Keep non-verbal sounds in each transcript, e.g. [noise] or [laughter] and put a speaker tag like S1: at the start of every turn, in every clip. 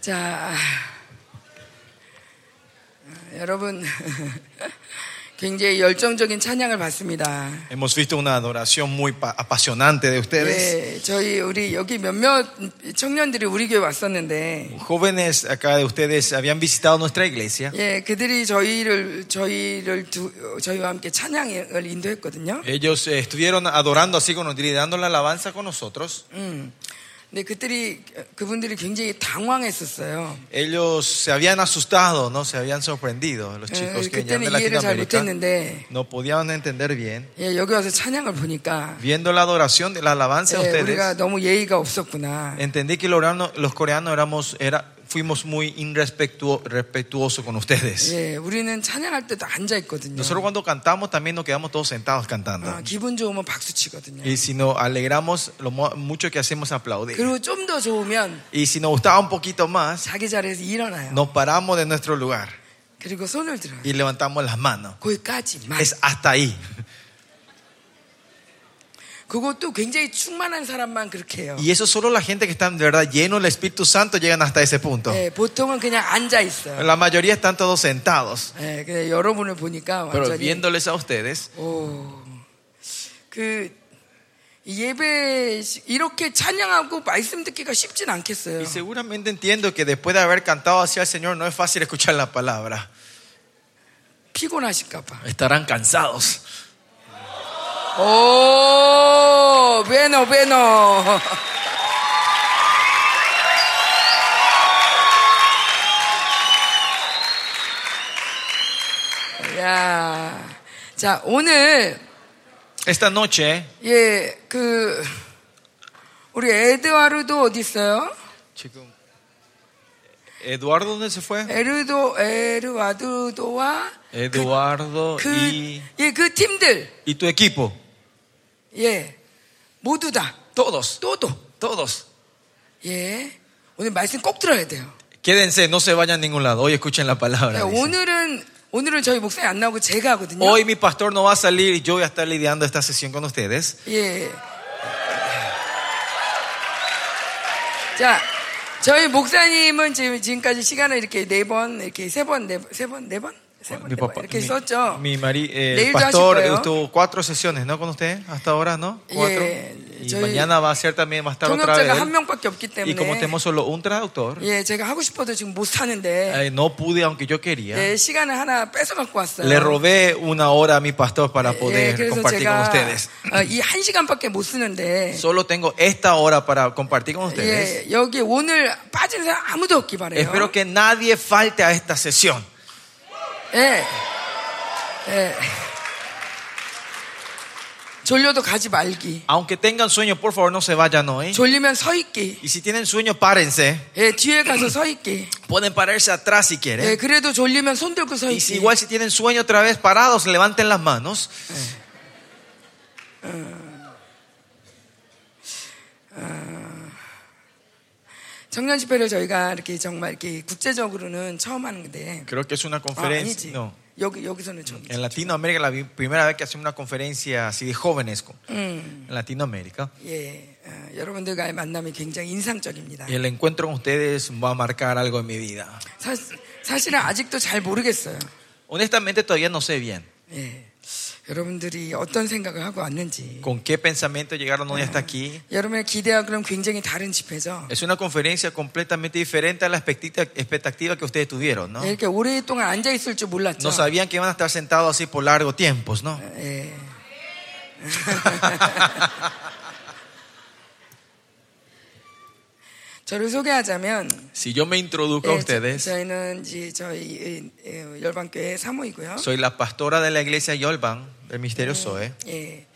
S1: 자, 여러분, [laughs] 굉장히 열정적인 찬양을 봤습니다.
S2: Hemos visto una adoración muy pa- apasionante de ustedes.
S1: 네, 저희 우리 여기 몇몇 청년들이 우리 교회 왔었는데,
S2: Jóvenes acá de ustedes habían visitado nuestra iglesia.
S1: 예, 그들이 저희를 저희를 두, 저희와 함께 찬양을 인도했거든요.
S2: Ellos eh, estuvieron adorando así con nosotros y dando la alabanza con nosotros.
S1: 음, 근데 그들이 그분들이 굉장히 당황했었어요.
S2: Ellos se habían asustado, ¿no? Se habían sorprendido. Los
S1: 예,
S2: chicos que venían de
S1: 그때는 이해를 잘
S2: Latinoamérica
S1: 못했는데,
S2: no podían entender bien.
S1: 예, 여기 와서 찬양을 보니까
S2: Viendo la adoración, la alabanza de
S1: 예, 우리가
S2: ustedes,
S1: 너무 예의가 없었구나.
S2: entendí que los coreanos, los coreanos éramos, era, fuimos muy irrespetuosos con ustedes.
S1: 예, 우리는 찬양할 때도 앉아 있거든요.
S2: Nosotros cuando cantamos también nos quedamos todos sentados cantando.
S1: 아, 기분 좋으면 박수 치거든요.
S2: Y si nos alegramos, lo mo- mucho que hacemos es aplaudir.
S1: 그리고 좀 더 좋으면
S2: Y si nos gustaba un poquito más,
S1: 자기 자리에서 일어나요.
S2: nos paramos de nuestro lugar
S1: 그리고 손을 들어요.
S2: y levantamos las manos.
S1: 거기까지만.
S2: Es hasta ahí.
S1: 그것도 굉장히 충만한 사람만 그렇게 해요.
S2: Y eso solo la gente que está de verdad lleno del Espíritu Santo llegan hasta ese punto.
S1: 예, 보통은 그냥 앉아 있어요.
S2: La mayoría están todos sentados.
S1: 예, 근데 여러분을 보니까
S2: Pero
S1: 완전히
S2: viéndoles a ustedes,
S1: 오, 그 예배 시- 이렇게 찬양하고 말씀 듣기가 쉽진 않겠어요.
S2: y seguramente entiendo que después de haber cantado hacia el Señor no es fácil escuchar la palabra.
S1: 피곤하실까봐.
S2: Estarán cansados.
S1: 오, 베노 베노. [laughs] 야, 자 오늘
S2: Esta noche,
S1: 예, 그 우리 에드와르도 어디 있어요?
S2: chico, Eduardo, ¿dónde se fue?
S1: Eh, 에르도 에르와드도와
S2: Eduardo y,
S1: 그예그 팀들
S2: y tu equipo.
S1: 예 모두 다
S2: Todos,
S1: 또도
S2: todos.
S1: 예 오늘 말씀 꼭 들어야 돼요.
S2: Quédense, no se vayan a ningún lado. Hoy escuchen la palabra.
S1: 그러니까
S2: dice.
S1: 오늘은 오늘은 저희 목사님 안 나오고 제가 하거든요.
S2: Hoy mi pastor no va a salir y yo voy a estar lidiando esta sesión con ustedes.
S1: 예. 자, 저희 목사님은 지금 지금까지 시간을 이렇게 네 번, 이렇게 세 번, 네 번, 세 번, 네 번, 세 번,
S2: Mi
S1: 네 번,
S2: papá,
S1: 이렇게
S2: mi-
S1: 썼죠.
S2: mi mari- eh, el
S1: 내일도
S2: pastor
S1: 하실 거예요?
S2: eh, tuvo cuatro sesiones, ¿no? Con usted hasta ahora, ¿no? Cuatro.
S1: Eh,
S2: y
S1: soy-
S2: mañana va a ser también, va a estar otra vez.
S1: 통역자가 한
S2: él.
S1: 명밖에 없기
S2: Y
S1: 때문에
S2: como tenemos solo un traductor,
S1: 예, 제가 하고 싶어도 지금 못 하는데
S2: eh, no pude, aunque yo quería.
S1: 예, 시간을 하나 뺏어 갖고 왔어요.
S2: Le robé una hora a mi pastor para
S1: 예,
S2: poder
S1: 그래서
S2: compartir con
S1: 제가 어,
S2: ustedes.
S1: 이 한 시간밖에 못 쓰는데
S2: Solo tengo esta hora para compartir con ustedes.
S1: 예, 여기 오늘 빠진 사람 아무도 없기 바래요.
S2: Espero que nadie falte a esta sesión.
S1: 예. 예. 졸려도 가지 말기.
S2: Aunque tengan sueño, por favor no se vayan hoy.
S1: 졸리면 서 있기.
S2: Y si tienen sueño, párense.
S1: 예, 뒤에 가서 서 있기.
S2: Pueden pararse atrás si quieren.
S1: 예, 그래도 졸리면 손 들고 서
S2: Y si
S1: 있기.
S2: igual si tienen sueño otra vez, parados, levanten las manos.
S1: 청년 집회를 저희가 이렇게 정말 이렇게 국제적으로는 처음 하는데.
S2: Creo que es una
S1: 아, 아니지.
S2: conferencia. No.
S1: 여기 여기서는 저기.
S2: En Latinoamérica, la vi- primera vez que hacemos una conferencia así de jóvenes con- en Latinoamérica.
S1: 음, 예. 어, 여러분들과의 만남이 굉장히 인상적입니다.
S2: Y el encuentro con ustedes va a marcar algo en mi vida.
S1: 사, 사실은 아직도 잘 모르겠어요.
S2: Honestamente, todavía no sé bien
S1: 예. 여러분들이 어떤 생각을 하고 왔는지.
S2: con qué pensamiento llegaron hoy hasta aquí.
S1: 여러분의 기대와 그럼 굉장히 다른 집회죠.
S2: Es una conferencia completamente diferente a la expectita- expectativa que ustedes tuvieron, ¿no?
S1: 예, 이렇게 오랫동안 앉아 있을 줄 몰랐죠.
S2: No sabían que iban a estar sentados así por largo tiempos, ¿no?
S1: 예. 저를 소개하자면
S2: Si yo me introduzco
S1: 예,
S2: a
S1: 저-
S2: ustedes,
S1: 저희는 이제 저희 예, 예, 열방교회 사모이고요.
S2: soy la pastora de la iglesia Yolban del Ministerio Zoe.
S1: 예.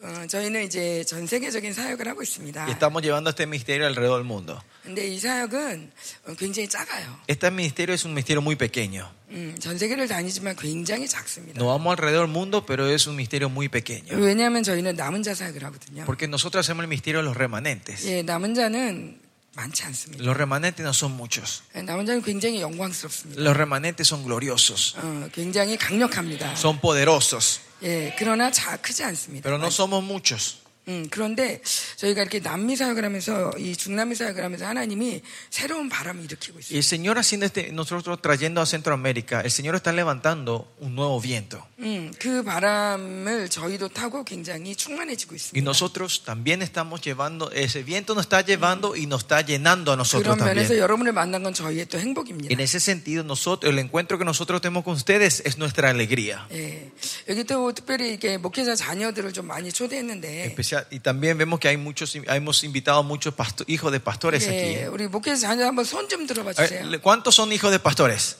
S1: 어, 저희는 이제 전 세계적인 사역을 하고 있습니다.
S2: Y estamos llevando este ministerio alrededor del mundo.
S1: 근데 이 사역은 어, 굉장히 작아요.
S2: Este ministerio es un ministerio muy pequeño.
S1: 음, 전 세계를 다니지만 굉장히 작습니다.
S2: No vamos alrededor del mundo, pero es un ministerio muy pequeño.
S1: 왜냐하면 저희는 남은 자 사역을 하거든요.
S2: Porque nosotros hacemos el ministerio de los remanentes.
S1: 예, 남은 자는 많지 않습니다.
S2: Los remanentes no son muchos.
S1: 예, 남은 자는 굉장히 영광스럽습니다.
S2: Los remanentes son gloriosos,
S1: 어, 굉장히 강력합니다.
S2: son poderosos,
S1: 예, 그러나 자 크지 않습니다.
S2: pero no somos muchos.
S1: 음, 그런데 저희가 이렇게 남미 사역을 하면서 이 중남미 사역을 하면서 하나님이 새로운 바람을 일으키고
S2: Y
S1: 있어요.
S2: el Señor haciendo este, nosotros trayendo a Centroamérica, el Señor está levantando un nuevo viento.
S1: 음, 그 바람을 저희도 타고 굉장히 충만해지고 있습니다.
S2: Y nosotros también estamos llevando, ese viento nos está llevando y nos está llenando a nosotros
S1: 그런 면에서
S2: también.
S1: 여러분을 만난 건 저희의 또 행복입니다.
S2: En ese sentido, nosotros, el encuentro que nosotros tenemos con ustedes es nuestra alegría.
S1: 예. 여기 또 특별히 이렇게 목회자 자녀들을 좀 많이 초대했는데
S2: Especial, y también vemos que hay muchos, hemos invitado a muchos pasto- hijos de
S1: 예,
S2: pastores aquí. ¿eh?
S1: 우리 목회자 자녀 한번 손 좀 들어봐
S2: A
S1: 주세요.
S2: ver, ¿Cuántos son hijos de pastores?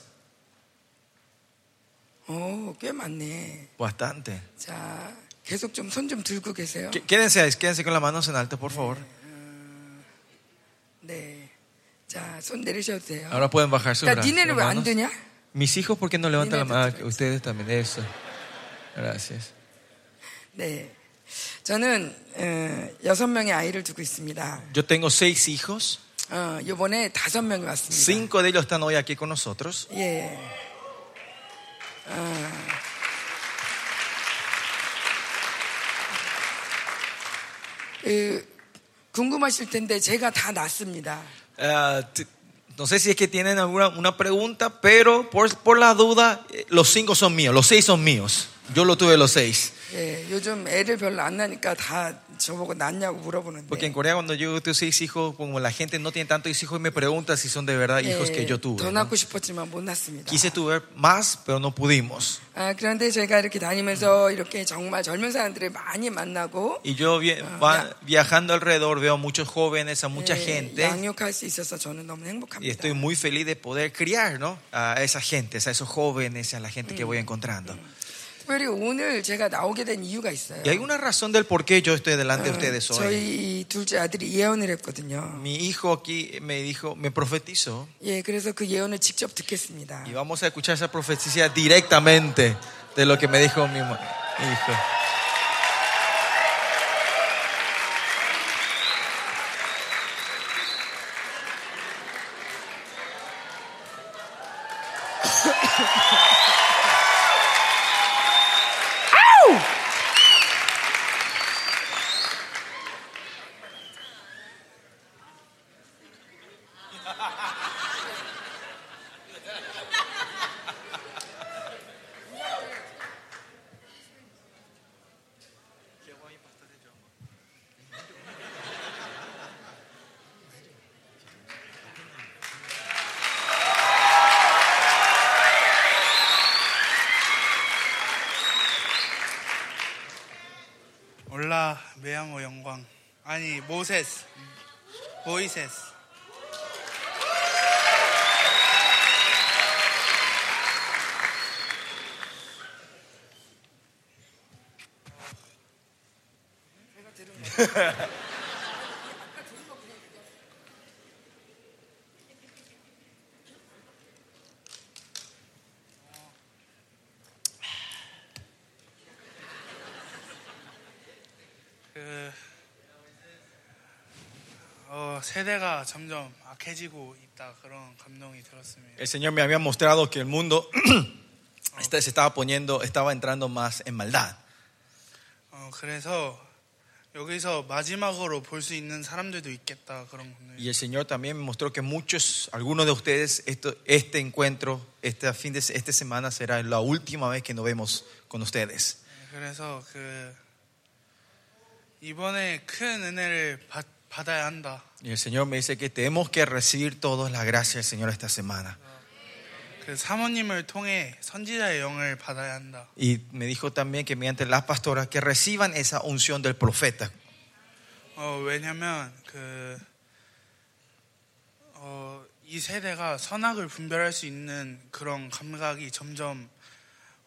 S1: 오, 꽤 많네.
S2: Bastante.
S1: 자, 계속 좀 손 좀 들고 계세요.
S2: Qu- Quédense, ahí, quédense con las manos en alto, por favor.
S1: 네. 자, 손 내리셔도 돼요.
S2: Ahora pueden bajar sus
S1: 야,
S2: brazos.
S1: 니네는 왜 안
S2: manos.
S1: 드냐?
S2: Mis hijos, ¿por qué no levantan la
S1: Dime,
S2: mano?
S1: doctora.
S2: Ah, Ustedes también, eso. Gracias.
S1: 네. 저는 어, 여섯 명의 아이를 두고 있습니다.
S2: Yo tengo seis hijos.
S1: 어, 이번에 다섯 명이 왔습니다.
S2: Cinco de ellos están hoy aquí con nosotros.
S1: 예. 아. 그, 궁금하실 텐데 제가 다 낳습니다.
S2: Ah, t- no sé si es que tienen alguna una pregunta, pero por, por la duda, eh, los cinco son míos, los seis son míos. Yo lo tuve los seis.
S1: 예, 요즘 애를 별로 안 낳으니까 다 저보고 낳냐고 물어보는데.
S2: Porque en Corea cuando yo tuve seis hijos, como la gente no tiene tantos hijos, me pregunta si son de verdad hijos que
S1: 예,
S2: yo tuve.
S1: 더
S2: ¿no?
S1: 낳고 싶었지만 못 낳습니다.
S2: Quise tuve más, pero no pudimos.
S1: 아, 그런데 제가 이렇게 다니면서 이렇게 정말 젊은 사람들을 많이 만나고
S2: Y yo vi- va- viajando alrededor veo a muchos jóvenes, a mucha
S1: 예,
S2: gente.
S1: 양육할 수 있어서 저는 너무
S2: Y
S1: 행복합니다.
S2: estoy muy feliz de poder criar ¿no? a esa gente, a esos jóvenes, a la gente que voy encontrando.
S1: 특별히 오늘 제가 나오게 된 이유가 있어요.
S2: Y hay una razón del por qué yo estoy delante de
S1: Ah,
S2: ustedes hoy.
S1: 저희 이 둘째 아들이 예언을 했거든요.
S2: Mi hijo aquí me dijo, me profetizó.
S1: 예, 그래서 그 예언을 직접 듣겠습니다.
S2: Y vamos a escuchar esa profecía directamente de lo que me dijo mi ma- mi hijo.
S3: 올라 메아모 영광 아니 모세스 모이세스 그 어, 세대가 점점 악해지고 있다 그런 감동이 들었습니다.
S2: El Señor me había mostrado que el mundo [clears throat] este, se estaba poniendo, estaba entrando más en maldad.
S3: 어, 그래서 여기서 마지막으로 볼 수 있는 사람들도 있겠다 그런
S2: Y
S3: 감동이.
S2: el Señor también me mostró que muchos, algunos de ustedes, esto- este encuentro, este fin de se- esta semana será la última vez que nos vemos con ustedes.
S3: 네, 그래서 그 이번에 큰 은혜를 받, 받아야 한다.
S2: Y el Señor me dice que tenemos que recibir todos la gracia del Señor esta semana.
S3: 그 사모님을 통해 선지자의 영을 받아야 한다.
S2: Y me dijo también que mediante las pastoras que reciban esa unción del profeta.
S3: 어, 왜냐면 그 어, 이 세대가 선악을 분별할 수 있는 그런 감각이 점점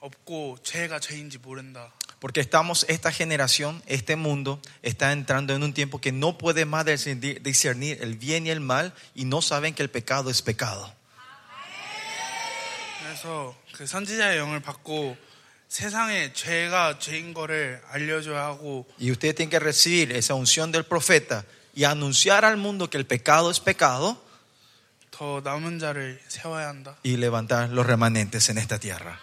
S3: 없고 죄가 죄인지 모른다.
S2: Porque estamos, esta generación, este mundo, está entrando en un tiempo que no puede más discernir discernir el bien y el mal y no saben que el pecado es pecado.
S3: 그래서 그 선지자의 영을 받고 세상에 죄가 죄인 거를 알려줘야 하고
S2: Y ustedes tienen que recibir esa unción del profeta y anunciar al mundo que el pecado es pecado
S3: 더 남은 자를 세워야 한다.
S2: y levantar los remanentes en esta tierra.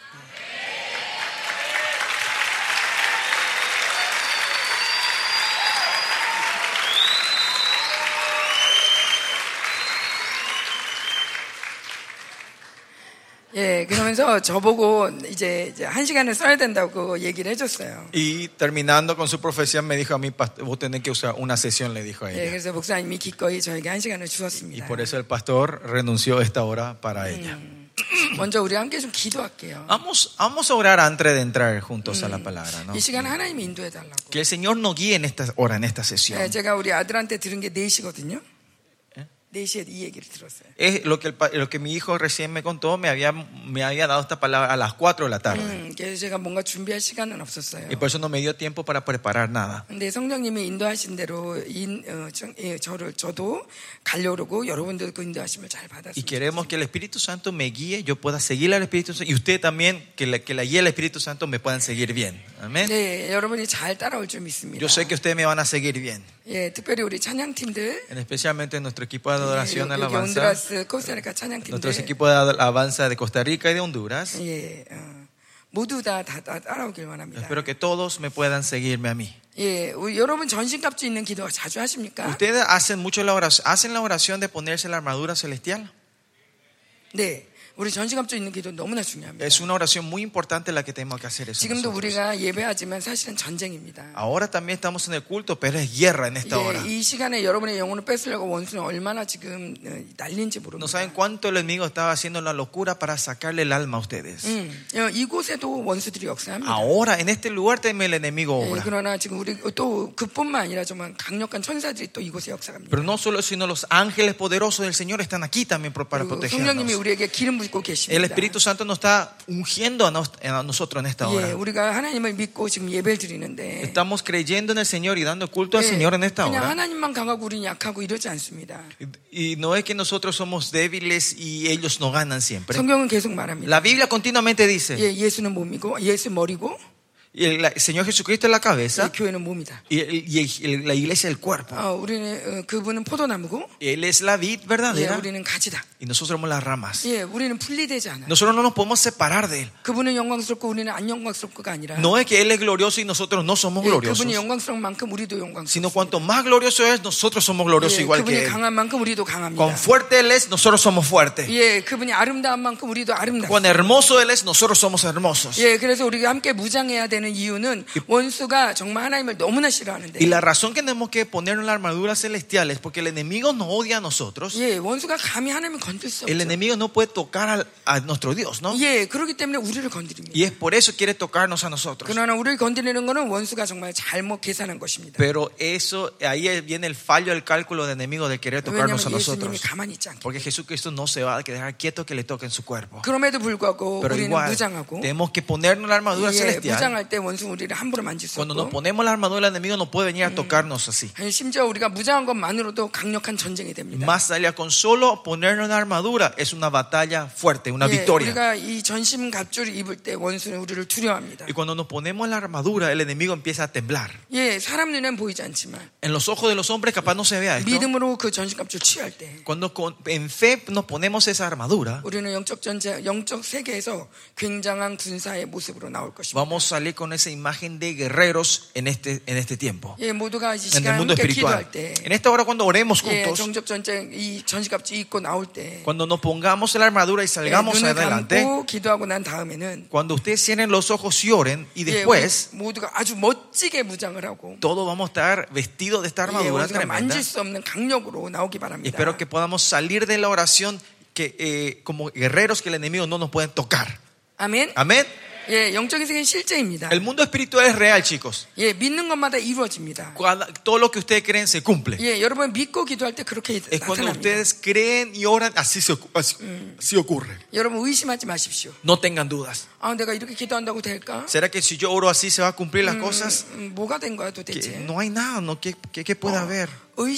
S1: 예, 그러면서 저보고 이제, 이제 한 시간을 써야 된다고 얘기를 해줬어요.
S2: Y terminando con su profecía, me dijo a mí, "Past- vos tenés que usar una sesión, le dijo a
S1: 예,
S2: ella.
S1: 그래서 목사님이 기꺼이 저에게 한 시간을
S2: Y
S1: 주었습니다.
S2: por eso el pastor renunció esta hora para ella.
S1: 먼저 우리 함께 좀 기도할게요.
S2: Vamos, vamos a orar antes de entrar juntos a la palabra. ¿no?
S1: 이 시간 하나님 인도해 달라고.
S2: Que el Señor nos guíe en esta hora, en esta
S1: 예,
S2: sesión.
S1: 제가 우리 아들한테 들은 게 4시거든요. 4시에 이 얘기를 들었어요.
S2: Es lo que, el pa- lo que mi hijo recién me contó, me había, me había dado esta palabra a las 4 de la tarde.
S1: 음, 그래서 제가 뭔가 준비할 시간은 없었어요.
S2: Y por eso no me dio tiempo para preparar nada.
S1: 근데 성령님이 인도하신 대로 인, 어, 정- 예, 저를 저도 가려고 여러분들도 그 인도하심을 잘
S2: Y
S1: 받았습니다.
S2: queremos que el Espíritu Santo me guíe, yo pueda seguir al Espíritu Santo y usted también, que la, que la guía del Espíritu Santo me puedan seguir bien. Amén.
S1: 네, 여러분이 잘 따라올 줄 믿습니다.
S2: Yo sé que ustedes me van a seguir bien.
S1: 예, 특별히 우리 찬양팀들,
S2: En especialmente nuestro equipo de
S1: 예,
S2: adoración
S1: 여기
S2: alabanza,
S1: 온드라스, 코스타리카
S2: nuestros
S1: 찬양팀들,
S2: equipos de alabanza de Costa Rica y de Honduras.
S1: 예, 어, 모두 다, 다, 다 따라오길 원합니다.
S2: Espero que todos me puedan seguirme a mí.
S1: 예, 우리 여러분 전신갑주 있는 기도 자주 하십니까?
S2: ¿Ustedes hacen mucho la oración, hacen la oración de ponerse la armadura celestial?
S1: 네, 우리 전신갑주 있는 기도 너무나 중요합니다.
S2: Es una oración muy importante la que tenemos que hacer. eso
S1: 지금도
S2: nosotros.
S1: 우리가 예배하지만 사실은 전쟁입니다.
S2: Ahora también estamos en el culto, pero es guerra en esta hora.
S1: 예, 이 시간에 여러분의 영혼을 뺏으려고 원수는 얼마나 지금 어, 날린지
S2: No
S1: 모릅니다.
S2: saben cuánto el enemigo estaba haciendo la locura para sacarle el alma a ustedes.
S1: 음, 어, 이곳에도 원수들이 역사합니다.
S2: Ahora, en este lugar, teme el enemigo
S1: 예,
S2: obra.
S1: 그러나 지금 우리 또 그뿐만 아니라 정말 강력한 천사들이 또 이곳에 역사합니다.
S2: Pero no solo, sino los ángeles poderosos del Señor están aquí también pro- para
S1: 그리고 성령님이
S2: protegernos.
S1: 우리에게 기름 붓고
S2: El
S1: 계십니다.
S2: Espíritu Santo nos está ungiendo a, nos- a nosotros en esta
S1: 예,
S2: hora.
S1: 우리가 하나님을 믿고 지금 예배를 드리는데
S2: Estamos creyendo en el Señor y dando culto al
S1: 예,
S2: Señor en esta
S1: 그냥
S2: hora.
S1: 하나님만 강하고 우리는 약하고 이러지 않습니다.
S2: Y no es que nosotros somos débiles y ellos no ganan siempre.
S1: 성경은 계속 말합니다.
S2: La Biblia continuamente dice,
S1: 예, 예수는 몸이고 예수 머리고
S2: y el el Señor Jesucristo es la
S1: 예,
S2: cabeza
S1: 교회는 몸이다.
S2: y, el- y el- la iglesia es el cuerpo.
S1: 어, 우리는 어, 그분은 포도나무고
S2: Él es la vid
S1: 예,
S2: verdadera
S1: 우리는 가지다.
S2: y nosotros somos las ramas.
S1: 예, 우리는 분리되지 않아. 요
S2: Nosotros no nos podemos separar de Él.
S1: 그분은 영광스럽고 우리는 안 영광스럽고가 아니라
S2: No es que Él es glorioso y nosotros no somos
S1: 예,
S2: gloriosos,
S1: 그분이 영광스러운 만큼 우리도
S2: sino
S1: 영광스럽고
S2: cuanto más glorioso es, nosotros somos gloriosos
S1: 예,
S2: igual
S1: 그분이
S2: que Él.
S1: 강한 만큼 우리도 강합니다.
S2: Cuán fuerte Él es, nosotros somos fuertes.
S1: 예, 그분이 아름다운 만큼 우리도 아름답다.
S2: Cuán hermoso Él es, nosotros somos hermosos.
S1: 예, 그래서 우리가 함께 무장해야 되는 이유는 원수가 정말 하나님을 너무나 싫어하는데
S2: Y la razón que tenemos que ponernos la armadura celestial es porque el enemigo nos odia a nosotros.
S1: 예, 원수가 감히 하나님을 건들 수
S2: El
S1: 없죠.
S2: enemigo no puede tocar al- a nuestro Dios, ¿no?
S1: 예, 그렇기 때문에 우리를 건드립니다.
S2: Y es por eso quiere tocarnos a nosotros.
S1: 그러나 우리를 건드리는 것은 원수가 정말 잘못 계산한 것입니다.
S2: Pero eso, ahí viene el fallo del cálculo del enemigo de querer
S1: 왜냐하면
S2: tocarnos a
S1: 예수님이
S2: nosotros.
S1: 가만히 있지 않기.
S2: Porque Jesucristo no se va a dejar quieto que le toquen su cuerpo.
S1: 그럼에도 불구하고
S2: Pero
S1: 우리는
S2: igual,
S1: 무장하고
S2: tenemos que ponernos la armadura
S1: 예,
S2: celestial.
S1: 무장할 때 원수 우리를 함부로 만질 수
S2: Cuando nos
S1: 없고
S2: ponemos la armadura, el enemigo no puede venir a tocarnos así.
S1: 아니, 심지어 우리가 무장한 것만으로도 강력한 전쟁이 됩니다.
S2: Más allá, con solo ponernos la armadura es una batalla fuerte, una
S1: 예,
S2: victoria.
S1: 우리가 이 전심 갑주를 입을 때 원수는 우리를 두려워합니다.
S2: Y cuando nos ponemos la armadura, el enemigo empieza a temblar.
S1: 예, 사람 눈엔 보이지 않지만
S2: En los ojos de los hombres capaz no se vea esto.
S1: 믿음으로 그 전심 갑주를 취할 때
S2: Cuando con- en fe nos ponemos esa armadura,
S1: 우리는 영적 전쟁, 영적 세계에서 굉장한 군사의 모습으로 나올 것입니다.
S2: vamos a salir con esa imagen de guerreros en este, en este tiempo,
S1: 예, 모두가 이
S2: en el
S1: 시간
S2: mundo
S1: 함께
S2: espiritual.
S1: 기도할 때
S2: En esta hora cuando oremos
S1: 예,
S2: juntos,
S1: 정적 전쟁 이 전시갑주 입고 나올 때
S2: cuando nos pongamos la armadura y
S1: 예,
S2: salgamos
S1: 눈을
S2: adelante,
S1: 감고 기도하고 난 다음에는
S2: cuando ustedes cierren los ojos y oren, y
S1: 예,
S2: después
S1: 우리 모두가 아주 멋지게 무장을 하고
S2: todos vamos a estar vestidos de esta
S1: 예,
S2: armadura
S1: 원수가
S2: tremenda.
S1: 만질 수 없는 강력으로 나오기
S2: Y
S1: 바랍니다.
S2: espero que podamos salir de la oración que, eh, como guerreros que el enemigo no nos puede tocar.
S1: 아멘.
S2: Amén.
S1: 예, 영적인 세계는 실제입니다.
S2: El mundo espiritual es real, chicos.
S1: 예, 믿는 것마다 이루어집니다.
S2: Cada- todo lo que ustedes creen se cumple.
S1: 예, 여러분 믿고 기도할 때 예, 그렇게
S2: Es cuando
S1: 나타납니다.
S2: ustedes creen y oran, así, se, ocu- así- así ocurre.
S1: 여러분 의심하지 마십시오.
S2: No tengan dudas.
S1: 아, 내가 이렇게 기도한다고 될까?
S2: ¿Será que si yo oro así se va a cumplir las cosas?
S1: 음, 뭐가 된 거야
S2: Que
S1: 도대체?
S2: no hay nada, no, ¿qué, qué- qué puede haber?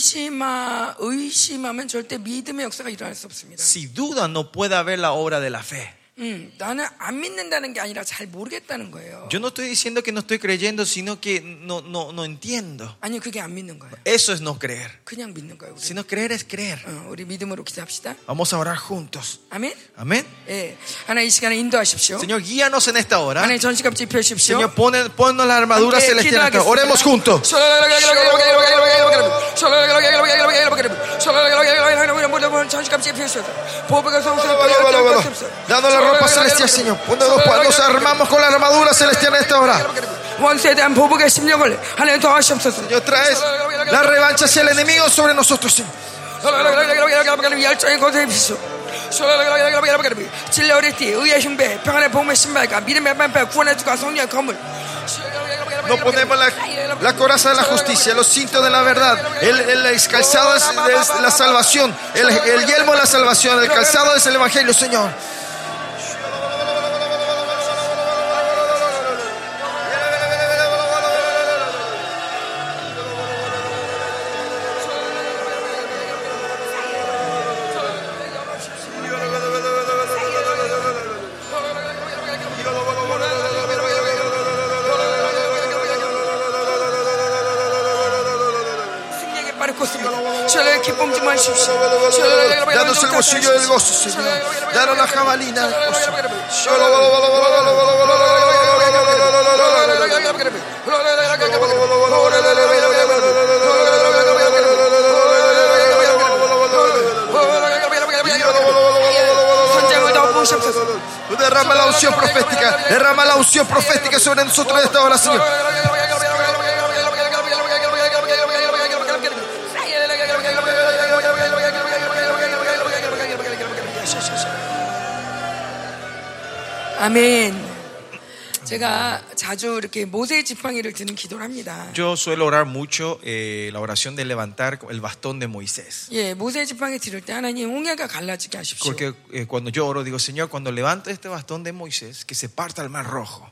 S1: 의심하 의심하면 절대 믿음의 역사가 일어날 수 없습니다.
S2: Si duda, no puede haber la obra de la fe.
S1: 음, 나는 안 믿는다는 게 아니라 잘 모르겠다는 거예요.
S2: Yo no estoy diciendo que no estoy creyendo, sino que no, no, no entiendo.
S1: 아니 그게 안 믿는 거예요.
S2: Eso es no creer.
S1: 그냥 믿는 거예요. 우리.
S2: Sino creer es creer.
S1: 어, 우리 믿음으로 기도합시다.
S2: Vamos a orar juntos.
S1: 아멘.
S2: Amén.
S1: 예, 하나 이 시간에 인도하십시오.
S2: Señor, guíanos en esta hora.
S1: 하나님 전시갑 입혀십시오
S2: Señor, pone- ponnos la armadura celestial. en esta hora. Oremos juntos.
S4: Danos la ropa celestial, Señor. Ponnos dos pa- Nos armamos con la armadura celestial en esta hora.
S1: 원수에 대한 보복의 심령을 하나님 더하시옵소서.
S4: Señor, traes la revancha hacia el enemigo sobre nosotros, Señor.
S1: 열정의 권세에 비추. 진리 어릴 때 의의 흉배 평안의 복음의 신발과 믿음의 반패 구원의 주가 성령의 건물
S4: No ponemos la, la coraza de la justicia, los cintos de la verdad, el, el el calzado es, es la salvación, el, el yelmo de la salvación, el calzado es el evangelio, Señor.
S1: 승리에게 빠를 것입니다 주여 기쁨 좀 하십시오
S4: Danos el bolsillo del gozo, Señor. Danos la jabalina del gozo.
S1: 선장을 더 부으시옵소서
S4: Derrama la unción profética, derrama la unción profética sobre nosotros en esta hora, Señor.
S1: 아멘. 제가 자주 이렇게 모세 지팡이를 드는 기도를 합니다.
S2: Yo suelo orar mucho eh, la oración de levantar el bastón de Moisés.
S1: 예, 모세 지팡이 들을 때 하나님 홍해가 갈라지게 하십시오.
S2: Porque eh, cuando yo oro, digo, Señor, cuando levanto este bastón de Moisés, que se parta el mar rojo.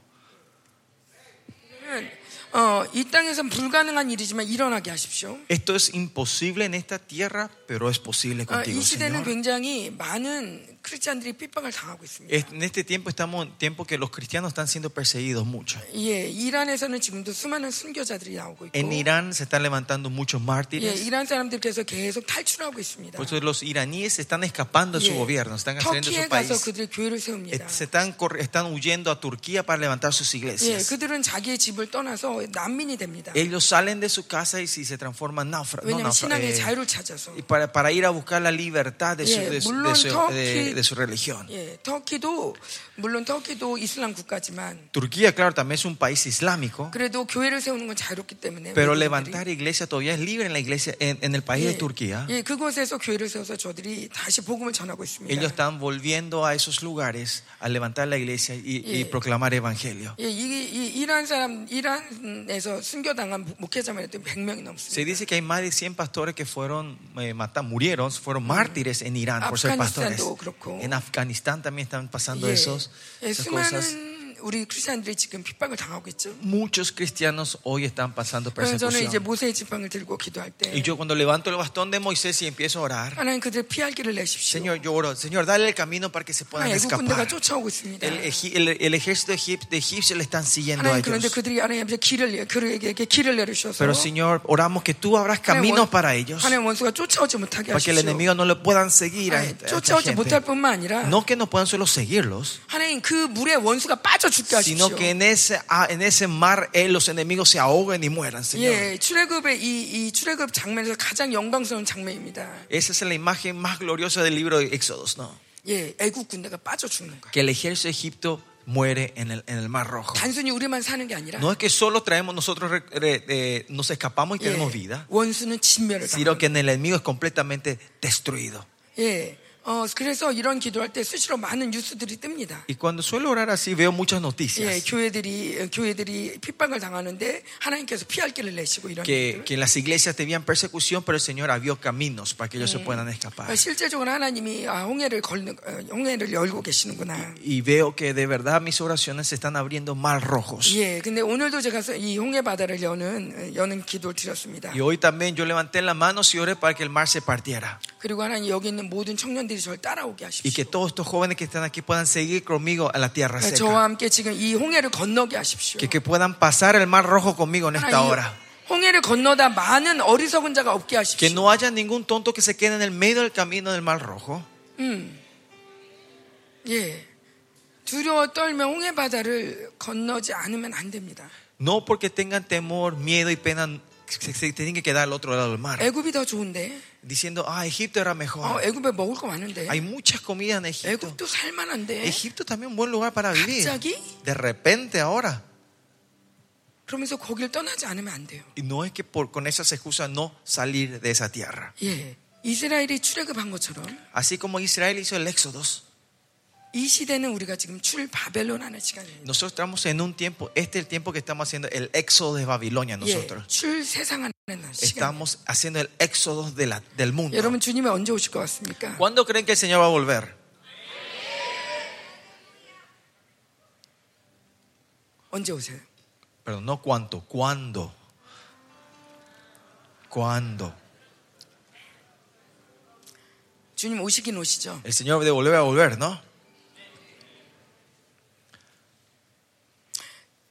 S1: 어, 이 땅에선 불가능한 일이지만 일어나게 하십시오.
S2: Esto es imposible en esta tierra, pero es posible
S1: 아, 이
S2: contigo,
S1: 시대는
S2: Señor.
S1: 굉장히 많은 크리스찬들이 핍박을 당하고 있습니다.
S2: Es- En este tiempo estamos en tiempo que los cristianos están siendo perseguidos mucho.
S1: 예, 이란에서는 지금도 수많은 순교자들이 나오고 있고,
S2: En Irán se están levantando muchos
S1: 예,
S2: mártires.
S1: 이란 사람들께서 계속 탈출하고 있습니다. 예,
S2: Por eso los iraníes se están escapando de su gobierno, se están saliendo de
S1: 터키에 가서
S2: su país.
S1: 그들이 교회를 세웁니다.
S2: Eh, Se están, corri- están huyendo a Turquía para levantar sus
S1: 예,
S2: iglesias.
S1: 그들은 자기의 집을 떠나서 난민이 됩니다.
S2: Ellos salen de su casa y si se transforman en náufragos.
S1: 왜냐하면 신앙의 자유를 찾아서.
S2: eh, y para, para ir a buscar la libertad de su,
S1: 예,
S2: de su-
S1: 물론
S2: de su-
S1: 터키-
S2: de- de su religión.
S1: 예, 터키도 물론 터키도 이슬람 국가지만
S2: Turquía, claro, también es un país islámico,
S1: 그래도 교회를 세우는 건 자유롭기 때문에.
S2: pero
S1: 외국인들이.
S2: levantar iglesia todavía es libre en la iglesia en, en el país de Turquía.
S1: 예, 그곳에서 교회를 세워서 저들이 다시 복음을 전하고 있습니다.
S2: Ellos están volviendo a esos lugares a levantar la iglesia y, y
S1: Yeah.
S2: proclamar evangelio.
S1: 예, 이, 이 이란 사람 이란에서 순교당한 목- 목회자만 해도 100명이
S2: Se
S1: 넘습니다.
S2: dice que hay más de 100 pastores que fueron eh, mata- murieron, fueron mártires en Irán por ser pastores.
S1: Afganistan도 그렇고.
S2: En Afganistán también están pasando
S1: 예,
S2: esos,
S1: 예,
S2: esas cosas.
S1: 수많은 우리 크리스천들이 지금 핍박을 당하고 있죠.
S2: Muchos cristianos hoy están pasando
S1: 그래서 저는 이제
S2: persecución.
S1: 모세의 지팡을 들고 기도할 때
S2: Y yo cuando levanto el bastón de Moisés y empiezo a orar,
S1: 하나님 그들 피할 길을 내십시오.
S2: Señor, yo oro, Señor, dale el camino para que se puedan
S1: 하나님 애국 군대가
S2: escapar.
S1: 쫓아오고 있습니다.
S2: El, eji- el- el ejército egip- de Egipcio le están siguiendo a
S1: 하나님 그런데
S2: ellos.
S1: 그들이 하나님 앞에 길을 내- 그들에게 길을 내주셔서
S2: Pero Señor, oramos que tú abras
S1: 하나님
S2: caminos
S1: 원-
S2: para ellos,
S1: 하나님 원수가 쫓아오지 못하게
S2: para
S1: 하십시오.
S2: que el enemigo no le puedan seguir a
S1: 아니,
S2: esta, a esta
S1: 쫓아오지 못할
S2: gente.
S1: 뿐만 아니라
S2: No que no puedan solo seguirlos,
S1: 하나님 그 물에 원수가 빠져 죽게 하십시오.
S2: sino que en ese, ah, en ese mar eh, los enemigos se ahoguen y mueran, Señor.
S1: 예, 출애굽의 이, 이 출애굽 장면에서 가장 영광스러운 장면입니다.
S2: Esa es la imagen más gloriosa del libro de Éxodos, ¿no?
S1: 예, 애국 군대가 빠져 죽는 거예요.
S2: Que el ejército de Egipto muere en el, en el mar rojo.
S1: 단순히 우리만 사는 게 아니라
S2: No es que solo traemos nosotros, re- re- eh, nos escapamos
S1: 예,
S2: y tenemos vida,
S1: 원수는 진멸을
S2: sino
S1: 당하는
S2: que en el enemigo es completamente destruido.
S1: 예. 어, 그래서 이런 기도할 때 수시로 많은 뉴스들이 뜹니다.
S2: Y cuando suelo orar así veo muchas
S1: 예,
S2: noticias
S1: 교회들이 어, 교회들이 핍박을 당하는데 하나님께서 피할 길을 내시고 이런
S2: que,
S1: 일들.
S2: que en las iglesias tenían persecución, pero el Señor abrió caminos para que ellos se puedan
S1: 어,
S2: escapar.
S1: 실제적으로 하나님이 아, 홍해를 걸는 어, 홍해를 열고 계시는구나.
S2: Y veo que de verdad mis oraciones se están abriendo más rojos.
S1: 예, 근데 오늘도 제가 서- 이 홍해 바다를 여는 어, 여는 기도를 드렸습니다.
S2: Y hoy también yo levanté las manos y oré para que el mar se partiera.
S1: 그리고 하나님 여기 있는 모든 청년들이 저를 따라오게
S2: Y
S1: 하십시오.
S2: que todos estos jóvenes que están aquí puedan seguir conmigo a la tierra
S1: 네, 저와
S2: seca.
S1: 함께 지금 이 홍해를 건너게 하십시오.
S2: Que, que puedan pasar el mar rojo conmigo en esta
S1: 하나님,
S2: hora.
S1: 홍해를 건너다 많은 어리석은 자가 없게
S2: Que
S1: 하십시오.
S2: no haya ningún tonto que se quede en el medio del camino del mar rojo.
S1: 예. 두려워 떨며 홍해 바다를 건너지 않으면 안 됩니다.
S2: No porque tengan temor, miedo y pena se, se tienen que quedar al otro lado del mar,
S1: 애굽이 더 좋은데.
S2: diciendo, ah, Egipto era
S1: 어,
S2: mejor.
S1: 애굽에 먹을 거 많은데.
S2: Hay muchas comidas en Egipto.
S1: 애굽도 살만한데.
S2: Egipto también un buen lugar para vivir.
S1: 갑자기?
S2: De repente ahora.
S1: 그러면서 거길 떠나지 않으면 안 돼요.
S2: Y no es que por, con esas excusas no salir de esa tierra.
S1: 예. 이스라엘이 출애굽한 것처럼
S2: Así como Israel hizo el éxodo,
S1: 이 시대는 우리가 지금 출 바벨론 하는 시간입니다.
S2: nosotros estamos en un tiempo, este es el tiempo que estamos haciendo el éxodo de Babilonia
S1: 예.
S2: nosotros.
S1: 출 세상 하는 시간.
S2: Estamos haciendo el éxodo de la- del
S1: 네.
S2: mundo.
S1: 여러분 주님이 언제 오실 것 같습니까?
S2: ¿Cuándo creen que el Señor va a volver?
S1: 언제 오세요?
S2: Perdón, no cuánto, cuándo. ¿Cuándo?
S1: 주님 오시긴 오시죠.
S2: El Señor de volver a volver, ¿no?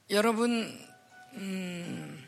S1: 여러분 음,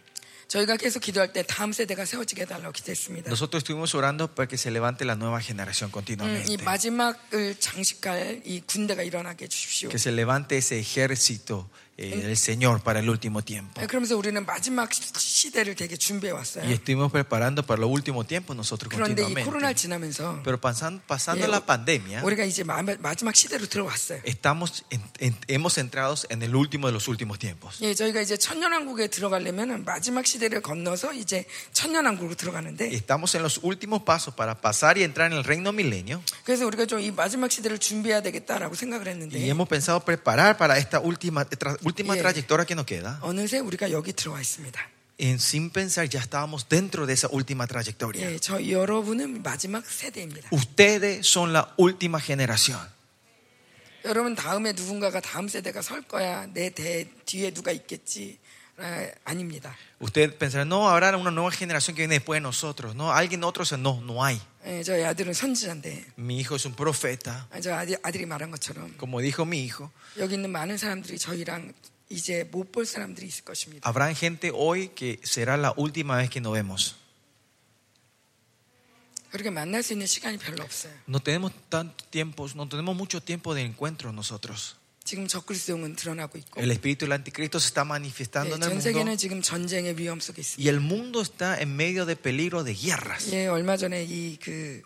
S1: 저희가 계속 기도할 때 다음 세대가 세워지게 해달라고 기도했습니다.
S2: Nosotros estuvimos orando para que se levante la nueva generación
S1: 음, 이
S2: continuamente.
S1: 마지막을 장식할 이 군대가 일어나게 해주십시오.
S2: Que se levante ese ejército eh, del Señor para el último tiempo.
S1: 네, 그러면서 우리는 마지막 시- 시대를 되게 준비해
S2: Y
S1: 왔어요.
S2: estuvimos preparando para el último tiempo nosotros
S1: 그런데 이 코로나
S2: continuamente.
S1: 지나면서
S2: Pero pasan- pasando
S1: 예,
S2: la pandemia,
S1: 우리가 이제 마, 마지막 시대로 들어왔어요.
S2: estamos en- en- hemos entrado en el último de los últimos tiempos.
S1: 예, 저희가 이제 천년왕국에 들어가려면 마지막 시대를 건너서 이제 천년왕국으로 들어가는데
S2: Estamos en los últimos pasos para pasar y entrar en el reino milenio.
S1: 그래서 우리가 좀 이 마지막 시대를 준비해야 되겠다라고 생각을
S2: Y
S1: 했는데
S2: hemos pensado preparar para esta última, tra- última
S1: 예.
S2: trayectoria que nos queda.
S1: 어느새 우리가 여기 들어와 있습니다.
S2: En, sin pensar, ya estábamos dentro de esa última trayectoria.
S1: 예, 저 여러분은 마지막 세대입니다.
S2: Ustedes son la última generación.
S1: 여러분 다음에 누군가가 다음 세대가 설 거야. 내 대, 뒤에 누가 있겠지. 아, 아닙니다.
S2: Ustedes pensarán, no, habrá una nueva generación que viene después de nosotros. No, alguien otro, o sea, no, no hay.
S1: 예, 저희 아들은 선지자인데
S2: Mi hijo es un profeta,
S1: 아, 저 아들, 아들이 말한 것처럼
S2: como dijo mi hijo.
S1: 여기 있는 많은 사람들이 저희랑 이제 못 볼 사람들이 있을 것입니다.
S2: Habrán gente hoy que será la última vez que nos vemos.
S1: 그렇게 만날 수 있는 시간이 별로 없어요.
S2: No tenemos tanto tiempo, no tenemos mucho tiempo de encuentro nosotros.
S1: 지금 적그리스도는 드러나고 있고
S2: El espíritu del anticristo se está
S1: 예,
S2: manifestando en el
S1: 전 세계는
S2: mundo
S1: 지금 전쟁의 위험 속에 있습니다.
S2: y el mundo está en medio de peligro de guerras.
S1: 예, 얼마 전에 이 그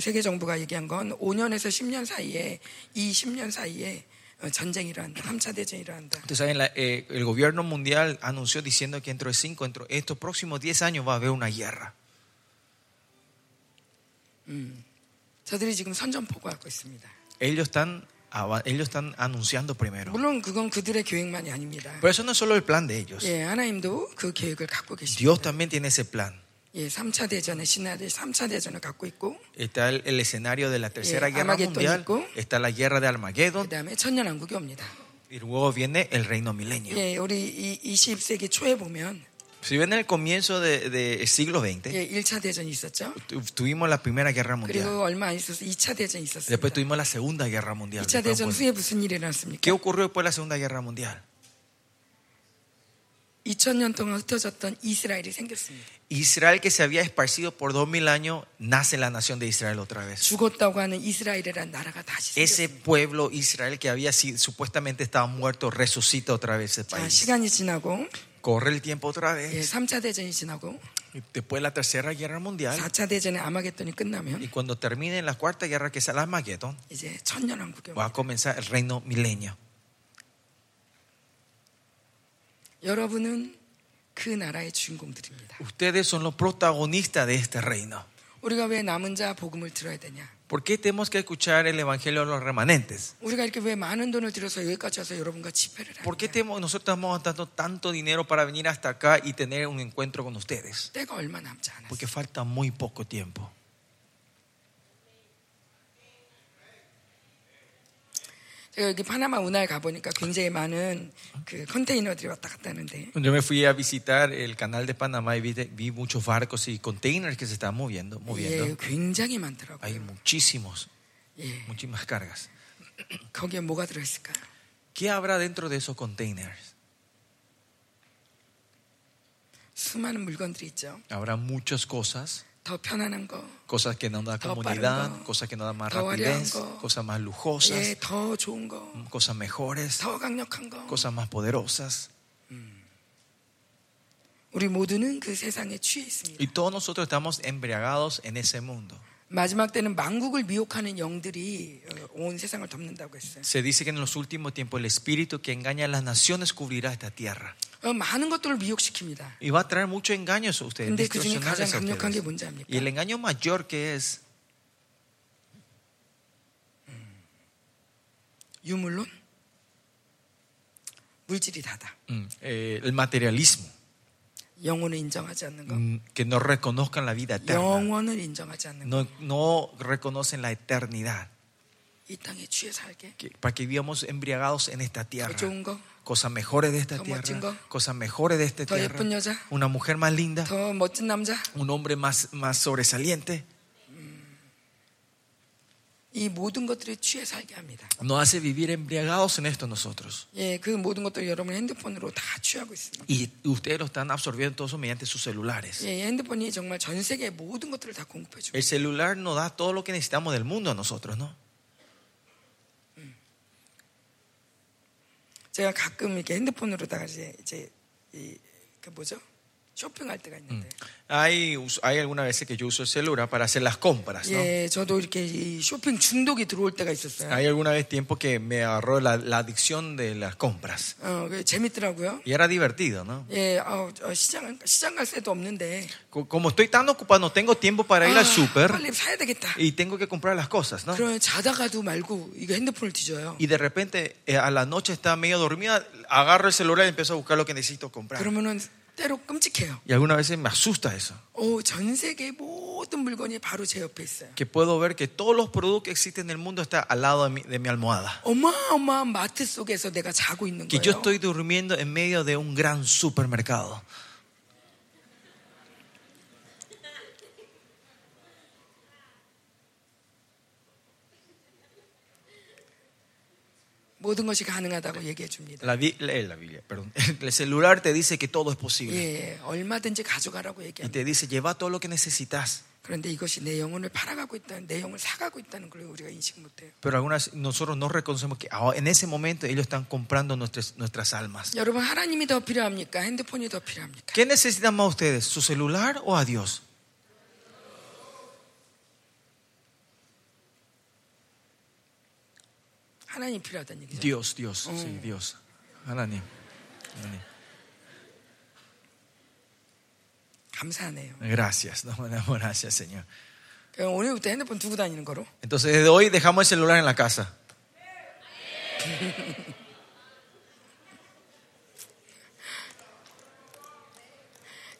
S1: 세계 정부가 얘기한 건 5년에서 10년 사이에 이 10년 사이에 어, 전쟁이 일어난다. 3차 대전이 일어난다.
S2: Ustedes saben, la- eh, el gobierno mundial anunció diciendo que dentro de cinco, dentro de estos próximos 10 años va a haber una guerra.
S1: 저들이 지금 선전포고 하고 있습니다.
S2: Ellos están, ava- ellos están anunciando primero.
S1: 물론 그건 그들의 계획만이 아닙니다.
S2: Pero eso no es solo el plan de ellos.
S1: 예, 하나님도 그 계획을 갖고 계십니다.
S2: Dios también tiene ese plan.
S1: 예, 3차 대전의 시나리오, 3차 대전을 갖고 있고
S2: Está el, el escenario de la Tercera
S1: Eh,
S2: Guerra
S1: Armagedón
S2: Mundial,
S1: 있고.
S2: está la guerra de Armageddon
S1: 그다음에 천년 왕국이 옵니다.
S2: y luego viene el reino milenio.
S1: 예, 우리 이 20세기 초에 보면
S2: Si ven el comienzo del siglo XX,
S1: 예, 1차 대전이 있었죠.
S2: tu- tuvimos la Primera Guerra Mundial,
S1: 그리고 얼마 안 있어서 2차 대전이
S2: después
S1: 있었습니다.
S2: tuvimos la Segunda Guerra Mundial.
S1: 2차
S2: después
S1: 대전 후에
S2: fue-
S1: 무슨 일이
S2: ¿Qué
S1: 일어났습니까?
S2: ocurrió después de la Segunda Guerra Mundial?
S1: 2000년 동안 흩어졌던 이스라엘이 생겼습니다.
S2: Israel que se había esparcido por dos mil años, nace la nación de Israel otra vez.
S1: 죽었다고 하는 이스라엘이라는 나라가 다시
S2: Ese
S1: 생겼습니다.
S2: pueblo Israel que había sido- supuestamente estaba muerto, resucita otra vez ese
S1: 자,
S2: país.
S1: 시간이 지나고
S2: Corre el tiempo otra
S1: 예,
S2: vez.
S1: 3차 대전이 지나고
S2: Después de la Tercera Guerra Mundial.
S1: 4차 대전에 아마겟돈이 끝나면
S2: Y cuando termine la Cuarta Guerra, que es el Armagedón,
S1: 이제 천년왕국이
S2: va
S1: 옵니다.
S2: a comenzar el reino milenio.
S1: 여러분은 그 나라의 주인공들입니다.
S2: Ustedes son los protagonistas de este reino.
S1: 우리가 왜 남은 자 복음을 들어야 되냐?
S2: ¿Por qué tenemos que escuchar el Evangelio a los remanentes?
S1: 우리가 이렇게 왜 많은 돈을 들여서 여기까지 와서 여러분과 집회를
S2: ¿Por qué
S1: 하냐?
S2: tenemos- nosotros estamos gastando tanto dinero para venir hasta acá y tener un encuentro con ustedes?
S1: 때가 얼마 남지 않았어.
S2: Porque falta muy poco tiempo.
S1: 제가 여기 파나마 운하에 가보니까 굉장히 많은 그 컨테이너들이 왔다 갔다 하는데
S2: Yo me fui a visitar el canal de Panamá y vi, vi muchos barcos y containers que se estaban moviendo.
S1: 예, 뭐.
S2: moviendo.
S1: 굉장히
S2: Hay
S1: 많더라고요.
S2: muchísimos,
S1: 예,
S2: muchísimas cargas.
S1: 거기에 뭐가 들어있을까?
S2: ¿Qué habrá dentro de esos containers?
S1: 수많은 물건들이 있죠.
S2: Habrá muchas cosas.
S1: 더 편안한 거,
S2: cosas que nos da
S1: Todo
S2: comunidad,
S1: parango,
S2: cosas que nos dan más
S1: todo
S2: rapidez,
S1: arango.
S2: cosas más lujosas,
S1: 예, 더 좋은 거,
S2: cosas mejores,
S1: 더 강력한 거.
S2: cosas más poderosas.
S1: 우리 모두는 그 세상에 취해 있습니다.
S2: Y todos nosotros estamos embriagados en ese mundo.
S1: 마지막 때는 망국을 미혹하는 영들이 어, 온 세상을 덮는다고 했어요.
S2: Se dice que en los últimos tiempos el espíritu que engaña a las naciones cubrirá esta tierra.
S1: 어, 많은 것들을 미혹시킵니다.
S2: Y va a traer muchos engaños a ustedes.
S1: 근데 그 중에 가장
S2: distorsionarles a
S1: 강력한 게
S2: ustedes.
S1: 뭔지 압니까?
S2: Y el engaño mayor que es
S1: 유물론, 물질이 다다.
S2: mm, eh, el materialismo.
S1: 영혼을 인정하지 않는 것,
S2: Mm, Que no reconozcan la vida
S1: 네,
S2: eterna.
S1: 영원을 인정하지 않는 것,
S2: No, no reconocen la eternidad.
S1: 이 땅에 취해 살게.
S2: Que- para que vivamos embriagados en esta
S1: 더
S2: tierra.
S1: 좋은 거,
S2: Cosas mejores de esta
S1: Como chingo.
S2: tierra. Cosas mejores de esta
S1: 더
S2: tierra.
S1: 예쁜 여자.
S2: Una mujer más linda.
S1: 더 멋진 남자,
S2: Un hombre más, más sobresaliente.
S1: 이 모든 것들에 취해 살게 합니다.
S2: Nos hace vivir embriagados en esto nosotros.
S1: 예, 그 모든 것도 여러분 핸드폰으로 다 취하고 있습니다.
S2: Y ustedes lo están absorbiendo todo eso mediante sus celulares.
S1: 예, 핸드폰이 정말 전 세계 모든 것들을 다 공급해주고
S2: El celular nos da todo lo que necesitamos del mundo a nosotros, ¿no?
S1: 제가 가끔 이렇게 핸드폰으로다가 이제 이제 이그 뭐죠 쇼핑할 때가 있는데
S2: Hay, us- hay algunas veces que yo uso el celular para hacer las compras, ¿no?
S1: 예 저도 이렇게 이 쇼핑 중독이 들어올 때가 있었어요.
S2: Hay alguna vez tiempo que me agarró la, la adicción de las compras.
S1: 어 그게 재밌더라고요.
S2: Y era divertido, ¿no?
S1: 예 아우, 어, 시장 시장 갈 새도 없는데
S2: Co- Como estoy tan ocupado, no tengo tiempo para ir
S1: 아,
S2: al súper
S1: 빨리 사야 되겠다.
S2: y tengo que comprar las cosas, ¿no?
S1: 그러면 자다가도 말고 이거 핸드폰을 뒤져요.
S2: Y de repente eh, a la noche estaba medio dormida, agarro el celular y empiezo a buscar lo que necesito comprar.
S1: 그러면은 때로 끔찍해요.
S2: Y algunas veces me asusta eso,
S1: 오전 세계 모든 물건이 바로 제 옆에 있어요.
S2: que puedo ver que todos los productos que existen en el mundo están al lado de mi, de mi almohada.
S1: 어마어마한 마트 속에서 내가 자고 있는
S2: Que yo
S1: 거예요.
S2: estoy durmiendo en medio de un gran supermercado.
S1: 모든 것이 가능하다고 얘기해 줍니다.
S2: La, bi- la- eh, la Biblia, perdón. [laughs] El celular te dice que todo es posible.
S1: 예, 얼마든지 가져가라고
S2: Y
S1: 얘기합니다.
S2: te dice, lleva todo lo que necesitas.
S1: 그런데 이것이 내 영혼을 팔아가고 있다는 내 영혼을 사가고 있다는 걸 우리가 인식 못해요.
S2: Pero algunas nosotros no reconocemos que ah, en ese momento ellos están comprando nuestras, nuestras almas.
S1: 여러분 하나님이 더 필요합니까? 핸드폰이 더 필요합니까?
S2: ¿Qué necesitan más ustedes? ¿Su celular o a Dios?
S1: 하나님이 필요하다는 얘기죠.
S2: Dios, Dios, sí, Dios. 하나님. 하나님.
S1: 감사하네요.
S2: Gracias, no, [laughs] no, gracias, Señor.
S1: 그럼 오늘부터 핸드폰 두고 다니는 거로.
S2: Entonces, desde hoy dejamos el celular en la casa.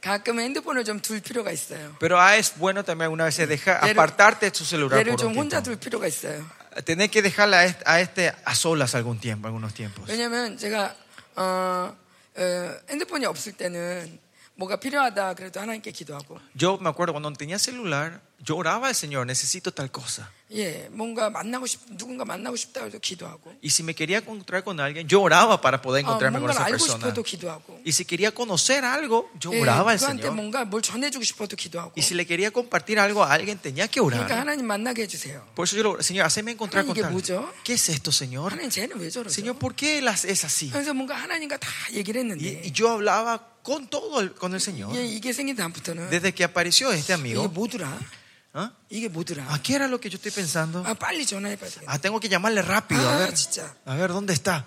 S1: 가끔 핸드폰을 좀 둘 필요가 있어요.
S2: Pero ah, es bueno también alguna vez dejar,
S1: Pero-
S2: apartarte de tu celular.
S1: 얘를
S2: Por
S1: 좀
S2: un
S1: 혼자
S2: tiempo. Ah,
S1: 둘 필요가 있어요.
S2: Tenés que dejarla a este, a este a solas algún tiempo, algunos tiempos.
S1: 왜냐면 제가 어, 어, 핸드폰이 없을 때는 뭐가 필요하다 그래도 하나님께 기도하고
S2: Yo me acuerdo cuando no tenía celular, yo oraba al Señor, necesito tal cosa.
S1: 예 뭔가 만나고 싶 누군가 만나고 싶다 해도 기도하고
S2: Y si me quería encontrar con alguien, yo oraba para poder
S1: 아,
S2: encontrarme con
S1: 뭔가를
S2: esa
S1: 알고
S2: persona.
S1: 싶어도 기도하고
S2: Y si quería conocer algo, yo
S1: 예,
S2: oraba al
S1: 누구한테
S2: Señor.
S1: 뭔가 뭘 전해주고 싶어도 기도하고
S2: Y si le quería compartir algo a alguien, tenía que
S1: 그러니까
S2: orar.
S1: 하나님 만나게 해주세요
S2: Por eso yo le oro, Señor, haceme encontrar con
S1: Ay, ¿qué
S2: tal.
S1: mucho?
S2: ¿Qué es esto, Señor?
S1: 하나님 쟤는 왜 저러죠?
S2: Señor, ¿por qué él hace- es así?
S1: 그래서 뭔가 하나님과 다 얘기를
S2: Y,
S1: 했는데
S2: y yo hablaba con todo, el- con el Señor.
S1: 예, 이게 생긴 다음부터는
S2: Desde que apareció este
S1: 이게
S2: amigo,
S1: 뭐더라?
S2: ¿ah?
S1: 이게 뭐더라?
S2: ¿a qué era lo que yo estoy pensando?
S1: 아 빨리 전화해봐야 되겠다
S2: Ah, tengo que llamarle rápido.
S1: Ah,
S2: A ver,
S1: chicha.
S2: a ver, ¿dónde está?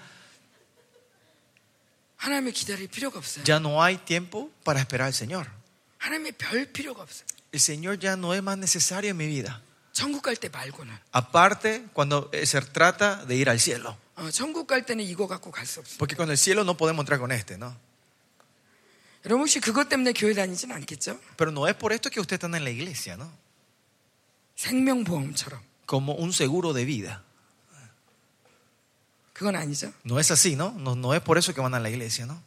S1: 하나님을 기다릴 필요가 없어요
S2: Ya no hay tiempo para esperar al Señor.
S1: 하나님의 별 필요가 없어요
S2: El Señor ya no es más necesario en mi vida.
S1: 천국 갈 때 말고는
S2: Aparte, cuando eh, se trata de ir al cielo.
S1: 어, 천국 갈 때는 이거 갖고 갈 수 없어요
S2: Porque con el cielo no podemos entrar con este, ¿no?
S1: 여러분 혹시 그것 때문에 교회 다니진 않겠죠?
S2: Pero no es por esto que usted está en la iglesia, ¿no?
S1: 생명보험처럼
S2: Como un seguro de vida.
S1: 그건 아니죠
S2: No es así, ¿no? No, no es por eso que van a la iglesia, ¿no?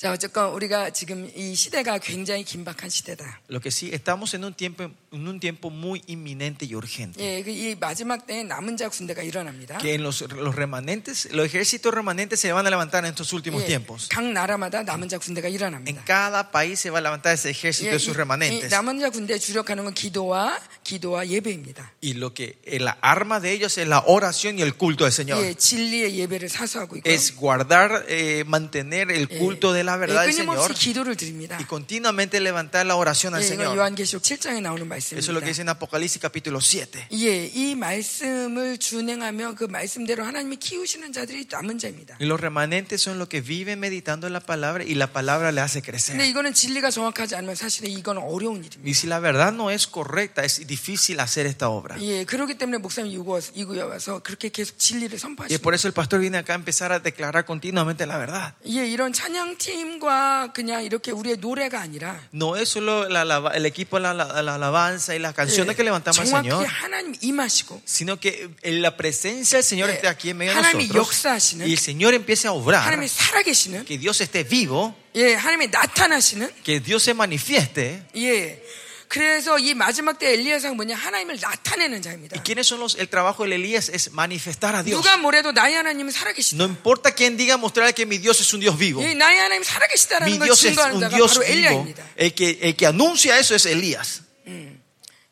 S1: 자, 어쨌건 우리가 지금 이 시대가 굉장히 긴박한 시대다.
S2: Lo que sí, estamos en un tiempo, en un tiempo muy inminente y urgente.
S1: 예, 그이 마지막 때에 남은 자 군대가 일어납니다.
S2: Que en los, los remanentes, los ejércitos remanentes se van a levantar en estos últimos
S1: 예,
S2: tiempos.
S1: 각 나라마다 남은 자 군대가
S2: En
S1: 일어납니다.
S2: cada país se va a levantar ese
S1: 예,
S2: ejército de
S1: 이- 이
S2: sus remanentes.
S1: 남은 자 군대에 주력하는 건 기도와 기도와 예배입니다.
S2: Y lo que eh, la arma de ellos es la oración y el culto del Señor.
S1: 예, 진리의 예배를 사수하고 있고
S2: Es guardar, eh, mantener el culto de la verdad del Señor
S1: 예, 끊임없이 기도를 드립니다.
S2: y continuamente levantar la oración al
S1: 예, 이건
S2: Señor.
S1: 요한계시록 7장에 나오는 말씀입니다.
S2: Eso es lo que dice en Apocalipsis capítulo 7.
S1: 예, 이 말씀을 준행하며 그 말씀대로 하나님이 키우시는 자들이 남은 자입니다.
S2: Y los remanentes son los que viven meditando en la palabra y la palabra le hace crecer.
S1: 근데 이거는 진리가 정확하지 않으면 사실은 이건 어려운 일입니다.
S2: Y si la verdad no es correcta, es difícil 하cer esta obra.
S1: 예, 그렇기 때문에 목사님 이거 이거 와서 그렇게 계속 진리를
S2: Y
S1: 선포하시는
S2: por eso el pastor viene acá a empezar a declarar continuamente la verdad.
S1: 예, 이런 찬양팀과 그냥 이렇게 우리의 노래가 아니라
S2: No es solo la alaba- el equipo, la, la- la alabanza y las
S1: 예,
S2: canciones que levantamos al
S1: 정확히
S2: Señor,
S1: 하나님 임하시고
S2: sino que en la presencia del Señor
S1: 예,
S2: esté aquí en medio de
S1: 하나님이
S2: nosotros
S1: 역사하시는
S2: y el Señor empiece a obrar,
S1: 하나님이 살아계시는
S2: que Dios esté vivo,
S1: 예, 하나님이 나타나시는
S2: que Dios se manifieste.
S1: 예. 그래서 이 마지막 때 엘리야상 뭐냐 하나님을 나타내는
S2: ¿Y
S1: 자입니다.
S2: quiénes son los? El trabajo de Elías es manifestar a Dios.
S1: 누가 뭐래도 나의 하나님은 살아계시다.
S2: No importa quién diga, mostrar que mi Dios es un Dios vivo.
S1: 예, 나의 하나님
S2: Mi
S1: 살아계시다라는 걸
S2: Dios es
S1: 증거하는
S2: un
S1: 자가
S2: Dios
S1: 바로
S2: vivo.
S1: 엘리야입니다.
S2: El que, el que anuncia eso es Elías.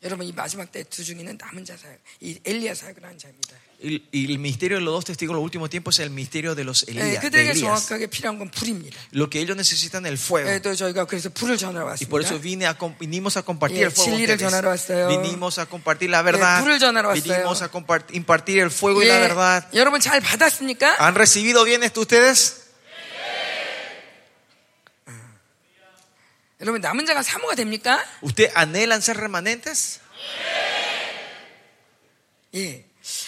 S1: 여러분 이 마지막 때 두 중에는 남은 자 사역, 이 엘리야 사역을 한 자입니다.
S2: Y, y el misterio de los dos testigos en los últimos tiempos es el misterio de los
S1: 예,
S2: Elías. de
S1: 그들에게
S2: Elías.
S1: 정확하게 필요한 건 불입니다.
S2: Lo que ellos necesitan es el fuego.
S1: 예, 또 저희가 그래서 불을 전하러
S2: Y por eso
S1: 왔습니다.
S2: vine a, com- vinimos a compartir
S1: 예,
S2: el fuego. a
S1: 진리를
S2: ustedes.
S1: 전하러 왔어요.
S2: Vinimos a compartir la verdad.
S1: 예, 불을 전하러
S2: Vinimos
S1: 왔어요.
S2: a compart- impartir el fuego y la verdad.
S1: 예, 여러분 잘 받았습니까?
S2: ¿Han recibido bien esto ustedes?
S1: 여러분 남은 자가 사모가 됩니까?
S2: ¿Usted anhelan ser remanentes?
S1: 예.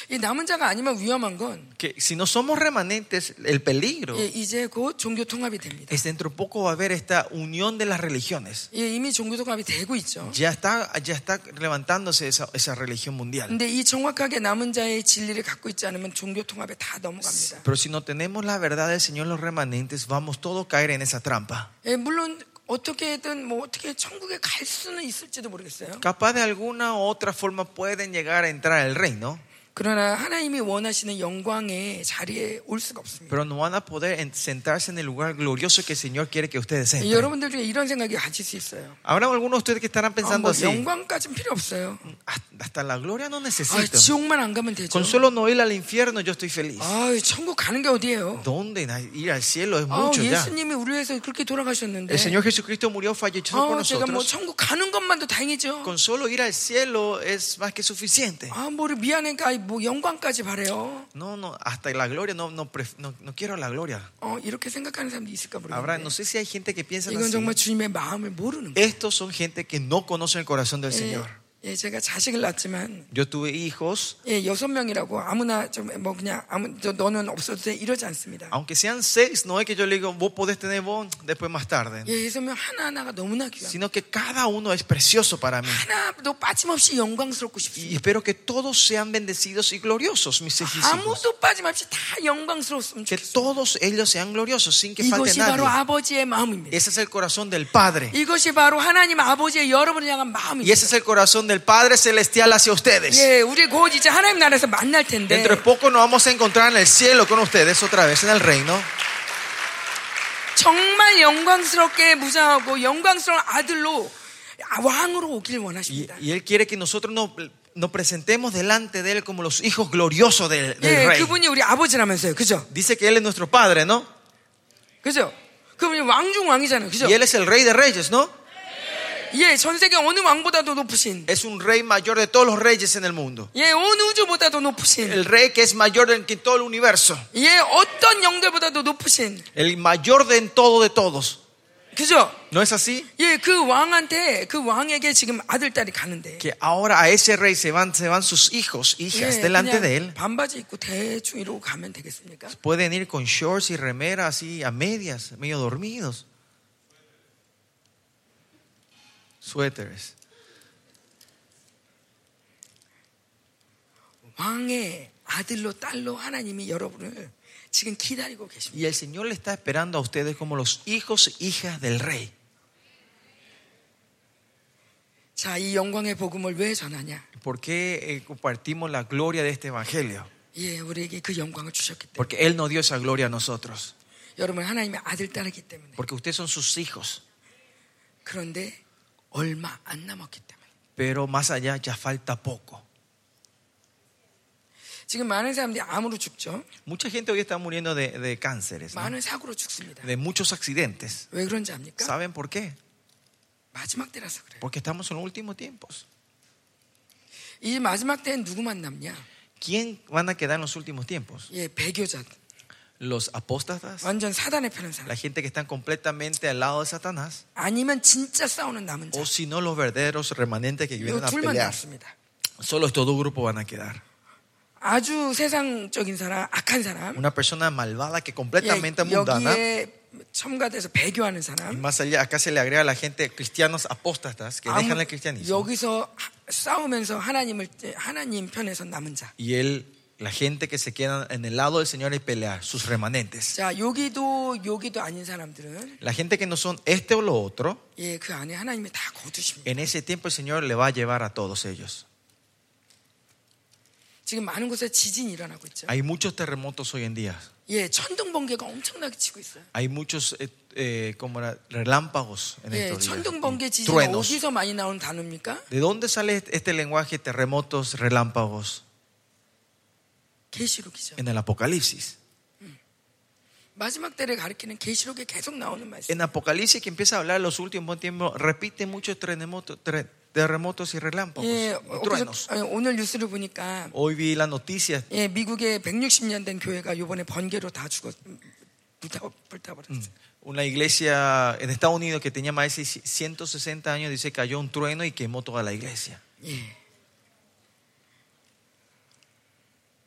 S1: 이 남은 자가 아니면 위험한 건
S2: Que si no somos remanentes, el peligro
S1: 예, 이제 곧 종교 통합이 됩니다.
S2: es dentro de poco va a haber esta unión de las religiones.
S1: 예, 이미 종교 통합이 되고 있죠.
S2: Ya está, ya está levantándose esa, esa religión mundial.
S1: 근데 이 정확하게 남은 자의 진리를 갖고 있지 않으면 종교 통합에 다 넘어갑니다.
S2: Pero si no tenemos la verdad del Señor, los remanentes, vamos todos a caer en esa trampa.
S1: 예, 물론 어떻게든 뭐 어떻게 천국에 갈 수는 있을지도 모르겠어요.
S2: Capaz de alguna u otra forma pueden llegar a entrar al reino.
S1: 그러나 하나님이 원하시는 영광의 자리에 올 수가 없습니다.
S2: pero no van a poder en- sentarse en el lugar glorioso que el Señor quiere que ustedes
S1: 예,
S2: entren.
S1: 여러분들 중에 이런 생각이 가질 수 있어요.
S2: Habrá algunos de ustedes que estarán
S1: 아, 뭐
S2: pensando así,
S1: 영광까지는 필요 없어요.
S2: "Hasta- hasta la gloria no
S1: 아,
S2: necesito.
S1: 지옥만 안 가면 되죠.
S2: Con solo no ir al infierno yo estoy feliz.
S1: 아, 천국 가는 게 어디예요?
S2: ¿Dónde Na- ir al cielo? Es
S1: 아,
S2: mucho ya.
S1: 예수님이 우리 위해서 그렇게 돌아가셨는데.
S2: El Señor Jesucristo murió, falleció
S1: 아,
S2: por
S1: 제가 뭐
S2: nosotros.
S1: 천국 가는 것만도 다행이죠.
S2: Con solo ir al cielo es más que suficiente.
S1: 아, 뭐를 미안해가 아이, 뭐 영광까지 바래요.
S2: No, no, hasta la gloria, no, no, pref- no, no quiero la gloria.
S1: 어, 이렇게 생각하는 사람도 있을까
S2: Habrá,
S1: 모르겠는데.
S2: no sé si hay gente que piensa
S1: 이건
S2: así.
S1: 정말 주님의 마음을 모르는 거예요.
S2: Estos son gente que no conocen el corazón
S1: Eh.
S2: del Señor.
S1: 예, 제가 자식을 낳았지만
S2: Yo tuve hijos
S1: 예, 여섯 명이라고 아무나 좀 뭐 그냥 아무 저 너는 없어도 돼 이러지 않습니다.
S2: Aunque sean seis, no es que yo le digo, vos podés tener vos después más tarde.
S1: 예, 여섯 명 하나하나가 너무나 귀한.
S2: Sino que cada uno es precioso para mí.
S1: 하나도 빠짐없이 영광스럽고
S2: Y
S1: 싶습니다.
S2: espero que todos sean bendecidos y gloriosos, mis seis hijos.
S1: 아무도 빠짐없이 다 영광스러웠으면
S2: Que
S1: 좋겠어요.
S2: todos ellos sean gloriosos, sin que
S1: 이것이
S2: falte
S1: 바로
S2: nadie.
S1: 아버지의 마음입니다.
S2: Ese es el corazón del Padre.
S1: 이것이 바로 하나님 아버지의 여러분을 향한
S2: Y
S1: 마음입니다.
S2: ese es el corazón del Padre Celestial hacia ustedes.
S1: 예, 우리 곧 이제 하나님 나라에서 만날 텐데
S2: Dentro de poco nos vamos a encontrar en el cielo con ustedes otra vez en el reino.
S1: 정말 영광스럽게 무장하고 영광스러운 아들로 왕으로 오길
S2: Y,
S1: 원하십니다.
S2: y Él quiere que nosotros nos, nos presentemos delante de Él como los hijos gloriosos del, del
S1: 예,
S2: Rey.
S1: 그분이 우리 아버지라면서요. 그죠?
S2: Dice que Él es nuestro Padre, ¿no?
S1: 그죠? 그분이 왕중 왕이잖아요. 그죠?
S2: Y él es el rey de reyes, ¿no?
S1: 예, 전 세계 어느 왕보다도 높으신.
S2: Es un rey mayor de todos los reyes en el mundo.
S1: 예, 어느 우주보다도 높으신.
S2: El rey que es mayor de- que todo el universo.
S1: 예, 어떤 영들보다도 높으신.
S2: El mayor de en todo de todos.
S1: 그죠?
S2: ¿No es así?
S1: 예, 그 왕한테 그 왕에게 지금 아들 딸이 가는데.
S2: Que ahora a ese rey se van, se van sus hijos, hijas
S1: 예,
S2: delante
S1: 그냥
S2: de él.
S1: 반바지 입고 대충 이러고 가면 되겠습니까?
S2: Pueden ir con shorts y remera así a medias, medio dormidos. Suéteres.
S1: 왕의 아들로 딸로 하나님이 여러분을 지금 기다리고 계십니다.
S2: Y el Señor le está esperando a ustedes como los hijos e hijas del Rey.
S1: 자, 이 영광의 복음을 왜 전하냐?
S2: ¿Por qué eh, compartimos la gloria de este Evangelio?
S1: 예, 우리에게 그 영광을 주셨기 때문에.
S2: Porque Él nos dio esa gloria a nosotros.
S1: 여러분 하나님의 아들 딸이기 때문에.
S2: Porque ustedes son sus hijos.
S1: 그런데 얼마 안 남았기 때문에.
S2: Pero más allá ya falta poco.
S1: 지금 많은 사람들이 암으로 죽죠.
S2: Mucha gente hoy está muriendo de, de cánceres, ¿no?
S1: 많은 사고로 죽습니다.
S2: de muchos accidentes.
S1: 왜 그런지 압니까?
S2: ¿Saben por qué?
S1: 마지막 때라서 그래요.
S2: Porque estamos en los últimos tiempos.
S1: 이 마지막 때엔 누구만 남냐?
S2: ¿Quién van a quedar en los últimos tiempos?
S1: 예, 배교자.
S2: ¿Los apóstatas?
S1: 완전 사단에 편한
S2: La
S1: 사람.
S2: gente que están completamente al lado de Satanás.
S1: 아니면 진짜 싸우는 남은 자.
S2: O si no, los verdaderos remanentes que vienen
S1: 요
S2: a
S1: 둘만
S2: pelear.
S1: 남습니다.
S2: Solo estos dos grupos van a quedar.
S1: 아주 세상적인 사람, 악한 사람.
S2: Una persona malvada que
S1: 예,
S2: completamente mundana.
S1: 여기에 첨가돼서 배교하는
S2: Y
S1: 사람.
S2: más allá, acá se le agrega a la gente cristianos apóstatas que
S1: 아무-
S2: dejan el cristianismo.
S1: 여기서 하- 싸우면서 하나님을 하나님 편에서 남은 자.
S2: Y él, la gente que se queda en el lado del Señor y pelear, sus remanentes.
S1: 자, 여기도 여기도 아닌 사람들은
S2: La gente que no son este o lo otro,
S1: 예, 그 안에 하나님이 다 거두십니다.
S2: en ese tiempo el Señor le va a llevar a todos ellos.
S1: 지금 많은 곳에 지진이 일어나고 있죠.
S2: Hay muchos terremotos hoy en día.
S1: 예, 천둥 번개가 엄청나게 치고 있어요.
S2: Hay muchos eh, eh, como era, relámpagos en
S1: 예,
S2: estos días.
S1: 천둥 번개 지진
S2: Truenos.
S1: 어디서 많이 나오는 단어입니까?
S2: ¿De dónde sale este lenguaje terremotos, relámpagos?
S1: 계시록이죠.
S2: En el Apocalipsis.
S1: 마지막 때를 가리키는 계시록에 계속 나오는 말씀.
S2: En Apocalipsis que empieza a hablar de los últimos tiempos, repite muchos terremotos, tre- terremotos y relámpagos,
S1: 예,
S2: y
S1: 어,
S2: truenos.
S1: 그래서, 어, 오늘 뉴스를 보니까
S2: Hoy vi las noticias
S1: 예, 미국의 160년 된 교회가 이번에 번개로 다 죽었 불타 불타버렸어요.
S2: Una iglesia en Estados Unidos que tenía más de 160 años, dice, cayó un trueno y quemó toda la iglesia.
S1: 예.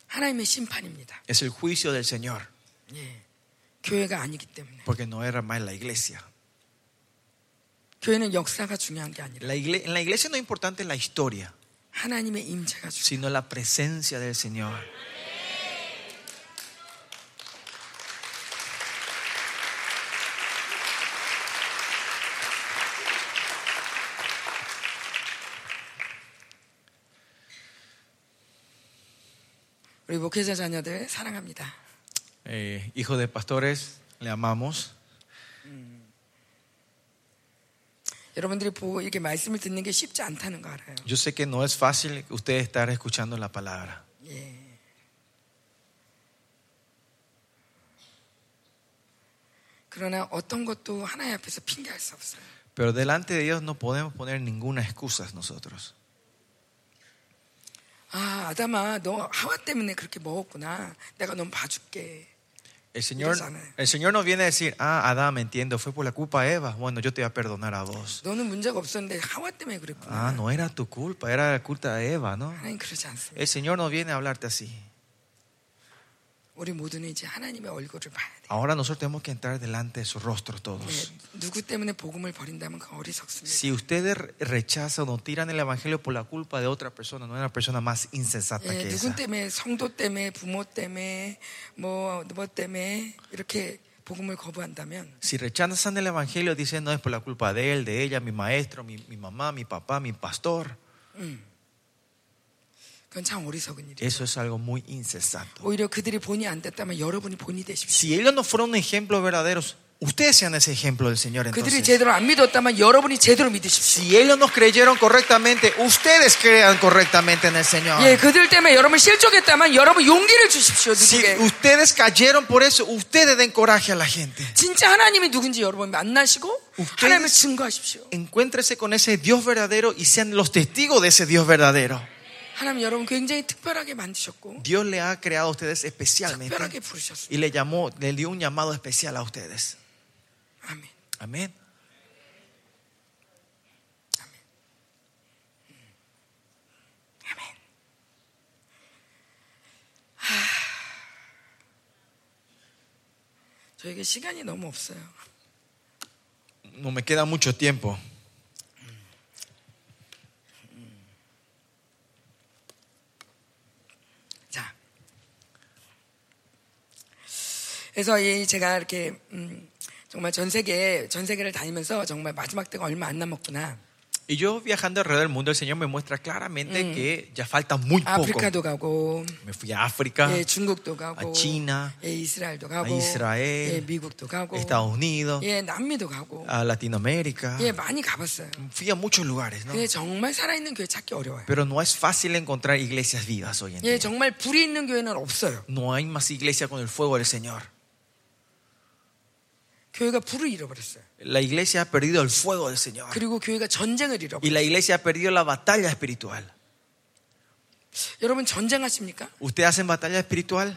S1: 하나님의 심판입니다.
S2: Es el juicio del Señor,
S1: 예. 교회가 아니기 때문에.
S2: porque no era más la iglesia.
S1: 교회는 역사가 중요한 게 아니라
S2: La igle- en la iglesia no es importante la historia,
S1: 하나님의 임재가 중요.
S2: sino la presencia del Señor.
S1: 우리 목회자 자녀들 사랑합니다.
S2: Eh, hijo de pastores, le amamos.
S1: 여러분들이 보고 이렇게 말씀을 듣는 게 쉽지 않다는 거 알아요.
S2: Yo sé que no es fácil ustedes estar escuchando la palabra.
S1: 예. 그러나 어떤 것도 하나님 앞에서 핑계할 수 없어요.
S2: Pero delante de Dios no podemos poner ninguna excusa nosotros.
S1: 아, 아담아, 너 하와 때문에 그렇게 먹었구나. 내가 넌 봐줄게.
S2: El Señor,
S1: Interesante.
S2: el Señor nos viene a decir, ah, Adán, me entiendo, fue por la culpa de Eva. Bueno, yo te voy a perdonar a vos.
S1: 너는 문제가 없었는데 하와 때문에 그랬구나.
S2: Ah, no era tu culpa, era la culpa de Eva, ¿no?
S1: 하나님 그러지 않습니다.
S2: El Señor no viene a hablarte así.
S1: 우리 모두는 이제 하나님의 얼굴을 봐야 돼.
S2: Ahora nosotros tenemos que entrar delante de su rostro todos.
S1: 예, 누구 때문에 복음을 버린다면 그 어리석습니다.
S2: Si ustedes re- rechazan o tiran el evangelio por la culpa de otra persona, no es una persona más insensata
S1: 예,
S2: que
S1: 누군
S2: esa.
S1: 때문에 성도 때문에 부모 때문에 뭐 뭐 때문에 이렇게 복음을 거부한다면
S2: Si rechazan el evangelio, dicen no es por la culpa de él, de ella, mi maestro, mi, mi mamá, mi papá, mi pastor.
S1: 그건 참 어리석은 일이에요.
S2: Eso es algo muy insensato.
S1: 오히려 그들이 본이 안 됐다면 여러분이 본이 되십시오.
S2: Si ellos no fueron ejemplos verdaderos, ustedes sean ese ejemplo del Señor
S1: 그들이
S2: entonces.
S1: 제대로 안 믿었다면 여러분이 제대로 믿으십시오.
S2: Si ellos nos creyeron correctamente, ustedes crean correctamente en el Señor.
S1: 예, 그들 때문에 여러분 실족했다면 여러분 용기를 주십시오.
S2: Si
S1: 누구게
S2: ustedes cayeron por eso, ustedes den coraje a la gente.
S1: 진짜 하나님이 누군지 여러분 만나시고
S2: Ustedes-
S1: 하나님을 증거하십시오.
S2: Encuéntrese con ese Dios verdadero y sean los testigos de ese Dios verdadero.
S1: 하나님 여러분 굉장히 특별하게 만드셨고
S2: Dios le ha creado a ustedes especialmente
S1: 특별하게 부르셨습니다.
S2: y le llamó, le dio un llamado especial a ustedes.
S1: 아멘.
S2: Amén.
S1: 아멘. 저에게 시간이 너무 없어요.
S2: No me queda mucho tiempo.
S1: 자, 그래서 이 제가 이렇게 음, 정말 전 세계 전 세계를 다니면서 정말 마지막 때가 얼마 안 남았구나.
S2: Y yo viajando alrededor del mundo, el Señor me muestra claramente que ya falta muy poco.
S1: 아프리카도 가고
S2: Me fui a África,
S1: 예, 중국도 가고
S2: 아, China,
S1: 예, 이스라엘도 가고
S2: 아, 이스라엘,
S1: 예, 미국도 가고
S2: Estados Unidos,
S1: 예, 남미도 가고
S2: a Latinoamérica.
S1: 예, 많이 가봤어요.
S2: Fui a muchos lugares, ¿no?
S1: 근데 정말 살아있는 교회 찾기 어려워요.
S2: Pero no es fácil encontrar iglesias vivas hoy en
S1: 예,
S2: día.
S1: 정말 불이 있는 교회는 없어요.
S2: No hay más iglesia con el fuego del Señor.
S1: 교회가 불을 잃어버렸어요.
S2: La iglesia ha perdido el fuego del Señor.
S1: 그리고 교회가 전쟁을
S2: Y
S1: 잃어버렸어요.
S2: la iglesia ha perdido la batalla espiritual.
S1: 여러분 전쟁하십니까?
S2: ¿Usted hace batalla espiritual?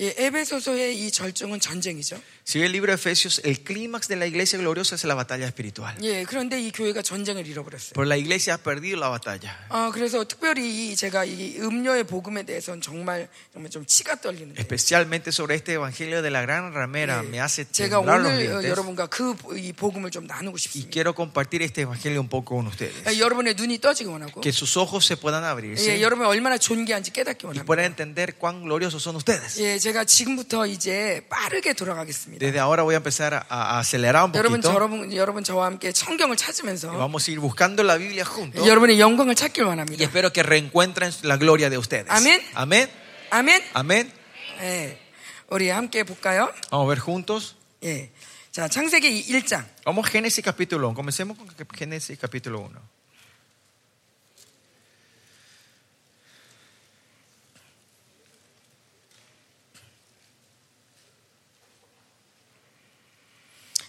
S1: 예, 에베소서의 이 절정은 전쟁이죠.
S2: Si ve el libro de Efesios, el clímax de la iglesia gloriosa es la batalla espiritual.
S1: 예, 그런데 이 교회가 전쟁을 잃어버렸어요.
S2: Pero la iglesia ha perdido la batalla.
S1: 아, 그래서 특별히 이 제가 이 음료의 복음에 대해서는 정말 정말 좀 치가
S2: 예,
S1: 떨리는 예, 데
S2: Especialmente sobre este evangelio de la gran ramera me hace
S1: 제가
S2: temblar los
S1: 오늘 어,
S2: dientes.
S1: 여러분과 그 이 복음을 좀 나누고
S2: Y
S1: 싶습니다.
S2: quiero compartir este evangelio un poco con ustedes.
S1: 예, 여러분의 눈이 떠지기 원하고
S2: Que sus ojos se puedan abrirse
S1: 예, 여러분이 얼마나 존귀한지 깨닫기
S2: y
S1: 원합니다.
S2: puedan entender cuán gloriosos son ustedes.
S1: 예, 제가 지금부터 이제 빠르게 돌아가겠습니다.
S2: Desde ahora voy a empezar a, a acelerar un
S1: 여러분,
S2: poquito.
S1: 여러분, 여러분 저와 함께 성경을
S2: Y
S1: 찾으면서
S2: Vamos a ir buscando la Biblia juntos.
S1: 여러분의 영광을 찾길
S2: Y
S1: 원합니다.
S2: espero que reencuentren la gloria de ustedes.
S1: Amén.
S2: Amén.
S1: 아멘.
S2: Amén.
S1: 예, 우리 함께 볼까요?
S2: Vamos a ver juntos.
S1: 예. 자, 창세기 1장.
S2: Vamos a Génesis capítulo 1. Comencemos con Génesis capítulo 1.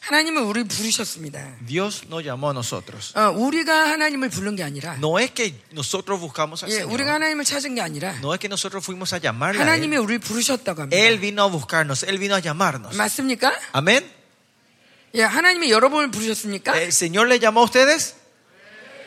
S1: 하나님은 우리 부르셨습니다.
S2: Dios nos llamó a nosotros.
S1: 어, 우리가 하나님을 부른 게 아니라
S2: No es que nosotros buscamos al
S1: 예, 우리가
S2: Señor.
S1: 하나님을 찾은 게 아니라
S2: No es que nosotros fuimos a llamarle. a
S1: 하나님이
S2: él.
S1: 우리를 부르셨다고 합니다.
S2: él vino a buscarnos. Él vino a llamarnos.
S1: 맞습니까?
S2: Amén.
S1: 예, 하나님이 여러분을 부르셨습니까?
S2: ¿El Señor le llamó a ustedes?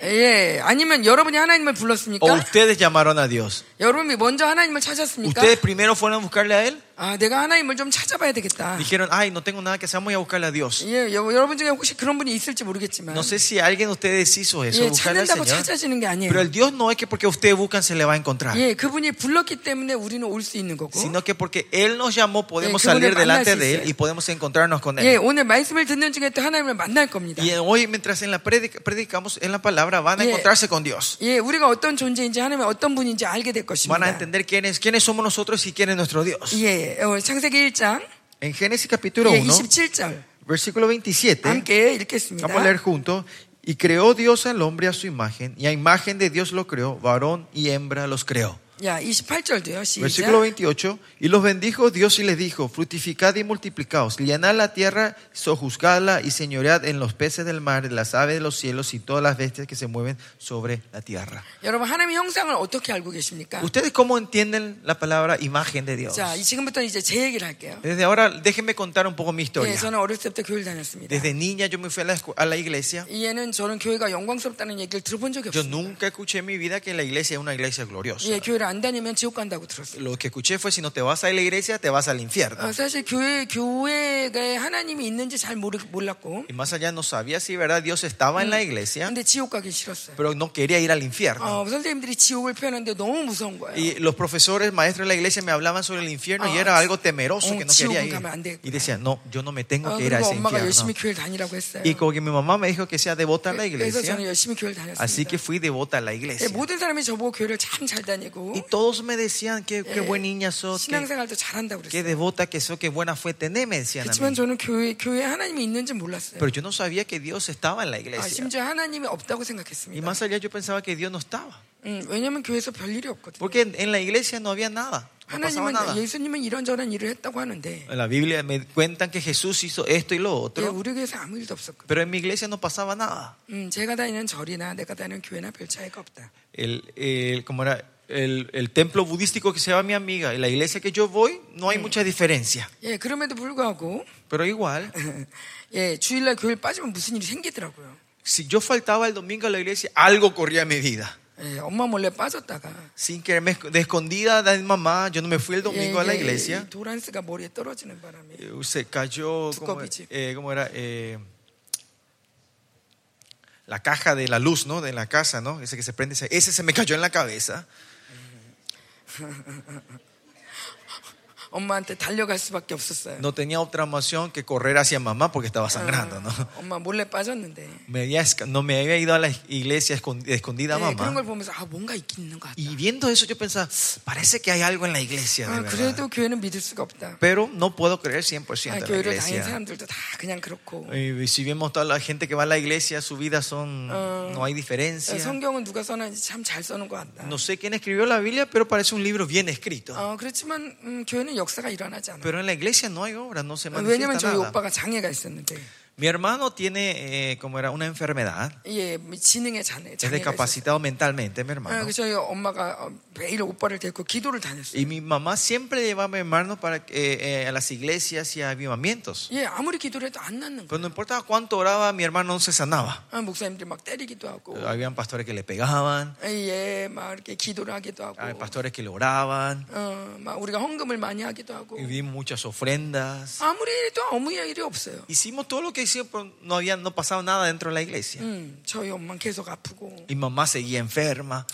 S1: 예, 아니면 여러분이 하나님을 불렀습니까?
S2: ¿O ustedes llamaron a Dios?
S1: 여러분이 먼저 ha나님을 찾았습니까?
S2: ¿Ustedes primero fueron a buscarle a Él?
S1: 아, 내가 하나님을 좀 찾아봐야 되겠다.
S2: Dijeron, ay, no tengo nada que hacer, voy a buscarle a Dios.
S1: 예, 여, 여러분 중에 혹시 그런 분이 있을지 모르겠지만
S2: No sé si alguien de ustedes hizo eso,
S1: 예,
S2: buscarle al
S1: 찾는다고
S2: Señor.
S1: 찾아지는 게 아니에요.
S2: Pero el Dios no es que porque ustedes buscan se le va a encontrar,
S1: 예, 그분이 불렀기 때문에 우리는 올 수 있는 거고.
S2: sino que porque Él nos llamó podemos
S1: ¿Oh? Eh, que
S2: salir
S1: uno
S2: delante
S1: mandarse,
S2: de Él
S1: sí.
S2: y podemos encontrarnos con
S1: 예,
S2: Él.
S1: 오늘 말씀을 듣는 중에 또 하나님을 만날 겁니다.
S2: Y hoy mientras en la predica- predicamos en la palabra van a
S1: Yeah.
S2: encontrarse con Dios.
S1: 예, 우리가 어떤 존재인지 하나님이 어떤 분인지 알게 될
S2: Van a
S1: 것입니다.
S2: entender quiénes, quiénes somos nosotros y quién es nuestro Dios.
S1: 예, 어, 창세기 1장
S2: En Génesis capítulo
S1: 예,
S2: 1,
S1: 27절
S2: versículo 27.
S1: 함께 읽겠습니다.
S2: Vamos a leer juntos. Y creó Dios al hombre a su imagen, y a imagen de Dios lo creó, varón y hembra los creó.
S1: 야, 28절도요. 시작.
S2: Versículo 28. Y los bendijo Dios y les dijo, fructificad y multiplicaos, llenad la tierra, sojuzgadla y señoread en los peces del mar, en las aves de los cielos y todas las bestias que se mueven sobre la tierra.
S1: 여러분 하나님의 형상을 어떻게 알고 계십니까?
S2: ¿Ustedes cómo entienden la palabra imagen de Dios?
S1: 자, 이- 지금부터 이제 제 얘기를 할게요.
S2: Desde ahora déjenme contar un poco mi
S1: 예,
S2: historia.
S1: 저는 어렸을 때부터 교회를 다녔습니다.
S2: Desde niña yo me fui a la, escu- a la iglesia.
S1: 이에는 저는 교회가 영광스럽다는 얘기를 들어본 적이
S2: Yo
S1: 없어요.
S2: nunca escuché en mi vida que la iglesia es una iglesia gloriosa.
S1: 예, 교회를 안 다니면 지옥 간다고 들었어요.
S2: Lo que escuché fue si no te vas a la iglesia te vas al infierno.
S1: 어, 사실 교회 교회에 하나님이 있는지 잘 모르 몰랐고,
S2: Y más allá no sabía si verdad Dios estaba en la iglesia,
S1: 근데 지옥 가기 싫었어요.
S2: pero no quería ir al infierno.
S1: 어, 선생님들이 지옥을 표현하는데 너무 mu서운 거예요.
S2: Y los profesores, maestros de la iglesia me hablaban sobre el infierno y
S1: Ah,
S2: era algo temeroso
S1: oh,
S2: que no quería
S1: 지옥은 가면 안
S2: ir.
S1: 되겠구나.
S2: Y decía, no, yo no me tengo
S1: 어,
S2: que ir a
S1: 그리고
S2: ese
S1: 엄마가 열심히
S2: infierno.
S1: 교회를 다니라고 했어요.
S2: Y como que mi mamá me dijo que sea devota a la
S1: 그래서 아,
S2: iglesia,
S1: 저는 열심히 교회를
S2: así
S1: 다녔습니다.
S2: que fui devota a la
S1: 예,
S2: iglesia.
S1: 모든 사람이 저보고 교회를 참 잘 다니고
S2: Y todos me decían, qué, qué buen niña sos, qué,
S1: 신앙생활도 잘한다고
S2: qué
S1: 그랬어요.
S2: devota que sos, qué buena fue tener, me decían a
S1: 그렇지만
S2: mí.
S1: 저는 교회 교회 하나님이 있는지 몰랐어요.
S2: Pero yo no sabía que Dios estaba en la
S1: 아,
S2: iglesia.
S1: 심지어 하나님이 없다고
S2: Y
S1: 생각했습니다.
S2: más allá yo pensaba que Dios no estaba.
S1: 음, 왜냐하면 교회에서 별 일이 없거든요.
S2: Porque en, en la iglesia no había nada,
S1: Ah,
S2: no pasaba nada.
S1: 하나님은 예수님은 이런저런 일을 했다고 하는데
S2: En la Biblia me cuentan que Jesús hizo esto y lo
S1: 예,
S2: otro,
S1: 우리 교회에서 아무 일도 없었거든요.
S2: pero en mi iglesia no pasaba nada.
S1: 음, 제가 다니는 절이나 내가 다니는 교회나 별 차이가 없다.
S2: El, el- ¿cómo era? El, el templo budístico que se va mi amiga y la iglesia que yo voy, no hay mucha diferencia.
S1: 예, 그럼에도 불구하고 [laughs]
S2: Pero igual,
S1: 예, 주일날 교회를 빠지면 무슨 일이 생기더라고요.
S2: si yo faltaba el domingo a la iglesia, algo corría en mi vida.
S1: 예, 엄마 몰래 빠졌다가
S2: Sin que me, de escondida de mi mamá, yo no me fui el
S1: 예,
S2: domingo a la
S1: 이게
S2: iglesia.
S1: 이 도란스가 머리에 떨어지는 바람에
S2: Eh, se cayó
S1: Tu
S2: ¿cómo,
S1: copiche.
S2: eh, cómo era Eh, la caja de la luz no de la casa no ese que se prende ese, ese se me cayó en la cabeza
S1: 엄마한테 달려갈 수밖에 없었어요.
S2: No tenía otra opción que correr hacia mamá porque estaba sangrando, ¿no?
S1: 엄마 몰래 빠졌는데.
S2: Me había esca- no me había ido a la iglesia escon- escondida
S1: 네, 그런
S2: mamá.
S1: 걸 보면서 아 뭔가 있긴 있는 것 같다.
S2: Y viendo eso yo pensaba, parece que hay algo en la iglesia. de
S1: 아,
S2: verdad".
S1: 그래도 교회는 믿을 수가 없다.
S2: Pero no puedo creer
S1: 아,
S2: 100% en la
S1: 교회를 다니는
S2: iglesia.
S1: 사람들도 다 그냥 그렇고
S2: Y si vemos toda la gente que va a la iglesia, su vida son, no hay diferencia.
S1: 성경은 누가 써놨는지 참 잘 써놓은 것 같다.
S2: No sé quién escribió la Biblia, pero parece un libro bien escrito.
S1: 어, 그렇지만 음, 교회는 역사가 일어나지 않아.
S2: Pero en la iglesia no hay obra, no se manifiesta
S1: 왜냐면 저희
S2: nada.
S1: 오빠가 장애가 있었는데
S2: Mi hermano tiene, eh, como era, una enfermedad.
S1: 예 지능의 장애 장애가
S2: Es
S1: 있었어요.
S2: discapacitado mentalmente, mi hermano.
S1: 아, 그 저희 엄마가 어, 매일 오빠를 데리고 기도를 다녔어요.
S2: Y mi mamá siempre llevaba a mi hermano para, que, eh, a las iglesias y a avivamientos.
S1: 예 아무리 기도를 해도 안 낫는 거예요.
S2: Pero no importaba cuánto oraba, mi hermano no se sanaba.
S1: 아, 목사님들이 막 때리기도 하고
S2: Habían pastores que le pegaban,
S1: 예막 이렇게 기도를 하기도 하고
S2: hay pastores que le oraban,
S1: 어, 막 우리가 헌금을 많이 하기도 하고
S2: y vimos muchas ofrendas.
S1: 아무리 해도 아무 일이 없어요.
S2: Hicimos todo lo que hicimos, pero no, había, no pasaba nada dentro de la iglesia.
S1: 음, 저희 엄마는 계속 아프고
S2: Y mamá seguía enferma.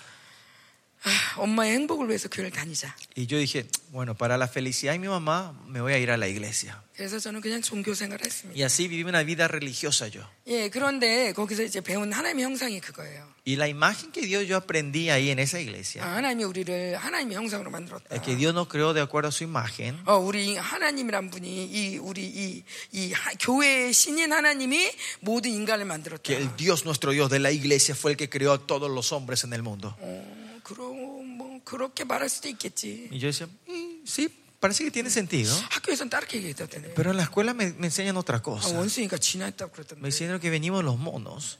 S1: 아, 엄마의 행복을 위해서 교회를 다니자.
S2: Y yo dije, bueno, para la felicidad de mi mamá, me voy a ir a la iglesia.
S1: 그래서 저는 그냥 종교 생활을 했습니다.
S2: Y así viví una vida religiosa yo.
S1: 예, 그런데 거기서 이제 배운 하나님의 형상이 그거예요.
S2: Y la imagen que Dios yo aprendí ahí en esa
S1: 아,
S2: iglesia,
S1: 하나님이 우리를 하나님의 형상으로 만들었다.
S2: es que Dios nos creó de acuerdo a su imagen.
S1: 어, 우리 하나님이란 분이 이 우리 이, 이 하- 교회의 신인 하나님이 모든 인간을 만들었다.
S2: que el Dios nuestro Dios de la iglesia fue el que creó a todos los hombres en el mundo.
S1: 어, 그럼 뭐 그렇게 말할 수도 있겠지.
S2: Y yo decía, "Mm, sí, parece que tiene sentido,
S1: 학교에선 다르게 얘기했다더니
S2: pero en la escuela me, me enseñan otra
S1: 아,
S2: cosa.
S1: 원수니까 진화했다고
S2: Me
S1: 그러던데.
S2: enseñaron que venimos los monos.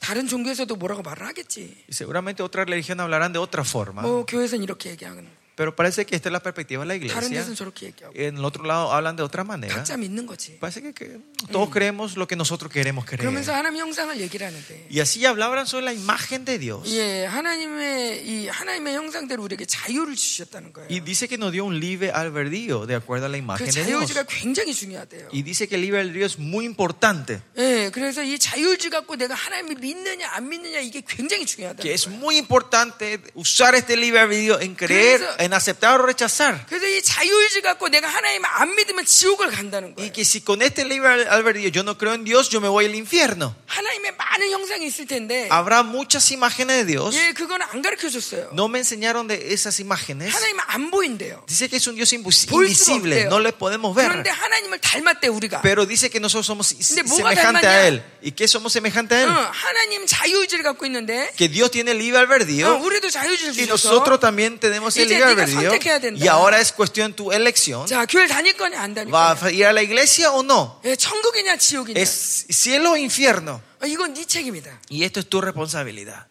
S1: 다른 종교에서도 뭐라고 말을 하겠지.
S2: Y seguramente otra religión hablarán de otra forma,
S1: 뭐 교회에선 이렇게 얘기하는.
S2: pero parece que esta es la perspectiva de la
S1: 다른
S2: iglesia.
S1: 데서는 저렇게 얘기하고.
S2: En el otro lado hablan de otra manera.
S1: 각자 믿는 거지.
S2: Parece que, que todos creemos lo que nosotros queremos
S1: 그러면서
S2: creer.
S1: 하나님 형상을 얘기를 하는데.
S2: Y así hablaban sobre la imagen de Dios.
S1: 예, 하나님의 이 하나님의 형상대로 우리에게 자유를 주셨다는
S2: Y
S1: 거예요.
S2: dice que nos dio un libre albedrío de acuerdo a la
S1: 그
S2: imagen de Dios.
S1: 자유의지가 굉장히 중요하대요.
S2: Y dice que el libre albedrío es muy importante.
S1: 예, 그래서 이 자유의지 갖고 내가 하나님을 믿느냐 안 믿느냐 이게 굉장히 중요하다.
S2: que es muy importante usar este libre albedrío en creer,
S1: Creo eso-
S2: en aceptar o rechazar.
S1: 그래서 이 자유의지 갖고 내가 하나님을 안 믿으면 지옥을 간다는
S2: Y
S1: 거예요.
S2: que si con este libre al- albedrío yo no creo en Dios, yo me voy al infierno.
S1: 하나님의 많은 형상이 있을 텐데,
S2: Habrá muchas imágenes de Dios.
S1: 예, 그건 안 가르쳐 줬어요.
S2: No me enseñaron de esas imágenes.
S1: 하나님은 안 보인대요.
S2: Dice que es un Dios invis-
S1: 볼 수가
S2: invisible,
S1: 없대요.
S2: no le podemos ver.
S1: 그런데 하나님을 닮았대 우리가.
S2: Pero dice que nosotros somos
S1: 근데 뭐가
S2: semejante
S1: 닮았냐?
S2: a Él. ¿Y qué somos semejante a
S1: 어,
S2: Él?
S1: 하나님 자유의지를 갖고 있는데,
S2: Que Dios tiene el libre
S1: 어,
S2: albedrío.
S1: 우리도 자유의지를
S2: Y
S1: 주셔서
S2: nosotros también tenemos el
S1: 이제 네가
S2: libre albedrío.
S1: 선택해야 된다.
S2: Y ahora es cuestión tu elección.
S1: 자, 교회 다닐 거냐 안 다닐 거냐.
S2: ¿Va a ir a la iglesia o no?
S1: 예, 천국이냐 지옥이냐.
S2: es cielo o infierno.
S1: 어, 이건 네 책임이다.
S2: Y esto es tu responsabilidad.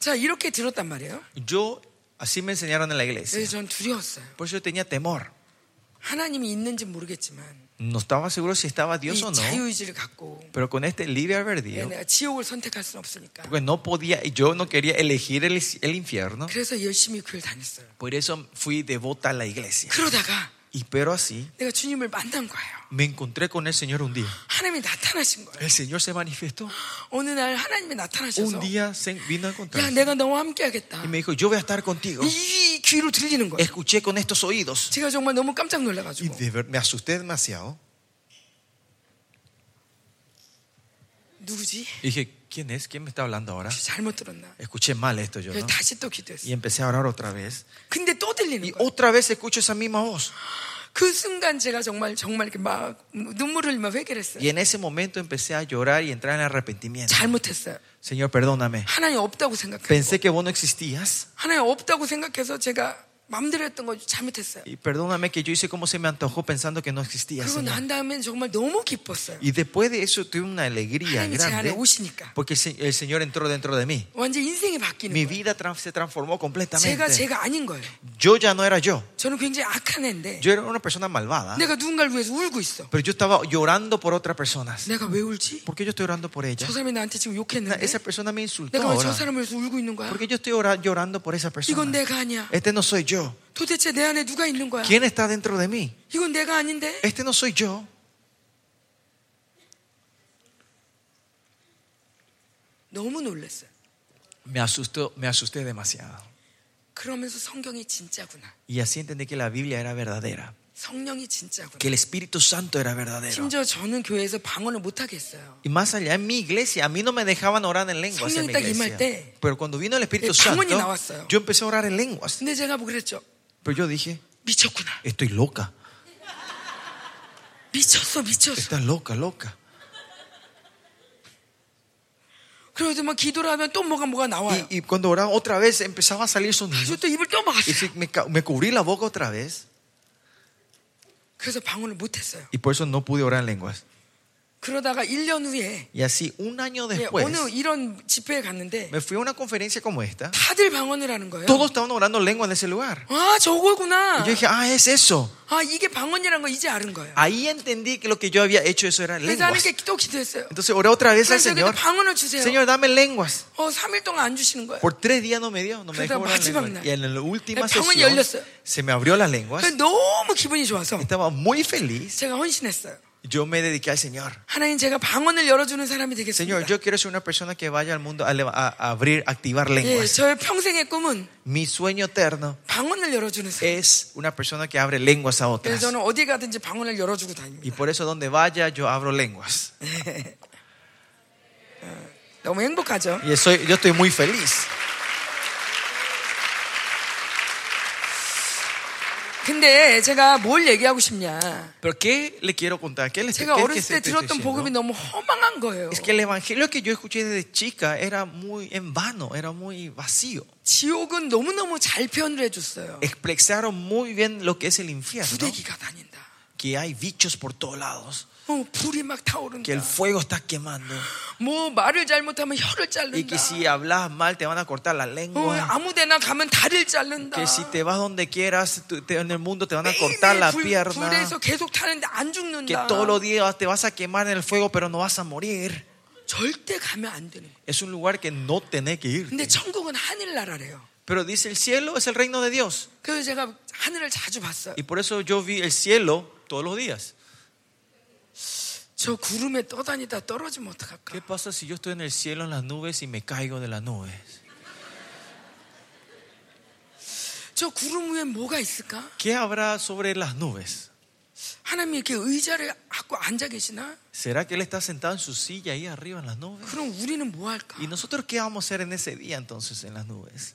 S1: 자, 이렇게 들었단 말이에요.
S2: Yo, así me enseñaron en la iglesia.
S1: 그래서 전 두려웠어요.
S2: Por eso yo tenía temor.
S1: 하나님이 있는지 모르겠지만
S2: No estaba seguro si estaba Dios o
S1: 이
S2: no.
S1: 자유의지를 갖고
S2: Pero con este libre
S1: 예,
S2: albedrío,
S1: 내가 지옥을 선택할 수는 없으니까.
S2: porque no podía, yo no quería elegir el, el infierno.
S1: 그래서 열심히 교회를 다녔어요.
S2: Por eso fui devota a la iglesia.
S1: 그러다가
S2: Y pero así,
S1: 내가 주님을 만난 거예요.
S2: me encontré con el Señor un día.
S1: 하나님이 나타나신 거예요.
S2: El Señor se manifestó.
S1: 어느 날 하나님이
S2: Un
S1: 나타나셔서
S2: día se vino a encontrar.
S1: 야, 내가 너와 함께 하겠다.
S2: Y me dijo, yo voy a estar
S1: 어?
S2: contigo.
S1: 이 귀로 들리는 거예요.
S2: Escuché con estos oídos.
S1: 제가 정말 너무 깜짝
S2: Y
S1: 놀라가지고
S2: de ver- me asusté demasiado.
S1: 누구지?
S2: Y dije, ¿quién es? ¿Quién me está hablando ahora?
S1: 잘못 들었나?
S2: Escuché mal esto yo,
S1: 그래서
S2: ¿no?
S1: 다시 또
S2: Y
S1: 기도했어요.
S2: empecé a orar otra vez.
S1: 근데 또 들리는
S2: Y
S1: 거예요.
S2: otra vez escucho esa misma voz.
S1: 그 순간 제가 정말 정말 이렇게 막 눈물을 흘리며 회개를 했어요.
S2: Y en ese momento empecé a llorar y entrar en arrepentimiento.
S1: 잘못했어요.
S2: Señor, perdóname.
S1: 하나님 없다고 생각했고
S2: Pensé que vos no existías.
S1: 하나님 없다고 생각해서 제가 맘대로 했던 거 잘못했어요.
S2: Y perdóname que yo hice como se me antojó pensando que no existías.
S1: 그리고
S2: Señor.
S1: 난 다음엔 정말 너무 기뻤어요.
S2: Y después de eso tuve una alegría
S1: 하나님이 제 안에
S2: grande
S1: 오시니까
S2: porque el Se- el Señor entró dentro de mí.
S1: 완전 인생이 바뀌는
S2: Mi
S1: 거예요.
S2: vida tran- se transformó
S1: 제가
S2: completamente.
S1: 제가 아닌 거예요.
S2: Yo ya no era yo.
S1: 저는 굉장히 악한 애인데
S2: Yo era una persona malvada.
S1: 내가 누군가를 위해서 울고 있어.
S2: Pero yo estaba llorando por otras personas.
S1: 내가 왜 울지?
S2: ¿Por qué yo estoy orando por
S1: 저
S2: ella?
S1: 사람이 뭐, 네? 나한테 지금
S2: Na-
S1: 욕했는데
S2: Esa persona me insultó.
S1: 내가 왜 저
S2: Ahora.
S1: 사람을 위해서 울고 있는 거야?
S2: Porque yo estoy ora- llorando por esa
S1: 이건
S2: persona.
S1: 내가 아니야.
S2: Este no soy yo.
S1: 도대체 내 안에 누가 있는 거야?
S2: ¿Quién está dentro de mí?
S1: 이건 내가 아닌데?
S2: Este no soy yo.
S1: 너무 놀랐어요.
S2: Me, asustó, me asusté demasiado.
S1: 그러면서 성경이 진짜구나.
S2: Y así entendí que la Biblia era verdadera,
S1: 성령이 진짜구나.
S2: que el Espíritu Santo era verdadero.
S1: 심지어 저는 교회에서 방언을 못 하겠어요.
S2: Y más allá, en mi iglesia, a mí no me dejaban orar en lenguas. En
S1: 성령이
S2: mi
S1: 딱 임할 때
S2: iglesia. Pero cuando vino el
S1: 예,
S2: Espíritu
S1: 방언이 나왔어요.
S2: Santo, yo empecé a orar en lenguas.
S1: 근데 제가 뭐 그랬죠?
S2: Pero yo dije,
S1: 미쳤구나.
S2: estoy loca,
S1: 미쳤어, 미쳤어.
S2: estás loca, loca.
S1: 그래도 막 기도를 하면 또 뭐가 뭐가 나와요.
S2: Y, y cuando oraba otra vez, empezaba a salir sonido.
S1: 그래서 또 입을 또
S2: Y
S1: 막았어요.
S2: sí, me, ca- me cubrí la boca otra vez.
S1: 그래서 방언을 못 했어요.
S2: Y por eso no pude orar en lenguas.
S1: 그러다가 1년 후에
S2: Y así, un año
S1: 예,
S2: después,
S1: 어느 이런 집회에 갔는데
S2: me fui a una conferencia como esta.
S1: 다들 방언을 하는 거예요.
S2: Todos estaban orando en lenguas en ese lugar.
S1: 아,
S2: Y
S1: 저거구나.
S2: yo dije, ah, es eso.
S1: 아, 이게 방언이라는 거 이제 아는 거예요.
S2: Ahí entendí que lo que yo había hecho eso era
S1: 그래서
S2: lenguas.
S1: 하나님께 또 기도했어요.
S2: Entonces oré otra vez al
S1: 그래서 그때
S2: Señor.
S1: 방언을 주세요.
S2: Señor, dame lenguas.
S1: 어, 3일 동안 안 주시는 거예요.
S2: Por tres días no me dio, no me
S1: 그러다
S2: dejó orar en
S1: 마지막
S2: lenguas.
S1: 날.
S2: Y en la última
S1: 방언이
S2: sesión
S1: 열렸어요.
S2: se me abrió las lenguas.
S1: 그래서 너무 기분이 좋아서
S2: Estaba muy feliz.
S1: 제가 헌신했어요.
S2: Yo me dediqué al Señor.
S1: 하나님 제가 방언을 열어주는 사람이 되겠습니다.
S2: Señor, yo quiero ser una persona que vaya al mundo a, leva- a- a abrir, activar
S1: 예,
S2: lenguas.
S1: 저의 평생의 꿈은
S2: Mi sueño eterno
S1: 방언을 열어주는 사람.
S2: 예, es una persona que abre lenguas a otras.
S1: 그래서 저는 어디 가든지 방언을 열어주고 다닙니다.
S2: Y por eso donde vaya yo abro lenguas.
S1: 너무 행복하죠?
S2: Y soy- yo estoy muy feliz.
S1: 근데 제가 뭘 얘기하고 싶냐.
S2: Pero ¿qué le quiero contar? ¿Qué les-
S1: 제가
S2: qué- qué
S1: 어렸을
S2: se-
S1: 때
S2: te
S1: 들었던
S2: estoy
S1: 복음이
S2: diciendo?
S1: 너무 허망한 거예요.
S2: Es que el evangelio que yo escuché desde chica era muy en vano, era muy vacío.
S1: 지옥은 너무너무 잘 표현을 해줬어요.
S2: Expresaron muy bien lo que es el infierno,
S1: 부대기가 다닌다.
S2: que hay bichos por todos lados,
S1: 어, 불이 막
S2: que el
S1: 타오른다.
S2: fuego está quemando
S1: 뭐 말을 잘못하면 혀를
S2: y que
S1: 자른다.
S2: si hablas mal te van a cortar la
S1: 어,
S2: lengua.
S1: 아무데나 가면 다리를 자른다.
S2: Que si te vas donde quieras tú- te- en el mundo te van a
S1: 매일매일
S2: cortar la
S1: 불-
S2: pierna.
S1: 불에서 계속 타는데 안
S2: Que
S1: 죽는다.
S2: todos los días te vas a quemar en el fuego pero no vas a morir.
S1: 절대 가면 안 되는 거예요.
S2: Es un lugar que no tenés que ir.
S1: 근데 천국은 하늘나라래요.
S2: Pero dice el cielo es el reino de Dios.
S1: 그래서 제가 하늘을 자주 봤어요.
S2: Y por eso yo vi el cielo todos los días.
S1: 저 구름에 떠다니다 떨어지면 어떡할까?
S2: ¿Qué pasa si yo estoy en el cielo en las nubes y me caigo de las nubes?
S1: 저 구름 위에 뭐가 있을까?
S2: ¿Qué habrá sobre las nubes?
S1: 하나님 이렇게 의자를 갖고 앉아 계시나?
S2: ¿Será que Él está sentado en su silla ahí arriba en las nubes?
S1: 그럼 우리는 뭐 할까?
S2: ¿Y nosotros qué vamos a hacer en ese día entonces en las nubes?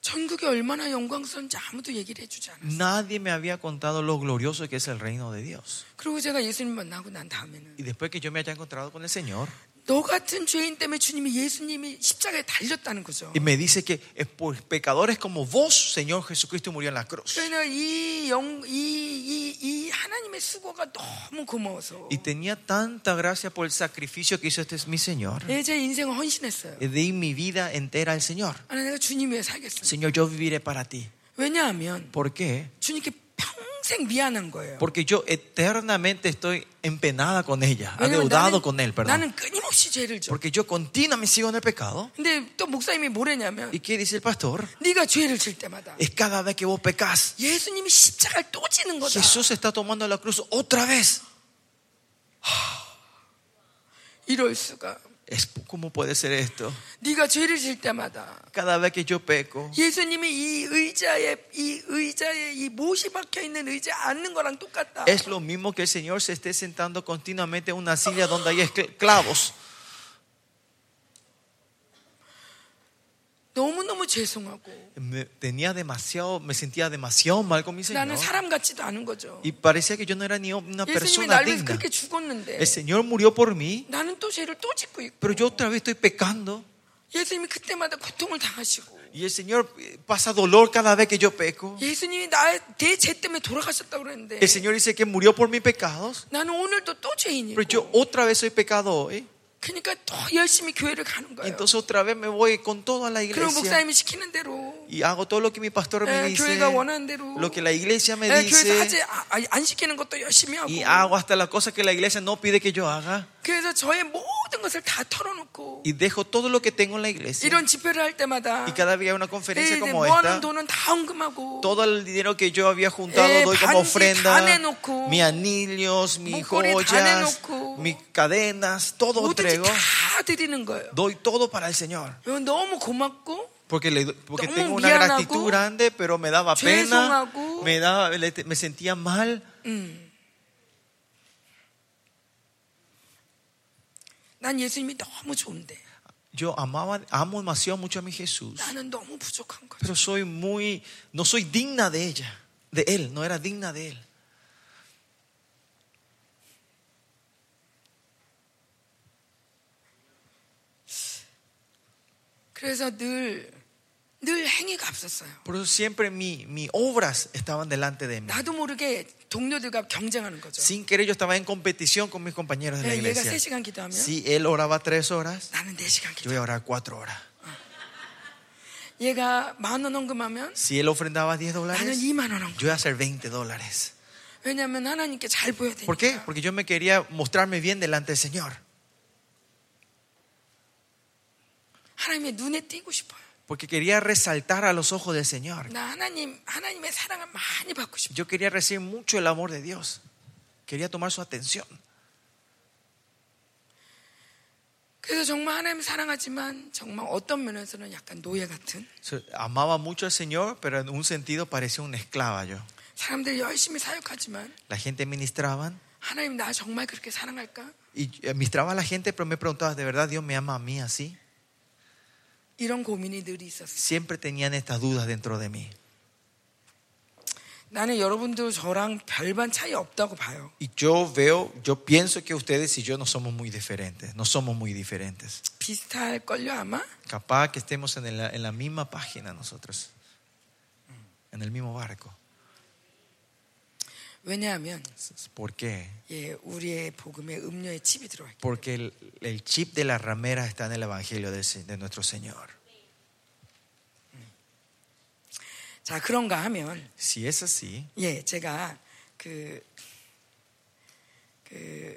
S1: 천국이 얼마나 영광스러운지 아무도 얘기를 해주지 않아.
S2: Nadie me había contado lo glorioso que es el reino de Dios.
S1: 그리고 제가 예수님 만나고 난 다음에는
S2: Y después que yo me haya encontrado con el Señor,
S1: 너 같은 죄인 때문에 주님이 예수님이 십자가에 달렸다는 거죠.
S2: y me dice que es por pecadores como vos, Señor Jesucristo, murió en la cruz.
S1: 그래서 이 영, 이, 이, 이 하나님의 수고가 너무 고마워서
S2: Y tenía tanta gracia por el sacrificio que hizo este mi Señor.
S1: 예, 제 인생을 헌신했어요.
S2: Y di mi vida entera al Señor.
S1: 아, 내가 주님 위해 살겠어요.
S2: Señor, yo viviré para ti.
S1: 왜냐하면
S2: ¿Por qué?
S1: 주님께 평생 미안한 거예요.
S2: Porque yo eternamente estoy empenada con ella,
S1: 왜냐면
S2: adeudado con él, perdón.
S1: 나는 끊임없이 죄를 져.
S2: Porque yo continuamente sigo en el pecado.
S1: 근데 또 목사님이 뭐랬냐면
S2: ¿Y qué dice el pastor?
S1: 네가 죄를 질 때마다
S2: Es cada vez que vos pecas,
S1: 예수님이 십자가를 또 지는 거다.
S2: Jesús está tomando la cruz otra vez.
S1: 이럴 수가.
S2: Es, ¿Cómo puede ser esto?
S1: 네가 죄를 질 때마다
S2: Cada vez que yo peco,
S1: 예수님이 이 의자에 이 의자에 이 못이 박혀 있는 의자 앉는 거랑 똑같다.
S2: es lo mismo que el Señor se esté sentando continuamente en una silla donde hay escl- clavos.
S1: 너무 너무 죄송하고
S2: Me, tenía demasiado, me sentía demasiado mal con mi
S1: 나는
S2: Señor.
S1: 사람 같지도 않은 거죠.
S2: Y parecía que yo no era ni una
S1: 예수님이
S2: persona
S1: 날 위해서
S2: digna.
S1: 그렇게 죽었는데
S2: El Señor murió por mí,
S1: 나는 또 죄를 또 짓고 있고
S2: pero yo otra vez estoy pecando.
S1: 예수님이 그때마다 고통을 당하시고
S2: Y el Señor eh, pasa dolor cada vez que yo peco.
S1: 예수님이 나의 대죄 때문에 돌아가셨다고 그랬는데
S2: El Señor dice que murió por mis pecados.
S1: 나는 오늘도 또 죄인이고
S2: Pero yo otra vez soy pecado hoy.
S1: 그러니까 더 열심히 교회를 가는 거예요.
S2: Entonces otra vez me voy con toda la
S1: 그리고
S2: iglesia.
S1: 목사님이 시키는 대로
S2: Y hago todo lo que mi pastor me
S1: Eh,
S2: dice.
S1: 교회가 원하는 대로.
S2: Lo que la iglesia me
S1: 예, 교회에서 하지
S2: dice.
S1: 아, 아니, 안 시키는 것도 열심히 하고
S2: Y hago hasta las cosas que la iglesia no pide que yo haga.
S1: 그래서 저의 모든 것을 다 털어놓고
S2: Y dejo todo lo que tengo en la iglesia.
S1: 이런 집회를 할 때마다
S2: Y cada vez hay una
S1: 예,
S2: conferencia
S1: 이제
S2: como
S1: 모아놓은
S2: esta.
S1: 돈은 다 헌금하고
S2: Todo el dinero que yo había juntado
S1: Eh,
S2: doy
S1: 반지 다
S2: como ofrenda.
S1: 내놓고,
S2: Mis anillos, mis
S1: 목걸이 다
S2: joyas,
S1: 내놓고,
S2: mis cadenas, todo
S1: 뭐든지
S2: entrego.
S1: 다 다 드리는 거예요.
S2: Doy todo para el Señor.
S1: 이건 너무 고맙고
S2: Porque, le, porque
S1: Tomo
S2: tengo una
S1: bien
S2: gratitud
S1: algo.
S2: grande, pero me daba pena,
S1: 죄송하고.
S2: me, daba, le- me sentía mal.
S1: 난 예수님이 너무 좋은데
S2: Yo amaba, amo demasiado mucho a mi Jesús,
S1: 나는 너무 부족한 거죠.
S2: pero soy muy, no soy digna de ella, de Él, no era digna de Él.
S1: 그래서 늘 늘 행위가 앞섰어요.
S2: Por eso siempre mi- mis obras estaban delante de mí.
S1: 나도 모르게 동료들과 경쟁하는 거죠.
S2: Sin querer yo estaba en competición con mis compañeros de la
S1: 예, 얘가
S2: iglesia.
S1: 3시간 기도하면
S2: Si él oraba tres horas,
S1: 나는 4시간
S2: yo
S1: 기도.
S2: voy a orar cuatro horas.
S1: 얘가 만 원 헌금하면
S2: Si él ofrendaba
S1: 나는
S2: 10 dólares,
S1: 2만 원 헌금.
S2: yo voy a hacer 20 dólares.
S1: 왜냐하면 하나님께 잘 보여야
S2: ¿Por qué?
S1: 되니까.
S2: Porque yo me quería mostrarme bien delante del Señor.
S1: 하나님의 눈에 띄고 싶어요.
S2: Porque quería resaltar a los ojos del Señor.
S1: 나 하나님 하나님의 사랑을 많이 받고 싶어요.
S2: Yo quería recibir mucho el amor de Dios. Quería tomar su atención.
S1: 그래서 정말 하나님 사랑하지만 정말 어떤 면에서는 약간 노예 같은
S2: So, Amaba mucho al Señor, pero en un sentido parecía una esclava yo.
S1: 사람들 열심히 사역하지만
S2: La gente ministraban
S1: 하나님 나 정말 그렇게 사랑할까?
S2: y eh, ministraba a la gente, pero me preguntaba, ¿de verdad Dios me ama a mí así?
S1: 이런 고민이 늘 있었어요.
S2: Siempre tenían estas dudas dentro de mí.
S1: 나는 여러분들 저랑 별반 차이 없다고 봐요.
S2: Y yo veo, yo pienso que ustedes y yo no somos muy diferentes, no somos muy diferentes.
S1: 비슷할걸요 아마?
S2: Capaz que estemos en la, en la misma página nosotros, en el mismo barco.
S1: 왜냐하면
S2: ¿Por qué?
S1: 예, 우리의 복음에 음료의 칩이 들어와 있기
S2: Porque el, el chip de la ramera está en el Evangelio del Se- de nuestro Señor.
S1: 때문에. 자 그런가 하면
S2: Si es así,
S1: 예 제가 그, 그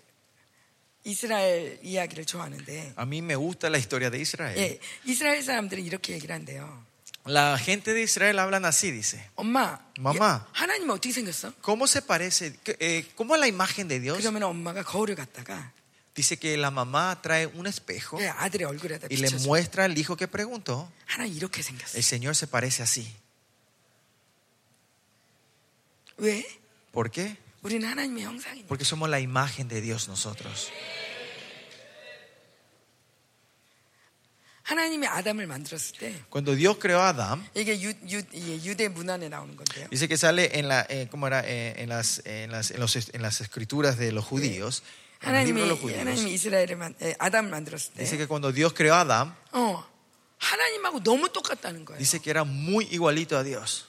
S1: 이스라엘 이야기를 좋아하는데
S2: a mí me gusta la historia de Israel.
S1: 예 이스라엘 사람들은 이렇게 얘기를 한대요.
S2: La gente de Israel hablan así, dice.
S1: 엄마,
S2: 엄마.
S1: 예, 하나님 어떻게 생겼어?
S2: ¿Cómo se parece? que, eh, ¿Cómo es la imagen de Dios?
S1: 그러면 엄마가 거울을 갖다가
S2: Dice que la mamá trae un espejo
S1: 예, 아들의 얼굴에다
S2: y le
S1: 비춰줘.
S2: muestra al hijo que preguntó.
S1: 하나님 이렇게 생겼어.
S2: El Señor se parece así.
S1: 왜?
S2: ¿Por qué?
S1: 우리는 하나님의 형상이니까.
S2: Porque somos la imagen de Dios nosotros.
S1: 하나님이 아담을 만들었을 때
S2: Cuando Dios creó a Adán,
S1: 이게 유, 유, 예, 유대 문안에 나오는 건데요.
S2: dice que sale en, la, eh, ¿cómo era? Eh, en, las, en, las, en, los, en las escrituras de los judíos, en el
S1: 하나님이
S2: libro de los
S1: 하나님이
S2: judíos,
S1: 이스라엘을 만, 예, 아담을 만들었을 때
S2: dice que cuando Dios creó a Adán,
S1: 어, 하나님하고 너무 똑같다는 거예요.
S2: dice que era muy igualito a Dios.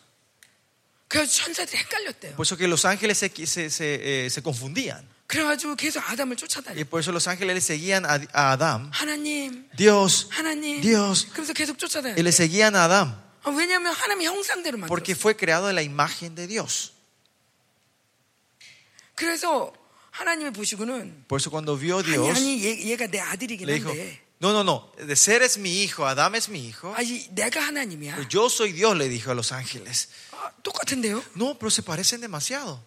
S1: 그래서 천사들이 헷갈렸대요.
S2: Por eso que los ángeles se, se, se, eh, se confundían.
S1: 그래가지고 계속 아담을
S2: Y
S1: 쫓아다니.
S2: por eso los ángeles le seguían a, a Adán.
S1: 하나님,
S2: Dios,
S1: 하나님.
S2: Dios.
S1: 그래서 계속
S2: Y
S1: 쫓아다니.
S2: le seguían a Adán.
S1: 아, 왜냐하면 하나님의 형상대로 만들었어.
S2: Porque fue creado de la imagen de Dios.
S1: 그래서 하나님을 보시고는
S2: Por eso cuando vio
S1: 아니
S2: Dios,
S1: 아니 얘, 얘가 내 아들이긴
S2: le dijo,
S1: 한데
S2: no, no, no, de ser es mi hijo, Adán es mi hijo.
S1: 아니 내가 하나님이야
S2: Pero yo soy Dios, le dijo a los ángeles.
S1: 아, 똑같은데요
S2: No, pero se parecen demasiado.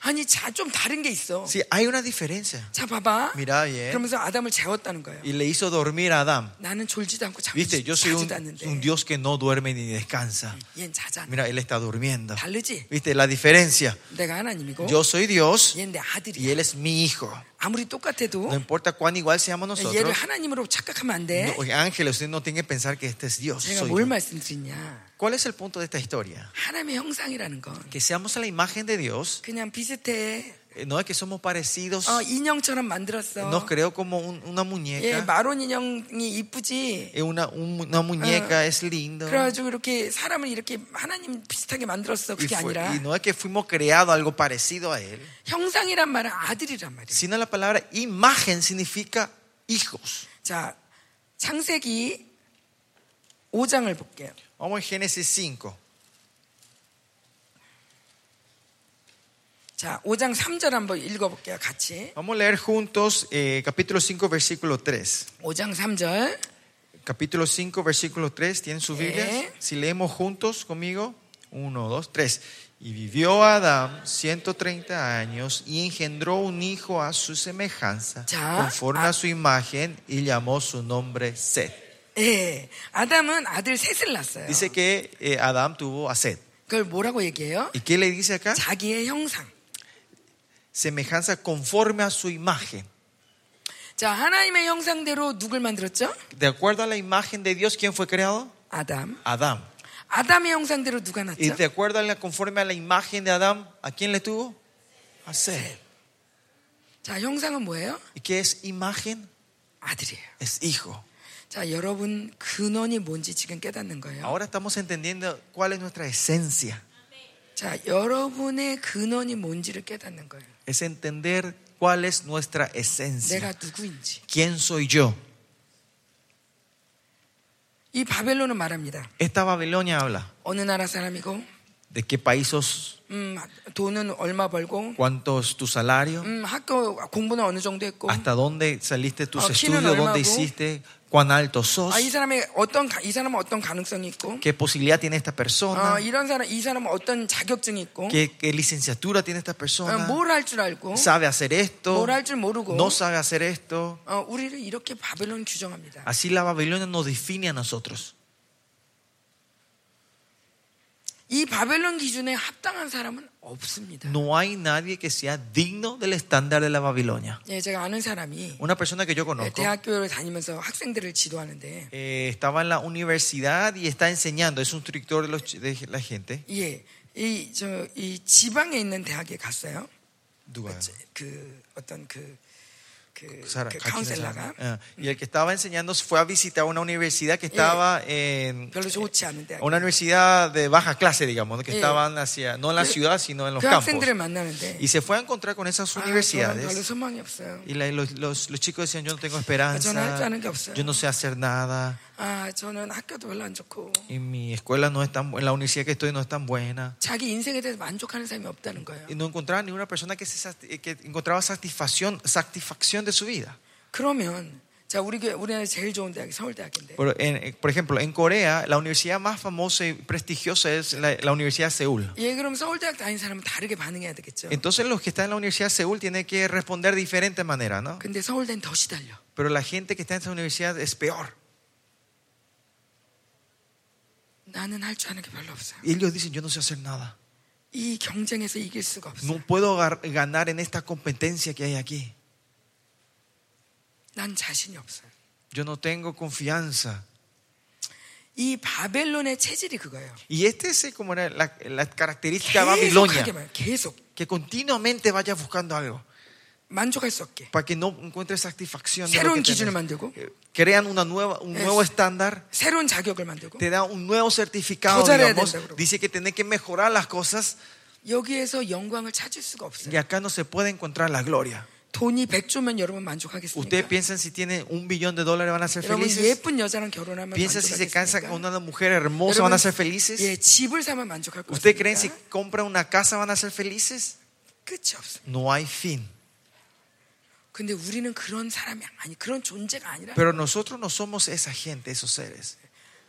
S1: 아니 자 좀 다른 게 있어
S2: Sí, hay una diferencia.
S1: 자 봐봐
S2: 미라, 예.
S1: 그러면서 아담을 재웠다는 거예요
S2: Y le hizo dormir a Adán.
S1: 나는 졸지도 않고 잠,
S2: Viste, yo soy un,
S1: 자지도 않는데
S2: un Dios que no duerme ni descansa.
S1: 얜 자자
S2: Mira, él está durmiendo.
S1: 다르지
S2: Viste, la diferencia.
S1: 내가 하나님이고
S2: Yo soy Dios
S1: 얘는 내
S2: Oh. y
S1: 아들이야
S2: él es Oh. mi hijo.
S1: 아무리 똑같아도
S2: No importa cuán igual seamos
S1: 얘를
S2: nosotros.
S1: 하나님으로 착각하면 안돼
S2: No, oye, ángeles, usted no tiene que pensar que este es Dios.
S1: 제가
S2: soy
S1: 뭘
S2: yo.
S1: 말씀드리냐
S2: ¿Cuál es el punto de esta historia?
S1: 하나님의 형상이라는 건
S2: Que seamos a la imagen de Dios.
S1: 그냥 비슷해
S2: eh, No es que somos parecidos.
S1: 어, 인형처럼 만들었어
S2: Nos creó como un- una
S1: 예,
S2: muñeca.
S1: 마론 인형이 이쁘지.
S2: Eh, Una, un- una muñeca es lindo.
S1: 그래가지고 이렇게 사람을 이렇게 하나님 비슷하게 만들었어.
S2: Y,
S1: 그게
S2: fue-
S1: 아니라
S2: y no es que fuimos creados algo parecido a Él,
S1: 형상이란 말은 아들이란 말이에요.
S2: sino la palabra imagen significa hijos.
S1: 자, 창세기 5장을 볼게요.
S2: Vamos en Génesis 5.
S1: 자, 5장 3절 한번 읽어볼게요. 같이.
S2: Vamos a leer juntos eh, capítulo 5, versículo 3.
S1: 5장 3절.
S2: Capítulo 5, versículo 3. ¿Tienen sus
S1: Sí.
S2: Biblias? Si leemos juntos conmigo. 1, 2, 3. Y vivió Adán 130 años y engendró un hijo a su semejanza,
S1: 자,
S2: conforme a su imagen, y llamó su nombre Seth.
S1: 예, 아담은 아들 셋을 낳았어요.
S2: Dice que eh, Adán tuvo a Seth.
S1: 그걸 뭐라고 얘기해요?
S2: ¿Y qué le dice acá?
S1: 자기의 형상.
S2: Semejanza conforme a su imagen.
S1: 자, 하나님의 형상대로 누굴 만들었죠?
S2: De acuerdo a la imagen de Dios, ¿quién fue creado?
S1: 아담.
S2: Adán.
S1: 아담의 형상대로 누가
S2: Y
S1: 낳죠?
S2: de acuerdo a la conforme a la imagen de Adán, ¿a quién le tuvo? A Seth.
S1: 자, 형상은 뭐예요?
S2: ¿Y qué es imagen?
S1: 아들이에요.
S2: Es hijo.
S1: 자, 여러분 근원이 뭔지 지금 깨닫는 거예요.
S2: Ahora estamos entendiendo cuál es nuestra esencia.
S1: 자, 여러분의 근원이 뭔지를 깨닫는 거예요.
S2: Es entender cuál es nuestra esencia.
S1: 내가 누구인지.
S2: ¿Quién soy yo?
S1: 이 바벨론은 말합니다.
S2: Esta Babilonia habla
S1: 어느 na라 사람이고,
S2: de qué país sos,
S1: 음, 돈은 얼마 벌고,
S2: cuánto es tu salario,
S1: 음, 학교 공부는 어느 정도 했고,
S2: hasta dónde saliste tus
S1: Ah, ¿quién
S2: estudios,
S1: es normal,
S2: dónde
S1: vos?
S2: hiciste, cuán alto sos,
S1: 아, 이 사람의 어떤 가- 이 사람은 어떤 가능성이 있고,
S2: qué posibilidad tiene esta persona,
S1: 어, 이런 사람 이 사람은 어떤 자격증이 있고, 어,
S2: qué, qué licenciatura tiene esta persona,
S1: 뭘 할 줄 알고,
S2: sabe hacer esto,
S1: 뭘 할 줄 모르고,
S2: no sabe hacer esto.
S1: 어, 우리를 이렇게 바벨론 규정합니다.
S2: Así la Babilonia nos define a nosotros.
S1: 이 바벨론 기준에 합당한 사람은 없습니다.
S2: No hay nadie que sea digno del estándar de la Babilonia.
S1: 예, 제가 아는 사람이
S2: Una persona que yo
S1: 예,
S2: conozco
S1: 대학교를 다니면서 학생들을 지도하는데,
S2: eh, estaba en la universidad y está enseñando, es un instructor de, los ch- de la gente.
S1: 예, 이 저 이 지방에 있는 대학에 갔어요. 제- 그 어떤 그, 그,
S2: Sara,
S1: 그
S2: Hakim
S1: 카운셀러가
S2: Sara. Ah, Y el que estaba enseñando fue a visitar una universidad que
S1: Eh,
S2: estaba en
S1: 별로 좋지 않은데
S2: una universidad de baja clase, digamos, que
S1: Eh.
S2: estaban hacia, no en la
S1: Que-
S2: ciudad, sino en los
S1: 그
S2: campos.
S1: 학생들을 만나는데
S2: Y se fue a encontrar con esas
S1: 아, 저는 별로
S2: universidades.
S1: 소망이 없어요.
S2: Y la- los, los- los chicos decían, yo no tengo
S1: Yo no he hecho
S2: esperanza,
S1: nada que hacer.
S2: yo no sé hacer nada,
S1: 아 저는 학교도 별로 안 좋고
S2: y mi escuela no es tan bu- la universidad que estoy no es tan buena.
S1: 자기 인생에 대해서 만족하는 사람이 없다는 거예요.
S2: Y no encontraba ninguna persona que, se sati- que encontraba satisfacción, satisfacción de su vida.
S1: 그러면 자 우리 교- 우리나라 제일 좋은 대학이 서울대학인데
S2: Por, en- eh, por ejemplo, en Corea, la universidad más famosa y prestigiosa es la, la Universidad de Seúl.
S1: 예 그럼 서울대학 다닌 사람은 다르게 반응해야 되겠죠.
S2: Entonces, los que están en la Universidad de Seúl tienen que responder de diferente manera, ¿no?
S1: 근데 서울대는 더 시달려.
S2: Pero la gente que está en esa universidad es peor.
S1: 나는 할 줄 아는 게 별로 없어요.
S2: Y ellos dicen, yo no sé hacer nada.
S1: 이 경쟁에서 이길 수가 없어요.
S2: No puedo gar- ganar en esta competencia que hay aquí.
S1: 난 자신이 없어요.
S2: Yo no tengo confianza.
S1: 이 바벨론의 체질이 그거예요.
S2: Y este es eh, como era la, la característica
S1: 계속하게
S2: de Babilonia,
S1: 말, 계속
S2: que continuamente vaya buscando algo.
S1: 만족할 수 없게.
S2: para que no encuentre satisfacción. de lo
S1: 새로운
S2: que
S1: 기준을
S2: tenés.
S1: 만들고
S2: Eh, Crean una nueva, un
S1: Es-
S2: nuevo estándar,
S1: 새로운 자격을 만들고
S2: te da un nuevo certificado,
S1: Yo ya le
S2: digamos.
S1: atento, bro.
S2: Dice que tenés que mejorar las cosas
S1: 여기에서 영광을 찾을 수가 없어요.
S2: y acá no se puede encontrar la gloria.
S1: 돈이 100조면 여러분 만족하겠습니까?
S2: Ustedes piensan si tienen un billón de dólares van a ser
S1: 여러분
S2: felices.
S1: 예쁜 여자랑 결혼하면
S2: Piensan si se cansan
S1: 만족하겠습니까?
S2: con una mujer hermosa
S1: 여러분,
S2: van a ser felices.
S1: 예, 집을 사면 만족할 것
S2: ¿Ustedes creen si
S1: 같습니까?
S2: compran una casa van a ser felices?
S1: 끝이 없어요.
S2: No hay fin.
S1: 근데 우리는 그런 사람이 아니 그런 존재가 아니라
S2: Pero nosotros no somos esa gente, esos seres.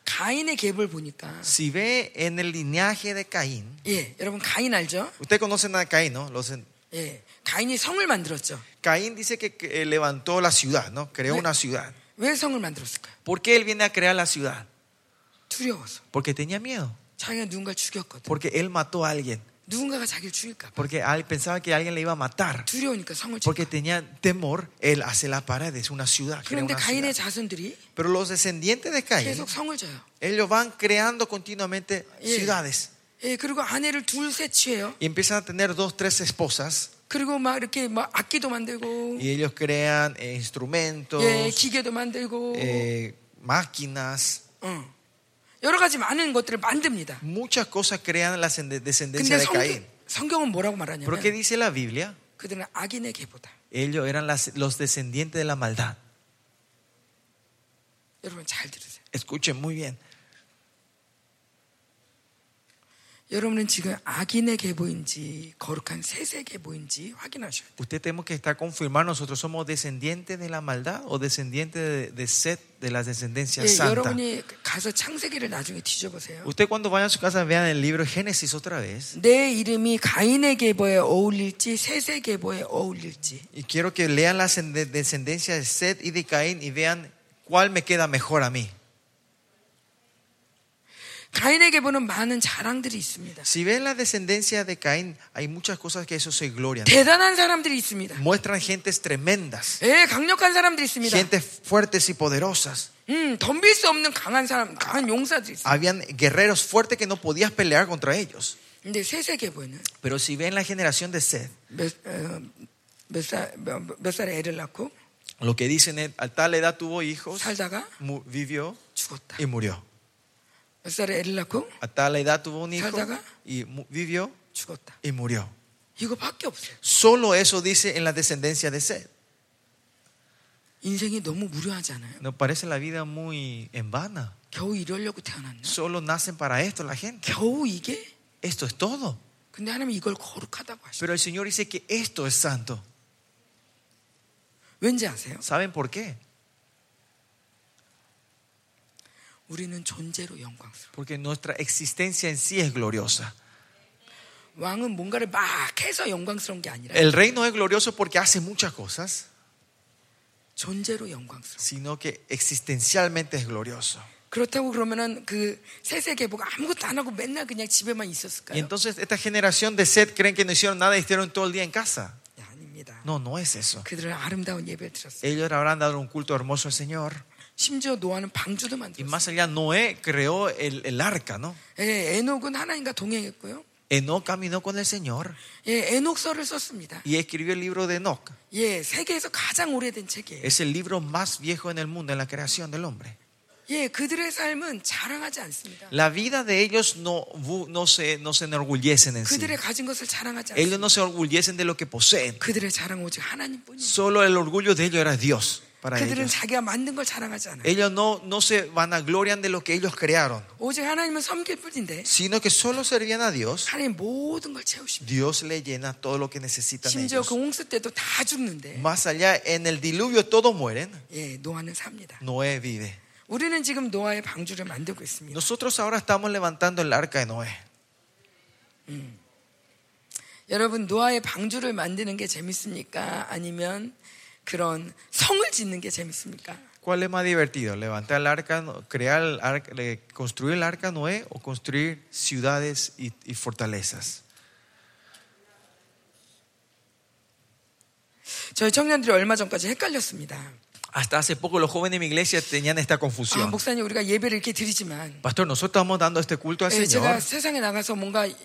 S1: 가인의 갭을 보니까
S2: Si ve en el linaje de Caín,
S1: 예, 여러분 가인 알죠?
S2: ustedes conocen a Caín, ¿no? Los en-
S1: 예. 가인이 성을 만들었죠.
S2: Caín dice que eh, levantó la ciudad, ¿no? Creó
S1: Sí.
S2: una ciudad.
S1: 왜 성을 만들었을까요?
S2: ¿Por qué él viene a crear la ciudad?
S1: 두려워서.
S2: Porque tenía miedo.
S1: 자기가 누군가 죽였거든.
S2: Porque él mató a alguien.
S1: 누군가가 자기를 죽일까 봐.
S2: Porque al- pensaba que alguien le iba a matar.
S1: 두려우니까 성을 짓
S2: Porque tenía temor. Él hace las paredes, una ciudad. crea
S1: 그런데
S2: una
S1: 가인의
S2: ciudad.
S1: 자손들이
S2: Pero los descendientes de Caín,
S1: 계속 성을 져요.
S2: ellos van creando continuamente
S1: Sí.
S2: ciudades.
S1: 예, 그리고 아내를 둘셋 취해요.
S2: Y empiezan a tener dos, tres esposas.
S1: 그리고 막 이렇게 막 악기도 만들고,
S2: Y ellos crean eh, instrumentos,
S1: 예, 기계도 만들고,
S2: eh, máquinas.
S1: 어. 여러 가지 많은 것들을 만듭니다.
S2: Muchas cosas crean la ascende- descendencia
S1: 근데
S2: de
S1: 성,
S2: Caín.
S1: 성경은 뭐라고
S2: ¿Pero qué
S1: 말하냐면
S2: dice la Biblia?
S1: 그들은 악인의 개보다.
S2: Ellos eran las- los descendientes de la maldad.
S1: 여러분 잘 들으세요.
S2: Escuchen muy bien.
S1: 여러분은 지금 악인의 계보인지 거룩한 셋의 계보인지 확인하셔야 돼요.
S2: Usted tenemos que estar confirmado, nosotros somos descendientes de la maldad o descendientes de, de Seth, de la descendencia
S1: 예,
S2: santa.
S1: 여러분이 가서 창세기를 나중에 뒤져보세요.
S2: Usted cuando vaya a su casa vean el libro Génesis otra vez.
S1: 내 이름이 가인의 계보에 어울릴지 셋의 계보에 어울릴지
S2: Y quiero que lean la ascende- descendencia de Seth y de Caín y vean cuál me queda mejor a mí.
S1: 가인의 계보는 많은 자랑들이 있습니다.
S2: Si ven la descendencia de Caín, hay muchas cosas que eso se glorian.
S1: 대단한 사람들이 있습니다.
S2: Muestran gentes tremendas,
S1: 예, 강력한 사람들이 있습니다.
S2: gentes fuertes y poderosas.
S1: 음, 덤빌 수 없는 강한 사람, 강한 용사들이 있습니다.
S2: Habían guerreros fuertes que no podías pelear contra ellos.
S1: 근데 셋의 계보에는
S2: Pero si ven la generación de Seth,
S1: 몇, 어, 몇, 살, 몇, 몇 살에 애를 낳고
S2: lo que dicen es, a tal edad tuvo hijos,
S1: 살다가
S2: mu- vivió
S1: 죽었다.
S2: y murió.
S1: 몇 살에 애를 낳고
S2: A tal edad tuvo un hijo
S1: Saldaga.
S2: y mu- vivió
S1: 죽었다.
S2: y murió.
S1: 이거밖에 없어요.
S2: Solo eso dice en la descendencia de Seth.
S1: 인생이 너무 무료하잖아요.
S2: Nos parece la vida muy en vana.
S1: 겨우 이러려고 태어났나?
S2: Solo nacen para esto la gente.
S1: 겨우 이게?
S2: Esto es todo.
S1: 근데 하나님 이걸 거룩하다고 하셔.
S2: Pero el Señor dice que esto es santo.
S1: 왠지 아세요?
S2: ¿Saben por qué?
S1: 우리는 존재로 영광스러워.
S2: Porque nuestra existencia en sí es gloriosa.
S1: 왕은 뭔가를 막 해서 영광스러운 게 아니라
S2: El reino es glorioso porque hace muchas cosas,
S1: 존재로 영광스러워.
S2: sino que existencialmente es glorioso.
S1: 그렇다고 그러면은 그 세세계보가 아무것도 안 하고 맨날 그냥 집에만
S2: Y
S1: 있었을까요?
S2: entonces esta generación de Seth creen que no hicieron nada y estuvieron todo el día en casa.
S1: 예, 아닙니다.
S2: No, no es eso.
S1: 그들은 아름다운 예배를 드렸어요.
S2: Ellos habrán dado un culto hermoso al Señor.
S1: 심지어 노아는 방주도
S2: Y
S1: 만들었어요.
S2: más allá, Noé creó el, el arca, ¿no?
S1: 예, 에녹은 하나님과 동행했고요.
S2: Enoch caminó con el Señor
S1: 예, 에녹서를 썼습니다.
S2: y escribió el libro de Enoch.
S1: 예, 세계에서 가장 오래된 책이에요.
S2: Es el libro más viejo en el mundo, en la creación del hombre.
S1: 예, 그들의 삶은 자랑하지 않습니다.
S2: La vida de ellos no, bu- no, se, no se enorgullecen en sí.
S1: 그들의 가진 것을 자랑하지
S2: Ellos no
S1: 않습니다.
S2: se orgullecen de lo que poseen.
S1: 그들의 자랑 오직 하나님뿐이에요.
S2: Solo el orgullo de ellos era Dios para
S1: 그들은
S2: ellos.
S1: 자기가 만든 걸 자랑하지 않아요.
S2: Ellos no, no se vanaglorian de lo que ellos crearon,
S1: 오직 하나님은 섬길 뿐인데
S2: sino que solo servían a Dios.
S1: 하나님 모든 걸 채우십니다.
S2: Dios le llena todo lo que necesitan
S1: 심지어
S2: ellos.
S1: 그 홍수 때도 다 죽는데
S2: Más allá, en el diluvio todos mueren.
S1: 예, 노아는 삽니다.
S2: Noé vive.
S1: 우리는 지금 노아의 방주를 만들고 있습니다.
S2: Nosotros ahora estamos levantando el arca de Noé.
S1: 여러분 노아의 방주를 만드는 게 재밌습니까? 아니면 그런 성을 짓는 게 재밌습니까?
S2: ¿Cuál es más divertido? ¿Levantar el arca, crear el arca- eh, construir el arca Noé o construir ciudades y, y fortalezas?
S1: 저희 청년들이 얼마 전까지 헷갈렸습니다.
S2: Hasta hace poco los jóvenes de mi iglesia tenían esta
S1: 아,
S2: confusión.
S1: 목사님 우리가 예배를 이렇게 드리지만
S2: Pastor, nosotros estamos dando este culto al
S1: 예, 제가
S2: Señor.
S1: 세상에 나가서 뭔가 이,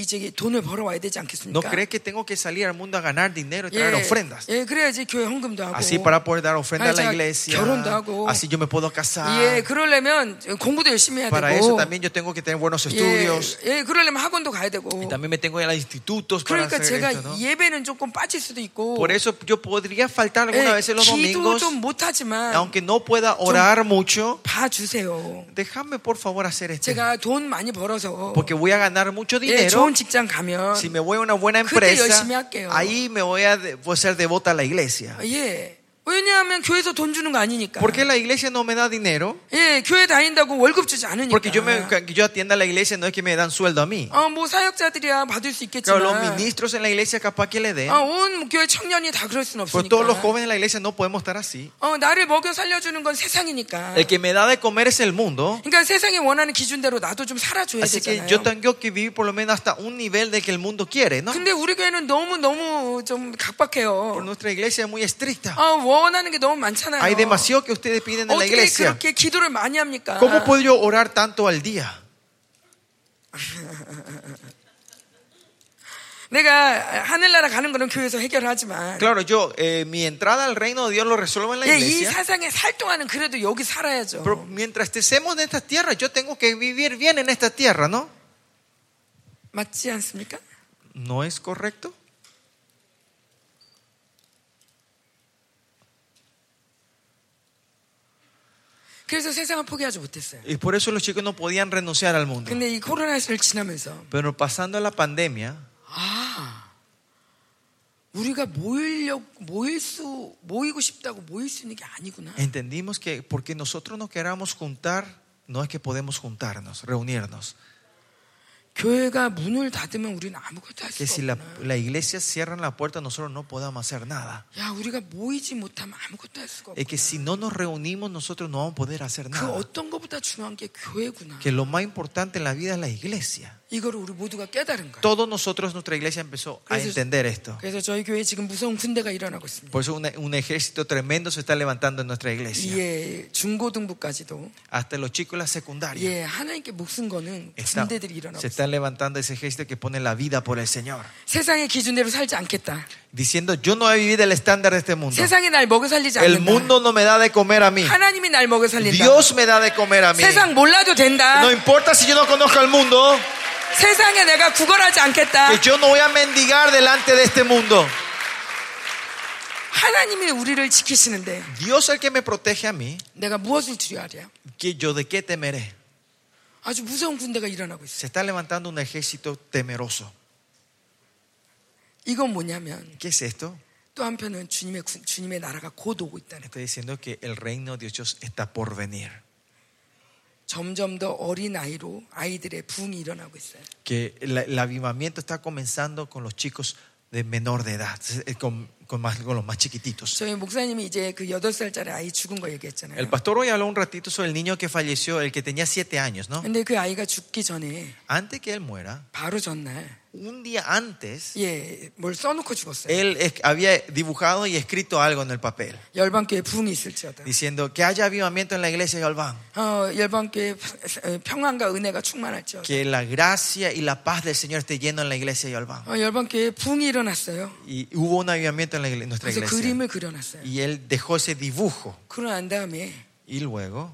S1: 이 저기 돈을 벌어 와야 되지
S2: ¿No
S1: 않겠습니까?
S2: crees que tengo que salir al mundo a ganar dinero y traer
S1: 예,
S2: ofrendas?
S1: 예, 그래야지 교회 헌금도 하고.
S2: Así para poder dar ofrenda a la
S1: Ah, ya,
S2: iglesia.
S1: 결혼도 하고.
S2: Así yo me puedo
S1: 예,
S2: casar.
S1: 그러려면 공부도 열심히 해야
S2: Para
S1: 되고.
S2: eso también yo tengo que tener buenos
S1: 예,
S2: estudios.
S1: 예, 그러려면 학원도 가야 되고.
S2: eh, Y también me tengo que ir a institutos para
S1: 그러니까
S2: hacer
S1: 제가
S2: esto, ¿no?
S1: 예배는 조금 빠질 수도 있고.
S2: Por eso yo podría faltar
S1: 예,
S2: alguna vez en los
S1: 기도
S2: domingos.
S1: 좀 못하지만
S2: Aunque no pueda orar mucho,
S1: 봐주세요.
S2: déjame por favor hacer esto.
S1: 제가 돈 많이 벌어서
S2: Porque voy a ganar mucho
S1: 예,
S2: dinero.
S1: 좋은 직장 가면
S2: Si me voy a una buena
S1: 그때
S2: empresa,
S1: 열심히 할게요.
S2: ahí me voy a, de- voy a ser devota a la iglesia.
S1: 예. 왜냐하면 교회에서 돈 주는 거 아니니까.
S2: ¿Por qué la iglesia no me da dinero?
S1: 예, 교회 다닌다고 월급 주지 않으니까.
S2: Porque yo,
S1: 그러니까
S2: me, que yo atienda a la iglesia, no es que me dan sueldo a mí.
S1: 어, 뭐 사역자들이야 받을 수
S2: Claro,
S1: 있겠지만.
S2: los ministros en la iglesia capaz que le den.
S1: 어, 온 교회 청년이 다 그럴 수는
S2: Pero
S1: 없으니까.
S2: todos los jóvenes en la iglesia no podemos estar así.
S1: 어, 나를 먹여 살려주는 건 세상이니까.
S2: El que me da de comer es el mundo.
S1: 그러니까 세상이 원하는 기준대로 나도 좀 살아줘야
S2: Así que
S1: 되잖아요.
S2: yo tengo que vivir por lo menos hasta un nivel de que el mundo quiere, ¿no?
S1: 근데 우리 교회는 너무 너무 좀
S2: Por
S1: 각박해요.
S2: nuestra iglesia es muy estricta.
S1: 어, 원하는 게 너무 많잖아요.
S2: Hay demasiado que ustedes piden en la
S1: 어떻게
S2: iglesia.
S1: 그렇게 기도를 많이 합니까?
S2: ¿Cómo puedo yo orar tanto al día?
S1: 내가 하늘나라 가는 거는 교회에서 해결하지만
S2: Claro, yo, eh, mi entrada al reino de Dios lo resuelvo en la
S1: 예, 이
S2: iglesia.
S1: 세상에 살 동안은 그래도 여기 살아야죠.
S2: Pero mientras estemos en esta tierra, yo tengo que vivir bien en esta tierra, ¿no?
S1: 맞지 않습니까?
S2: ¿No es correcto?
S1: 그래서 세상을 포기하지 못했어요.
S2: Y por eso los chicos no podían renunciar al mundo.
S1: 근데 이 코로나 시를 지나면서
S2: Pero pasando la pandemia,
S1: 아 우리가 모이려 모일 수 모이고 싶다고 모일 수 있는 게 아니구나.
S2: entendimos que porque nosotros no queramos juntar, no es que podemos juntarnos, reunirnos.
S1: 교회가 문을 닫으면 우리는 아무것도 할
S2: Que
S1: 수
S2: si la,
S1: 없구나.
S2: la iglesia cierra la puerta, nosotros no podamos hacer nada.
S1: 야 우리가 모이지 못하면 아무것도 할 수가
S2: Es que
S1: 없구나.
S2: si no nos reunimos, nosotros no vamos a poder hacer
S1: 그
S2: nada.
S1: 어떤 것보다 중요한 게 교회구나.
S2: Que lo más importante en la vida es la iglesia.
S1: 이걸 우리 모두가 깨달은 거야.
S2: Todos nosotros, nuestra iglesia empezó a
S1: Gracias.
S2: entender esto.
S1: 그래서 저희 교회 에 지금 무서운 군대가 일어나고 있습니다.
S2: Por eso un, un ejército tremendo se está levantando en nuestra iglesia.
S1: 예, 중고등부까지도
S2: Hasta los chicos de la secundaria.
S1: 예, 하나님께 목숨 거는
S2: Está-
S1: 군대들이 일어나고
S2: se
S1: 있습니다.
S2: están levantando ese ejército que pone la vida por el Señor.
S1: 세상의 기준대로 살지 않겠다.
S2: Diciendo, yo no voy a vivir el estándar de este mundo.
S1: 세상이 날 먹여 살리지 않는다.
S2: El mundo no me da de comer a mí.
S1: 하나님이 날 먹여 살린다.
S2: Dios me da de comer a mí.
S1: 세상 몰라도 된다.
S2: No importa si yo no conozco al mundo,
S1: 세상에 내가 구걸하지 않겠다.
S2: que yo no voy a mendigar delante de este mundo.
S1: 하나님이 우리를 지키시는데
S2: Dios el que me protege a mí,
S1: 내가 무엇을 두려워하랴?
S2: que yo de qué temeré.
S1: 아주 무서운 군대가 일어나고 있어요.
S2: Se está levantando un ejército temeroso.
S1: 이건 뭐냐면
S2: ¿Qué es esto?
S1: 또 한편은 주님의 군- 주님의 나라가 곧 오고 있다는. 거예요.
S2: Está diciendo que el reino de Dios está por venir.
S1: 점점 더 어린 아이로 아이들의 부흥이 일어나고 있어요.
S2: Que la- el avivamiento está comenzando con los chicos de menor de edad, eh, con, con más, con los más chiquititos.
S1: 저희 목사님이 이제 그 여덟 살짜리 아이 죽은 거 얘기했잖아요.
S2: El pastor hoy habló un ratito sobre el niño que falleció, el que tenía siete años, ¿no?
S1: 근데 그 아이가 죽기 전에
S2: Antes que él muera,
S1: 바로 전날
S2: un día antes,
S1: 예, 뭘 써놓고 죽었어요.
S2: él es- había dibujado y escrito algo en el papel,
S1: 열방교회 부흥이 있을지어다.
S2: diciendo que haya avivamiento en la iglesia de Galván,
S1: 어, 열방교회 평안과 은혜가 충만할지어다.
S2: que la gracia y la paz del Señor esté lleno en la iglesia de Galván.
S1: 어, 열방교회 부흥이 일어났어요.
S2: Y hubo un avivamiento en, la igle- nuestra
S1: 그래서
S2: iglesia.
S1: 그림을 그려놨어요.
S2: Y él dejó ese dibujo.
S1: 그러고 난 다음에
S2: Y luego,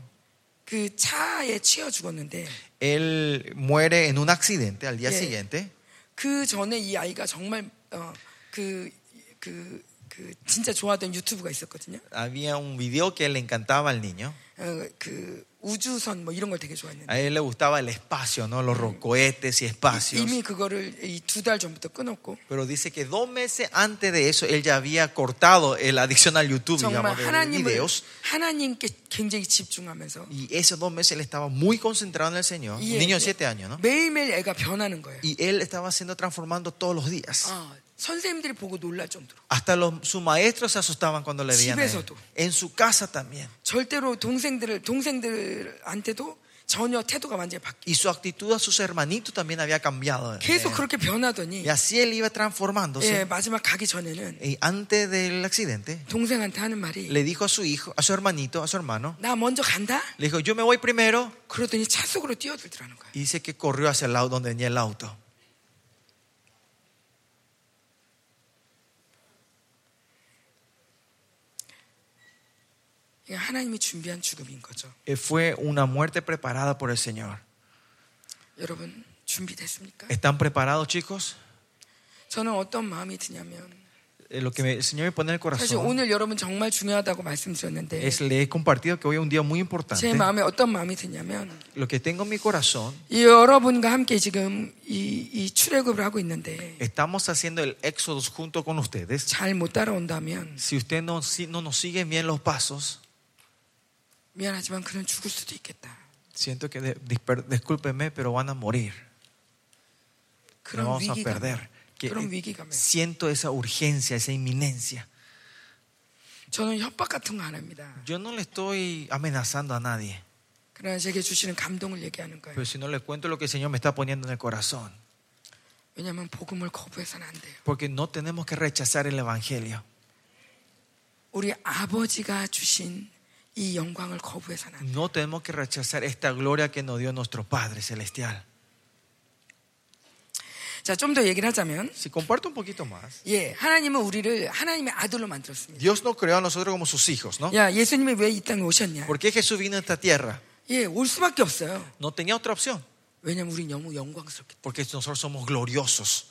S1: 그 차에 치여 죽었는데
S2: él muere en un accidente al día
S1: Yeah.
S2: siguiente.
S1: 그 전에 이 아이가 정말 어, 그, 그, 그 진짜 좋아하던 유튜브가 있었거든요.
S2: Había un video que le encantaba al niño.
S1: 어, 그 우주선 뭐 이런 걸 되게 좋아했는데
S2: A él le gustaba el espacio, ¿no? Los ro- cohetes y espacios.
S1: 이미 그거를 이 두 달 전부터 끊었고
S2: Pero dice que dos meses antes de eso, él ya había cortado la adicción al YouTube,
S1: 정말
S2: digamos, de los
S1: 하나님을
S2: videos.
S1: 하나님께 굉장히 집중하면서
S2: Y esos dos meses él estaba muy concentrado en el Señor.
S1: 이
S2: Un niño
S1: 애-
S2: de siete años, ¿no?
S1: 매일매일 애가 변하는 거예요.
S2: Y él estaba siendo transformando todos los días.
S1: 아, 선생님들이 보고 놀랄 정도로
S2: Hasta los, sus maestros se asustaban cuando le veían. a él.
S1: 집에서도.
S2: En su casa también.
S1: 절대로 동생들을 동생들한테도 전혀 태도가 완전히 바뀌.
S2: Y su actitud a sus hermanitos también había cambiado.
S1: 계속
S2: Eh,
S1: 그렇게 변하더니
S2: Y así él iba
S1: 예,
S2: transformándose.
S1: 마지막 가기 전에는
S2: Y antes del accidente,
S1: 동생한테 하는 말이
S2: le dijo a su hijo, a su hermanito, a su hermano,
S1: 나 먼저 간다.
S2: le dijo, yo me voy primero.
S1: 그러더니 차 속으로 뛰어들더라는 거야.
S2: Y dice que corrió hacia el lado donde venía el auto.
S1: 이게 하나님이 준비한 죽음인 거죠.
S2: Eh, Fue una muerte preparada por el Señor.
S1: 여러분 준비됐습니까?
S2: ¿Están preparados, chicos?
S1: 저는 어떤 마음이 드냐면
S2: Eh, Lo que me- el Señor me pone en el
S1: 사실
S2: corazón
S1: 오늘 여러분 정말 중요하다고 말씀드렸는데
S2: es, le he compartido que hoy es un día muy
S1: 제
S2: importante.
S1: 마음에 어떤 마음이 드냐면
S2: Lo que tengo en mi corazón,
S1: 이 여러분과 함께 지금 이, 이 출애굽을 하고 있는데
S2: estamos haciendo el éxodo junto con ustedes.
S1: 잘 못 따라온다면
S2: Si usted no, si- no nos sigue bien los pasos,
S1: 미안하지만 그는 죽을 수도 있겠다.
S2: siento que, de- disper- discúlpenme, pero van a morir. Nos
S1: 그런
S2: vamos a
S1: 위기감,
S2: perder. Que,
S1: 그런
S2: eh,
S1: 위기감에
S2: siento esa urgencia, esa inminencia.
S1: 저는 협박 같은 거 안 합니다.
S2: Yo no le estoy amenazando a nadie,
S1: 그러나 제게 주시는 감동을 얘기하는 거예요.
S2: pero si no le cuento lo que el Señor me está poniendo en el corazón,
S1: 왜냐하면 복음을 거부해서는 안 돼요.
S2: porque no tenemos que rechazar el Evangelio.
S1: 우리 아버지가 주신 이 영광을 거부해서는 안 돼요.
S2: No tenemos que rechazar esta gloria que nos dio nuestro Padre Celestial.
S1: 자, 좀 더 얘기를 하자면
S2: Si comparto un poquito más.
S1: 예, 하나님은 우리를 하나님의 아들로 만들었습니다.
S2: Dios nos creó a nosotros como sus hijos, ¿no?
S1: 야, 예수님이 왜 이 땅에 오셨냐?
S2: ¿Por qué Jesús vino a esta tierra?
S1: 예, 올 수밖에 없어요.
S2: No tenía otra opción,
S1: 왜냐면 우린 너무 영광스럽기 때문에.
S2: porque nosotros somos gloriosos.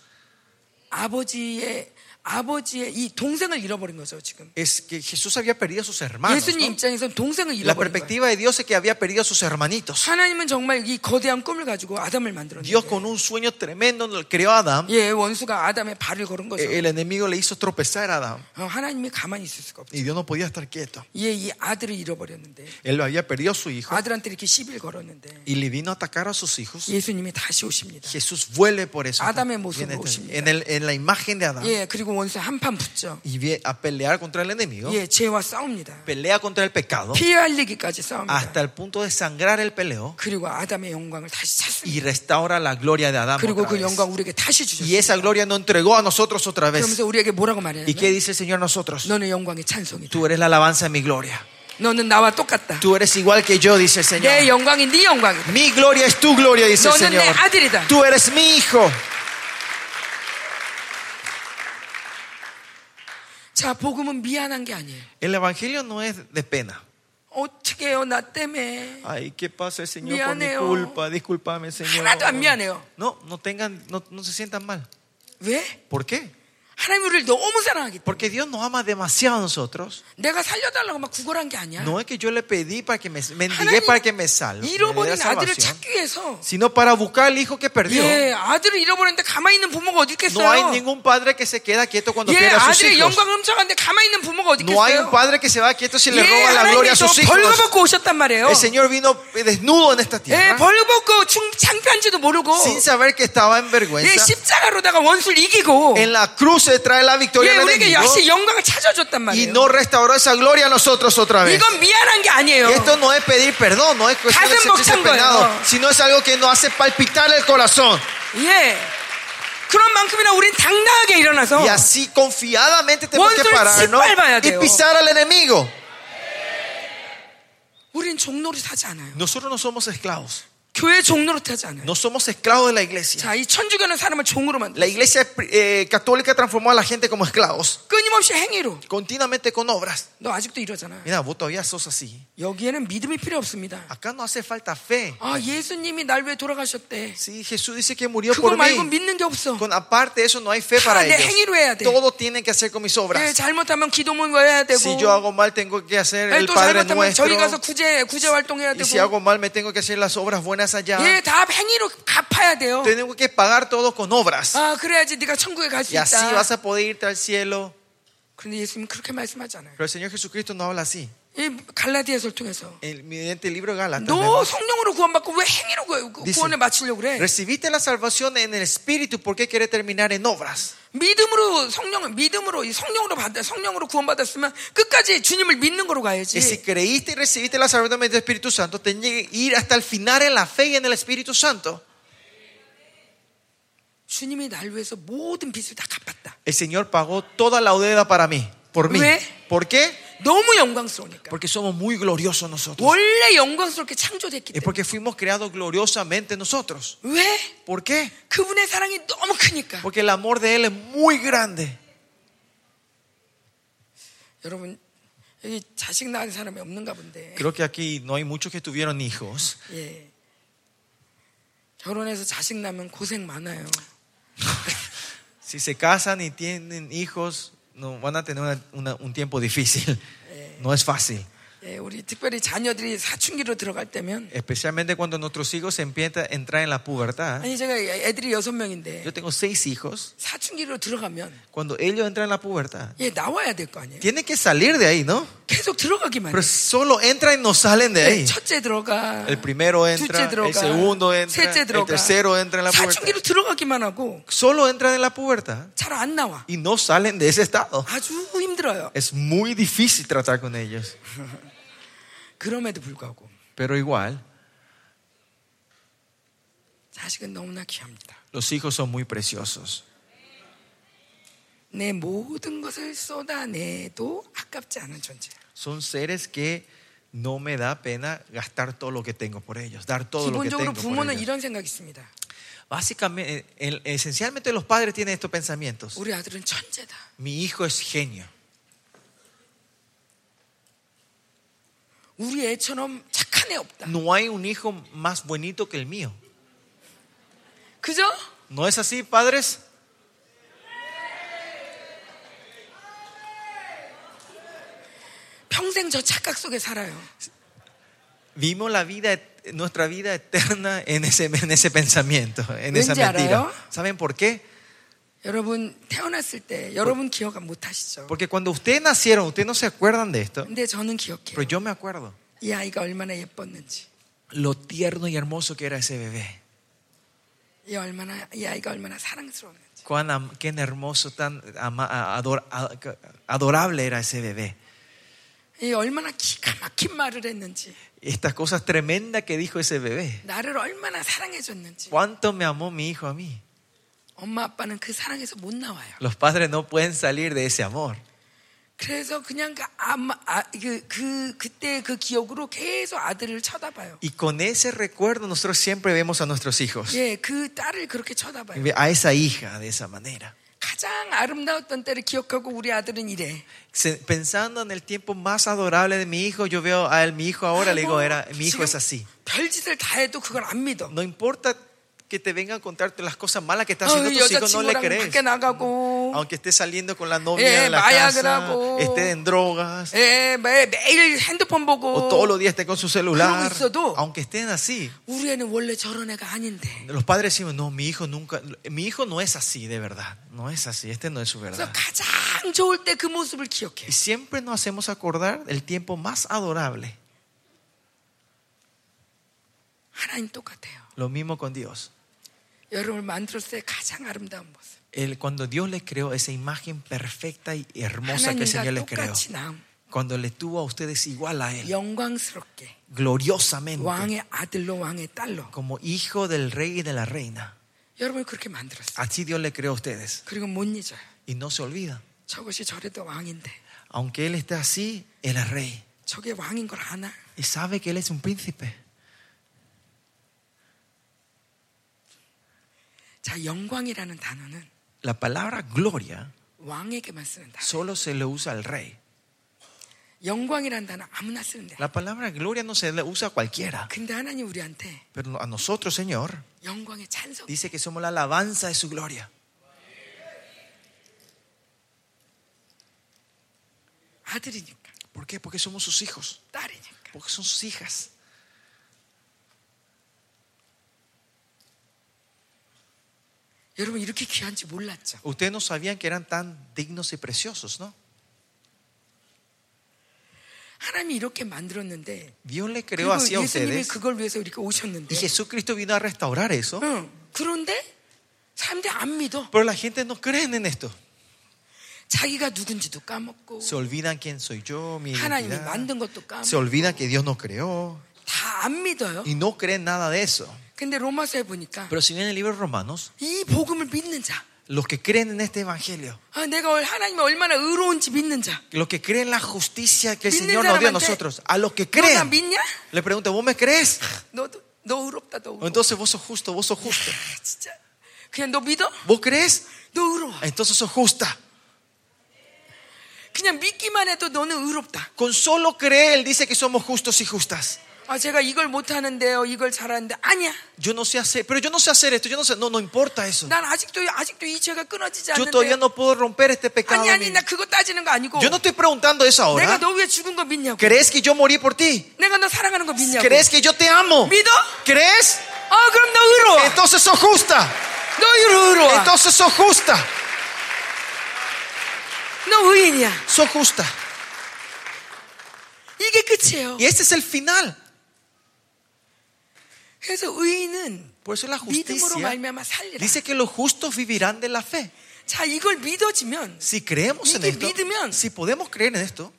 S1: 아버지의 아버지의 이 동생을 잃어버린 거죠 지금.
S2: Es que Jesús había perdido a sus hermanos.
S1: 예수님
S2: ¿no?
S1: 입장에서 동생을
S2: La
S1: 잃어버린 거예요.
S2: perspectiva de Dios es que había perdido a sus hermanitos.
S1: 하나님은 정말 이 거대한 꿈을 가지고 아담을 만들었는데,
S2: Dios con un sueño tremendo lo creó a Adán. E-,
S1: 예 원수가 아담의 발을 걸은 거죠.
S2: El enemigo le hizo tropezar a Adán
S1: 어, 하나님이 가만히 있을 수가 없죠.
S2: y Dios no podía estar quieto.
S1: 예, 이 아들을 잃어버렸는데
S2: Él había perdido a su hijo
S1: 아들한테 이렇게 시비를 걸었는데
S2: y le vino a atacar a sus hijos.
S1: 예. 예수님이 다시 오십니다.
S2: Jesús vuelve por eso.
S1: Adam의 모습으로
S2: Viene este,
S1: 오십니다.
S2: en, el- en la imagen de Adán
S1: 예, 그리고 원수 한 판 붙죠.
S2: y viene a pelear contra el enemigo.
S1: 예, 아, 죄와 싸웁니다.
S2: Pelea contra el pecado
S1: 피 흘리기까지 싸웁니다.
S2: hasta el punto de sangrar el peleo
S1: 그리고 아담의 영광을 다시 찾습니다.
S2: y restaura la gloria de Adán.
S1: 그리고
S2: otra
S1: 그
S2: vez.
S1: 영광 우리에게 다시 예,
S2: Y
S1: 주셨어요.
S2: esa gloria no entregó a nosotros otra vez.
S1: 그러면서 우리에게 뭐라고
S2: ¿Y qué
S1: 말해요?
S2: dice el Señor a nosotros?
S1: 너는 영광의 찬송이다.
S2: Tú eres la alabanza de mi gloria.
S1: 너는 나와 똑같다.
S2: Tú eres igual que yo, dice el
S1: 내
S2: Señor.
S1: 영광이 네 영광이다.
S2: Mi gloria es tu gloria, dice el
S1: 너는 내
S2: Señor.
S1: 아들이다.
S2: Tú eres mi hijo.
S1: 자, 복음은 미안한 게 아니에요.
S2: El evangelio no es de pena.
S1: 어떻게 해요? 나 때문에.
S2: Ay, ¿qué pasa el Señor por mi
S1: Mianeo.
S2: culpa? Discúlpame, Señor.
S1: 하나도 안 미안해요.
S2: No, no tengan, no, no se sientan mal.
S1: 왜?
S2: ¿Por qué?
S1: 하나님 우리를 너무 사랑하기 때문에.
S2: Porque Dios nos ama demasiado a nosotros.
S1: 내가 살려달라고 막 구걸한 게 아니야.
S2: No es que yo le pedí para que me mendigué para que me salve,
S1: 하나님
S2: me dé la
S1: 잃어버린 아들을
S2: salvación,
S1: 찾기 위해서
S2: sino para buscar al hijo que perdió.
S1: 예, 아들을 잃어버렸는데 가만히 있는 부모가 어디
S2: No hay
S1: 있겠어요?
S2: ningún padre que se queda quieto cuando
S1: 예,
S2: pierde a sus
S1: 아들의
S2: hijos.
S1: 영광을 훔쳐갔는데 가만히 있는 부모가 어디
S2: No hay un
S1: 있겠어요?
S2: padre que se va quieto si
S1: 예,
S2: le roba la gloria a
S1: 하나님이 또
S2: sus hijos.
S1: 벌거벗고 오셨단 말이에요.
S2: El Señor vino eh, desnudo en esta
S1: 예,
S2: tierra
S1: 벌거벗고 충- 창피한지도 모르고
S2: sin saber que estaba
S1: 예,
S2: en vergüenza.
S1: 십자가로다가 원수를 이기고
S2: En la cruz se trae la victoria
S1: 예,
S2: al
S1: 우리에게
S2: enemigo
S1: 역시 영광을 찾아줬단
S2: y
S1: 말이에요.
S2: no restauró esa gloria a nosotros otra vez.
S1: 이건 미안한 게 아니에요.
S2: Esto no es pedir perdón, no es cuestión de
S1: Gasen
S2: sentirse
S1: bokchan
S2: penado,
S1: 거예요.
S2: sino es algo que nos hace palpitar el corazón.
S1: 예. 그런 만큼이나 우린 당당하게 일어나서
S2: Y así confiadamente tenemos que
S1: 원수를
S2: pararnos
S1: 짓밟아야
S2: y
S1: 돼요.
S2: pisar al enemigo.
S1: 우린 종로를 타지 않아요.
S2: Nosotros no somos esclavos,
S1: 교회 종로를 타지 않아요.
S2: no somos esclavos de la iglesia.
S1: 자, 이 천주교는 사람을 종으로 만들.
S2: La iglesia eh, católica transformó a la gente como esclavos,
S1: 끊임없이 행위로.
S2: continuamente con obras.
S1: 너 아직도 이러잖아.
S2: Mira, vos todavía sos así.
S1: 여기에는 믿음이 필요 없습니다.
S2: Acá no hace falta fe.
S1: 아, 예수님이 날 왜 돌아가셨대?
S2: Sí, Jesús dice que murió
S1: 그거
S2: por
S1: 말고
S2: mí.
S1: 믿는 게 없어.
S2: Con aparte de eso no hay fe
S1: Ah,
S2: para
S1: 내
S2: ellos.
S1: 행위로 해야 돼.
S2: Todo tienen que hacer con mis
S1: 예,
S2: obras.
S1: 잘못하면 기도문 해야 되고.
S2: Si yo hago mal tengo que hacer
S1: 예,
S2: el
S1: 또
S2: Padre
S1: 잘못하면 저희 가서
S2: Nuestro.
S1: 구제 구제 활동해야
S2: Y si
S1: 되고.
S2: hago mal me tengo que hacer las obras buenas allá.
S1: 예, 다 행위로 갚아야 돼요.
S2: Tengo que pagar todo con obras.
S1: 아, 그래야지 네가 천국에 갈 수
S2: Y así
S1: 있다.
S2: vas a poder irte al cielo.
S1: 그런데 예수님 그렇게 말씀하잖아요.
S2: Pero el Señor Jesucristo no habla así.
S1: 이 갈라디아서를 통해서
S2: El, mediante el libro de Gálatas
S1: 너
S2: vemos,
S1: 성령으로 구원받고 왜 행위로 구- 구-
S2: Dice,
S1: 구원을 마치려고 네 그래?
S2: recibiste la salvación en el Espíritu, ¿por qué quiere terminar en obras?
S1: 믿음으로 성령 믿음으로 이 성령으로 받 성령으로 구원받았으면 끝까지 주님을 믿는 거로 가야지.
S2: Que si creíste y recibiste la salvación mediante el Espíritu Santo, tenés que ir hasta el final en la fe y en el Espíritu Santo.
S1: 주님이 날 위해서 모든 빚을 다 갚았다.
S2: El Señor pagó toda la deuda para mí, por mí.
S1: ¿Ve?
S2: ¿Por qué?
S1: 너무 영광스러우니까.
S2: Porque somos muy gloriosos nosotros.
S1: 원래 영광스럽게 창조됐기
S2: Es
S1: 때문에.
S2: porque fuimos creados gloriosamente nosotros.
S1: 왜?
S2: ¿Por qué?
S1: 그분의 사랑이 너무 크니까.
S2: Porque el amor de Él es muy grande.
S1: 여러분 여기 자식 낳은 사람이 없는가 본데.
S2: Creo que aquí no hay muchos que tuvieron hijos.
S1: 예. 결혼해서 자식 낳으면 고생 많아요.
S2: Si se casan y tienen hijos, no, van a tener una- una- un tiempo difícil. No es fácil.
S1: 예, 우리 특별히 자녀들이 사춘기로 들어갈 때면
S2: Especialmente cuando nuestros hijos empiezan a entrar en la pubertad.
S1: 아니 제가 애들이 여섯 명인데
S2: Yo tengo seis hijos.
S1: 사춘기로 들어가면
S2: Cuando ellos entran en la pubertad,
S1: 예 나와야 될 거 아니에요.
S2: tienen que salir de ahí, ¿no?
S1: 계속 들어가기만
S2: Pero
S1: 해.
S2: solo entran y no salen de
S1: 예,
S2: ahí.
S1: 첫째 들어가.
S2: 네. El primero
S1: 둘째
S2: entra,
S1: 들어가.
S2: el segundo entra,
S1: 셋째
S2: el
S1: 들어가.
S2: tercero entra en la pubertad.
S1: 사춘기로 들어가기만 하고
S2: Solo entran en la pubertad
S1: 잘 안 나와.
S2: y no salen de ese estado.
S1: 아주 힘들어요.
S2: Es muy difícil tratar con ellos.
S1: 그럼에도 불구하고
S2: Pero igual,
S1: 자식은 너무나 귀합니다.
S2: los hijos son muy preciosos.
S1: 내 모든 것을 쏟아내도 아깝지 않은 존재.
S2: Son seres que no me da pena gastar todo lo que tengo por ellos, dar todo lo que
S1: 기본적으로
S2: tengo por
S1: 부모는
S2: ellos.
S1: 이런 생각이 있습니다.
S2: Básicamente, el- esencialmente los padres tienen estos pensamientos.
S1: 우리 아들은 천재다.
S2: Mi hijo es genio.
S1: 우리 애처럼 착한 애 없다.
S2: No hay un hijo más bonito que el mío.
S1: 그죠?
S2: ¿No es así, padres?
S1: 평생 저 착각 속에 살아요.
S2: Vimos la vida, et- nuestra vida eterna en ese, en ese pensamiento, en esa
S1: ¿Ven ya,
S2: mentira.
S1: ¿no?
S2: ¿Saben por qué?
S1: 여러분 태어났을 때 여러분 기억 못 하시죠.
S2: Porque cuando ustedes nacieron, ustedes no se acuerdan de esto,
S1: 근데 저는
S2: pero
S1: 기억해요.
S2: yo me acuerdo.
S1: 이 아이가 얼마나 예뻤는지,
S2: Lo tierno y hermoso que era ese bebé.
S1: 이 얼마나 이 아이가 얼마나 사랑스러웠는지.
S2: Cuán am- qué hermoso, tan ama- a- ador- a- adorable era ese bebé.
S1: 이 얼마나 기가 막힌 말을 했는지,
S2: Estas cosas tremendas que dijo ese bebé.
S1: 나를 얼마나 사랑해줬는지.
S2: ¿Cuánto me amó mi hijo a mí?
S1: 엄마 아빠는 그 사랑에서 못 나와요.
S2: Los padres no pueden salir de ese amor.
S1: 그래서 그냥 그 아마 아, 그, 그 그때 그 기억으로 계속 아들을 쳐다봐요.
S2: Y con ese recuerdo nosotros siempre vemos a nuestros hijos,
S1: 예, 그 딸을 그렇게 쳐다봐요.
S2: a esa hija de esa manera.
S1: 가장 아름다웠던 때를 기억하고 우리 아들은 이래.
S2: Se- Pensando en el tiempo más adorable de mi hijo, yo veo a él, mi hijo ahora, le digo, era, mi hijo
S1: 지금
S2: es así.
S1: 별짓을 다 해도 그걸 안 믿어.
S2: No importa que te vengan a contarte las cosas malas que está
S1: 어,
S2: haciendo tu hijo, no le
S1: 여자친구랑
S2: crees. 어.
S1: 밖에 나가고,
S2: Aunque esté saliendo con la novia
S1: Eh,
S2: de la
S1: vaya, Eh,
S2: casa,
S1: grago.
S2: esté en drogas,
S1: 예, 매, 매일 핸드폰
S2: o todos
S1: 보고.
S2: los días esté con su celular,
S1: 그러고 있어도-
S2: aunque estén así.
S1: 우리 애는 원래 저런 애가 아닌데.
S2: Los padres decimos, no, mi hijo nunca, mi hijo no es así de verdad, no es así, este no es su
S1: 그래서
S2: verdad.
S1: 가장 좋을 때 그 모습을 기억해.
S2: Y siempre nos hacemos acordar el tiempo más adorable.
S1: 하나님 똑같아요.
S2: Lo mismo con Dios.
S1: 여러분을 만들었을 때 가장 아름다운 모습.
S2: El- cuando Dios les creó esa imagen perfecta y hermosa que el Señor
S1: 하나님과
S2: les creó.
S1: 똑같이 남
S2: Cuando le tuvo a ustedes igual a Él,
S1: 영광스럽게
S2: gloriosamente,
S1: 왕의 아들로 왕의 딸로
S2: como hijo del rey y de la reina.
S1: 여러분을 그렇게 만들었어요.
S2: Así Dios le creó a ustedes.
S1: 그리고 못 잊어요.
S2: Y no se olvida.
S1: 저것이 저래도 왕인데
S2: Aunque Él esté así, Él es rey.
S1: 저게 왕인 걸 아나?
S2: Y sabe que Él es un príncipe.
S1: 자 영광이라는 단어는
S2: La palabra gloria
S1: 왕에게만 쓰는 단어.
S2: solo se le usa al rey.
S1: 영광이라는 단어 아무나 쓰는데.
S2: La palabra gloria no se le usa a cualquiera.
S1: 근데 하나님 우리한테
S2: Pero a nosotros, Señor,
S1: 영광의 찬송.
S2: dice que somos la alabanza de su gloria.
S1: 아들이니까
S2: ¿Por qué? Porque somos sus hijos.
S1: 딸이니까
S2: Porque son sus hijas.
S1: 여러분 이렇게 귀한지 몰랐죠.
S2: Ustedes no sabían que eran tan dignos y preciosos, ¿no?
S1: 하나님이 이렇게 만들었는데
S2: Dios le creó
S1: 그리고
S2: así a
S1: 예수님이
S2: ustedes.
S1: 그걸 위해서 이렇게
S2: Y
S1: 오셨는데.
S2: Jesucristo vino a restaurar eso.
S1: 응. 그런데 사람들이 안 믿어.
S2: Pero la gente no cree en esto.
S1: 자기가 누군지도 까먹고
S2: Se olvidan quién soy yo, mi
S1: 하나님이
S2: identidad.
S1: 만든 것도
S2: Se
S1: 까먹고
S2: olvidan que Dios nos creó.
S1: 다 안 믿어요.
S2: Y no creen nada de eso.
S1: 근데 로마서에 보니까
S2: Pero si ven el libro de Romanos,
S1: 이 복음을 믿는 자,
S2: los que creen en este evangelio,
S1: 아, 내가 얼- 하나님이 얼마나 의로운지 믿는 자,
S2: los que creen la justicia que el
S1: Vienen
S2: Señor nos dio
S1: saramante.
S2: a nosotros, a los que
S1: 너 나
S2: creen,
S1: 믿냐?
S2: le pregunto, ¿vos me crees?
S1: 너도 너 의롭다, 어, 너
S2: O
S1: 의로워.
S2: Entonces vos sos justo, vos sos justo.
S1: 아, 진짜 그냥 너 믿어?
S2: ¿Vos crees?
S1: 너 의로워.
S2: Entonces sos justa.
S1: 그냥 믿기만 해도 너는 의롭다.
S2: Con solo creer, Él dice que somos justos y justas.
S1: 아, 제가 이걸 못 하는데요, 이걸 잘하는데 아니야.
S2: Yo no sé hacer, pero yo no sé hacer esto, yo no sé, no, no importa eso.
S1: 난 아직도 아직도 이 죄가 끊어지지
S2: Yo todavía
S1: 않는데.
S2: no puedo romper este pecado.
S1: 아니 아니
S2: en mí.
S1: 나 그거 따지는 거 아니고.
S2: Yo no estoy preguntando eso
S1: 내가
S2: ahora.
S1: 너 위해 죽은 거 믿냐고.
S2: ¿Crees que yo morí por ti?
S1: 내가 너 사랑하는 거 믿냐고.
S2: ¿Crees que yo te amo?
S1: 믿어?
S2: ¿Crees?
S1: 아 그럼 너 의로워.
S2: Entonces sos justa.
S1: 너 의로- 의로워.
S2: Entonces sos justa.
S1: 너 의인이야.
S2: Sos justa.
S1: 이게 끝이에요.
S2: Y este es el final.
S1: 그래서 의인은
S2: Por eso la
S1: 믿음으로
S2: justicia
S1: 말미암아 살리라.
S2: dice que los justos vivirán de la fe.
S1: 자 이걸 믿어지면
S2: Si creemos en
S1: 이게
S2: esto,
S1: 믿으면-
S2: si podemos creer en esto,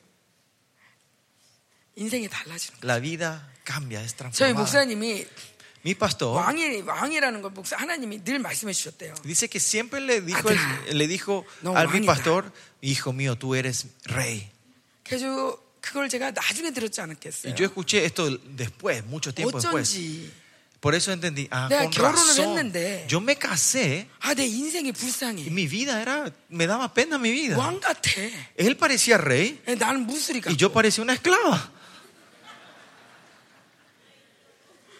S1: 인생이 달라지는 거예요.
S2: la vida cambia, es
S1: 저희
S2: transformada.
S1: 목사님이
S2: Mi pastor
S1: 왕이 왕이라는 걸 목사 하나님이 늘 말씀해 주셨대요.
S2: dice que siempre le dijo, el-
S1: Atrás.
S2: le dijo
S1: No,
S2: a mi
S1: vanidad.
S2: pastor, hijo mío, tú eres rey.
S1: 그래서 그걸 제가 나중에 들었지
S2: Y
S1: 않았겠어요.
S2: yo escuché esto después, mucho
S1: 뭐,
S2: tiempo después.
S1: 어쩐지
S2: Por eso entendí, ah,
S1: 내가
S2: con
S1: 결혼을
S2: razón.
S1: 했는데.
S2: Yo me casé
S1: 아 내 인생이
S2: y
S1: 불쌍해.
S2: mi vida era, me daba pena mi vida.
S1: 왕 같아.
S2: Él parecía rey
S1: 나는 무술이
S2: y
S1: 같고
S2: yo parecía una esclava.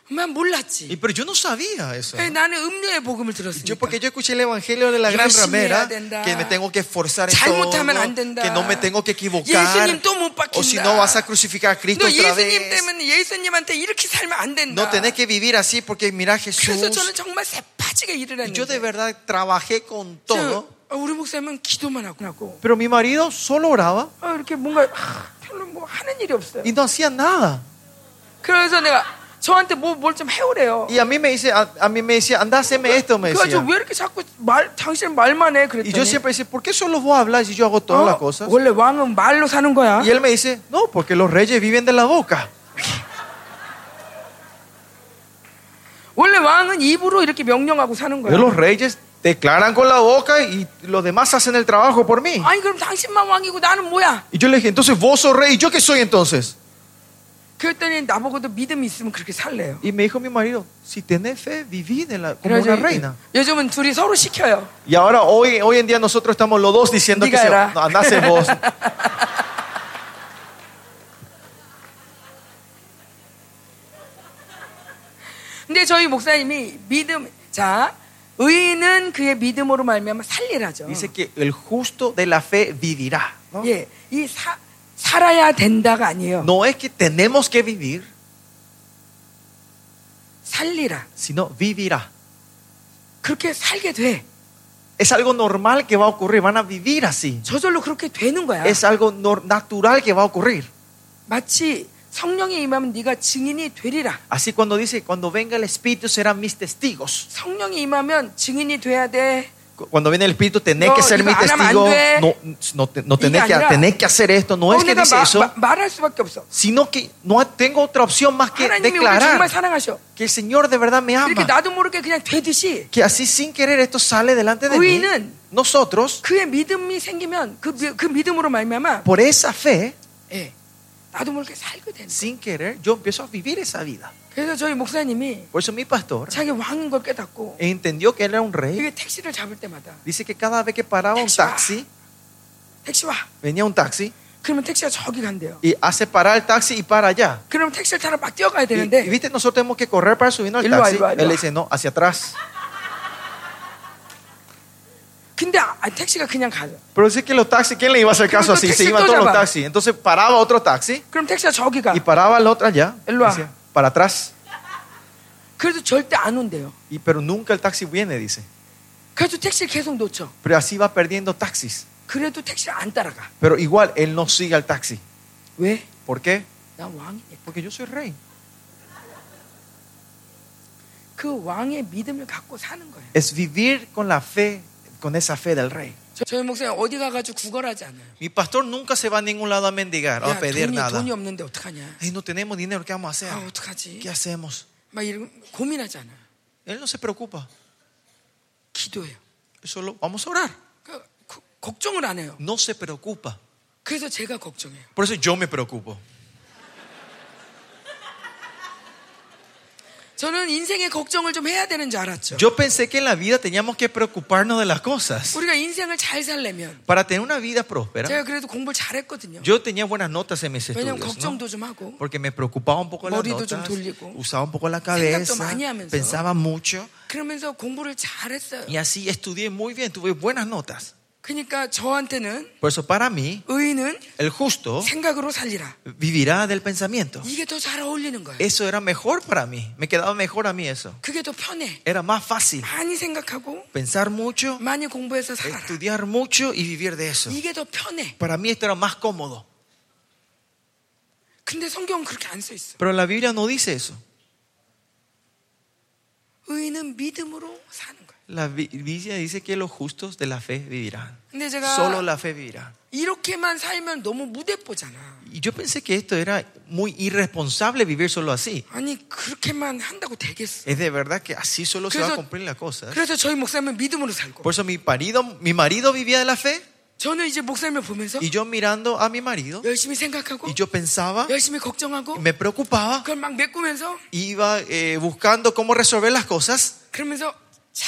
S1: 만 몰랐지.
S2: Y, pero yo no sabía eso.
S1: 예, 나는 음료의 복음을 들었으니까.
S2: Yo porque yo escuché el evangelio de la gran
S1: Yoshimi
S2: ramera
S1: 해야 된다.
S2: que me tengo que esforzar en todo,
S1: 잘못하면 안 된다.
S2: que no me tengo que equivocar
S1: 예수님 또 못 바뀐다.
S2: o si no vas a crucificar a
S1: 너
S2: Cristo otra
S1: 예수님
S2: vez.
S1: 때문에 예수님한테 이렇게 살면 안 된다.
S2: No tenés que vivir así porque mira Jesús.
S1: 그래서 저는 정말 새빠지게 일을
S2: Yo de
S1: 했는데
S2: verdad trabajé con todo,
S1: 저, 어, 우리 목사님은 기도만 하고 하고
S2: pero mi marido solo oraba
S1: 어, 이렇게 뭔가 아, 별로 뭐 하는 일이 없어요.
S2: y no hacía nada.
S1: 그래서 내가 저한테 뭐 뭘 좀 해오래요.
S2: Y a mí me dice, a, a mí me decía, anda, haceme esto, me
S1: 그래서
S2: decía.
S1: 왜 이렇게 자꾸 말 당신 말만 해
S2: Y
S1: 그랬더니
S2: yo siempre decía, ¿por qué solo vos hablas y yo hago todas
S1: 어, 예.
S2: las cosas?
S1: 원래 왕은 말로 사는 거야.
S2: Y él me dice, no, porque los reyes viven de la boca.
S1: 원래 왕은 입으로 이렇게 명령하고 사는 거야.
S2: Los reyes declaran con la boca y los demás hacen el trabajo por mí.
S1: 아니 그럼 당신만 왕이고 나는 뭐야?
S2: Y yo le dije, entonces vos sos rey, ¿y yo qué soy entonces?
S1: 그랬더니 나보고도 믿음이 있으면 그렇게 살래요.
S2: Y me dijo mi marido, si tenés fe, viví de la, como
S1: 그래서
S2: una reina.
S1: 요즘은 둘이 서로 시켜요.
S2: Y ahora, hoy, hoy en día, nosotros estamos los dos diciendo que
S1: Diga,
S2: se,
S1: era.
S2: no, andase vos.
S1: 근데 저희 목사님이 믿음 자 의인은 그의 믿음으로 말미암아 살리라죠.
S2: Dice que el justo de la fe vivirá. ¿no?
S1: 예, 이 사, 살아야 된다가 아니에요.
S2: No es que tenemos que vivir,
S1: 살리라.
S2: sino vivirá.
S1: 그렇게 살게 돼.
S2: Es algo normal que va a ocurrir, van a vivir así.
S1: 저절로 그렇게 되는 거야.
S2: Es algo nor- natural que va a ocurrir.
S1: 마치 성령이 임하면 네가 증인이 되리라.
S2: Así cuando dice, cuando venga el Espíritu serán mis testigos.
S1: 성령이 임하면 증인이 돼야 돼.
S2: Cu- Cuando viene el Espíritu, tenés
S1: No,
S2: que ser
S1: diga,
S2: mi
S1: "Ana,
S2: testigo.
S1: mande".
S2: No, no, te- no tenés,
S1: Diga,
S2: que,
S1: mira.
S2: tenés que hacer esto. No
S1: 어,
S2: es que
S1: 내가
S2: dice
S1: 마-
S2: eso,
S1: 마- 말할 수밖에 없어.
S2: sino que no tengo otra opción más que
S1: 하나님이 우리 정말
S2: declarar
S1: 사랑하셔.
S2: que el Señor de verdad me
S1: 이렇게
S2: ama.
S1: 나도 모르게 그냥 되듯이
S2: Que así sin querer esto sale delante de mí.
S1: Uy,는
S2: Nosotros,
S1: 그의 믿음이 생기면 그, 미- 그 믿음으로 말미암아
S2: por esa fe,
S1: 예, 나도 모르게 살게 되는 거야.
S2: sin querer, yo empiezo a vivir esa vida.
S1: 그래서 저희 목사님이
S2: Por eso mi pastor
S1: 자기 왕인 걸 깨닫고
S2: entendió que él era un rey.
S1: 이게 택시를 잡을 때마다
S2: Dice que cada vez que paraba un
S1: Taxi va.
S2: taxi,
S1: 택시 와
S2: venía un taxi
S1: 그러면 택시가 저기 간대요.
S2: y hace parar el taxi y para allá.
S1: 그럼 택시를 타러 막 뛰어가야
S2: Y,
S1: 되는데
S2: y viste, nosotros tenemos que correr para subirnos al
S1: Él va,
S2: taxi.
S1: él va, él
S2: Él
S1: va.
S2: le dice, no, hacia atrás.
S1: 근데 아, 아, 택시가 그냥 가요.
S2: Pero dice que los taxis, ¿quién le iba a hacer
S1: Pero
S2: caso así?
S1: taxi
S2: Se iban
S1: todo
S2: todos los
S1: ya va.
S2: taxis. Entonces paraba otro taxi
S1: 그럼 택시가 저기 가.
S2: y paraba el otro allá.
S1: Ah. Él va.
S2: Decía, para atrás.
S1: 그래도 절대 안 온대요.
S2: Y, pero nunca el taxi viene, dice.
S1: 그래도 택시를 계속 놓쳐.
S2: Pero así va perdiendo taxis.
S1: 그래도 택시를 안 따라가.
S2: Pero igual él no sigue al taxi.
S1: 왜?
S2: ¿Por qué?
S1: 난 왕이니까.
S2: Porque yo soy rey.
S1: 그 왕의 믿음을 갖고 사는 거예요.
S2: Es vivir con la fe, con esa fe del rey.
S1: 저- 저희 목사님 어디 가가지고 구걸하지 않아요.
S2: Mi pastor nunca se va a ningún lado a mendigar o
S1: 야, 어,
S2: a pedir
S1: 돈이,
S2: nada.
S1: 돈이 없는데 어떡하냐.
S2: Ay, no tenemos dinero, ¿qué vamos a
S1: 아,
S2: hacer?
S1: 어떡하지.
S2: ¿Qué hacemos?
S1: 막 이런 거 고민하지 않아요.
S2: Él no se preocupa.
S1: 기도해요.
S2: Solo vamos a orar.
S1: 그러니까 그- 걱정을 안 해요.
S2: No se preocupa.
S1: 그래서 제가 걱정해요.
S2: Por eso yo me preocupo.
S1: 저는 인생에 걱정을 좀 해야 되는 줄 알았죠.
S2: Yo pensé que en la vida teníamos que preocuparnos de las cosas.
S1: 우리가 인생을 잘 살려면
S2: Para tener una vida próspera,
S1: 제가 그래도 공부를 잘했거든요.
S2: yo tenía buenas notas en mis
S1: 왜냐면
S2: estudios. ¿no?
S1: 걱정도 좀 하고
S2: Porque me preocupaba un poco las
S1: 머리도 좀
S2: notas,
S1: 돌리고,
S2: usaba un poco la cabeza,
S1: 많이 하면서.
S2: pensaba mucho
S1: 그러면서 공부를 잘했어요.
S2: y así estudié muy bien, tuve buenas notas.
S1: 그러니까 저한테는
S2: Por eso para mí,
S1: 의인은
S2: el justo
S1: 생각으로 살리라.
S2: vivirá del pensamiento.
S1: 이게 더 잘 어울리는 거예요.
S2: Eso era mejor para mí, me quedaba mejor a mí eso.
S1: 그게 더 편해.
S2: Era más fácil
S1: 많이 생각하고
S2: pensar mucho,
S1: 많이 공부해서 살아라.
S2: estudiar mucho y vivir de eso.
S1: 이게 더 편해.
S2: Para mí esto era más cómodo.
S1: 근데 성경은 그렇게 안 써 있어.
S2: Pero la Biblia no dice eso.
S1: 의인은 믿음으로 사는 거예요.
S2: La Bi- Biblia dice que los justos de la fe vivirán.
S1: 근데 제가
S2: Solo la fe vivirá.
S1: 이렇게만 살면 너무 무대뽀잖아.
S2: Y yo pensé que esto era muy irresponsable vivir solo así.
S1: 아니 그렇게만 한다고 되겠어.
S2: Es de verdad que así solo se va a cumplir la cosa.
S1: 그래서 저희 목사님은 믿음으로 살고
S2: Por eso mi marido, mi marido vivía de la fe
S1: 저는 이제 목사님을 보면서
S2: y yo mirando a mi marido
S1: 열심히 생각하고
S2: y yo pensaba,
S1: 열심히 걱정하고
S2: me preocupaba,
S1: 그걸 막 메꾸면서
S2: iba eh, buscando cómo resolver las cosas
S1: 그러면서 자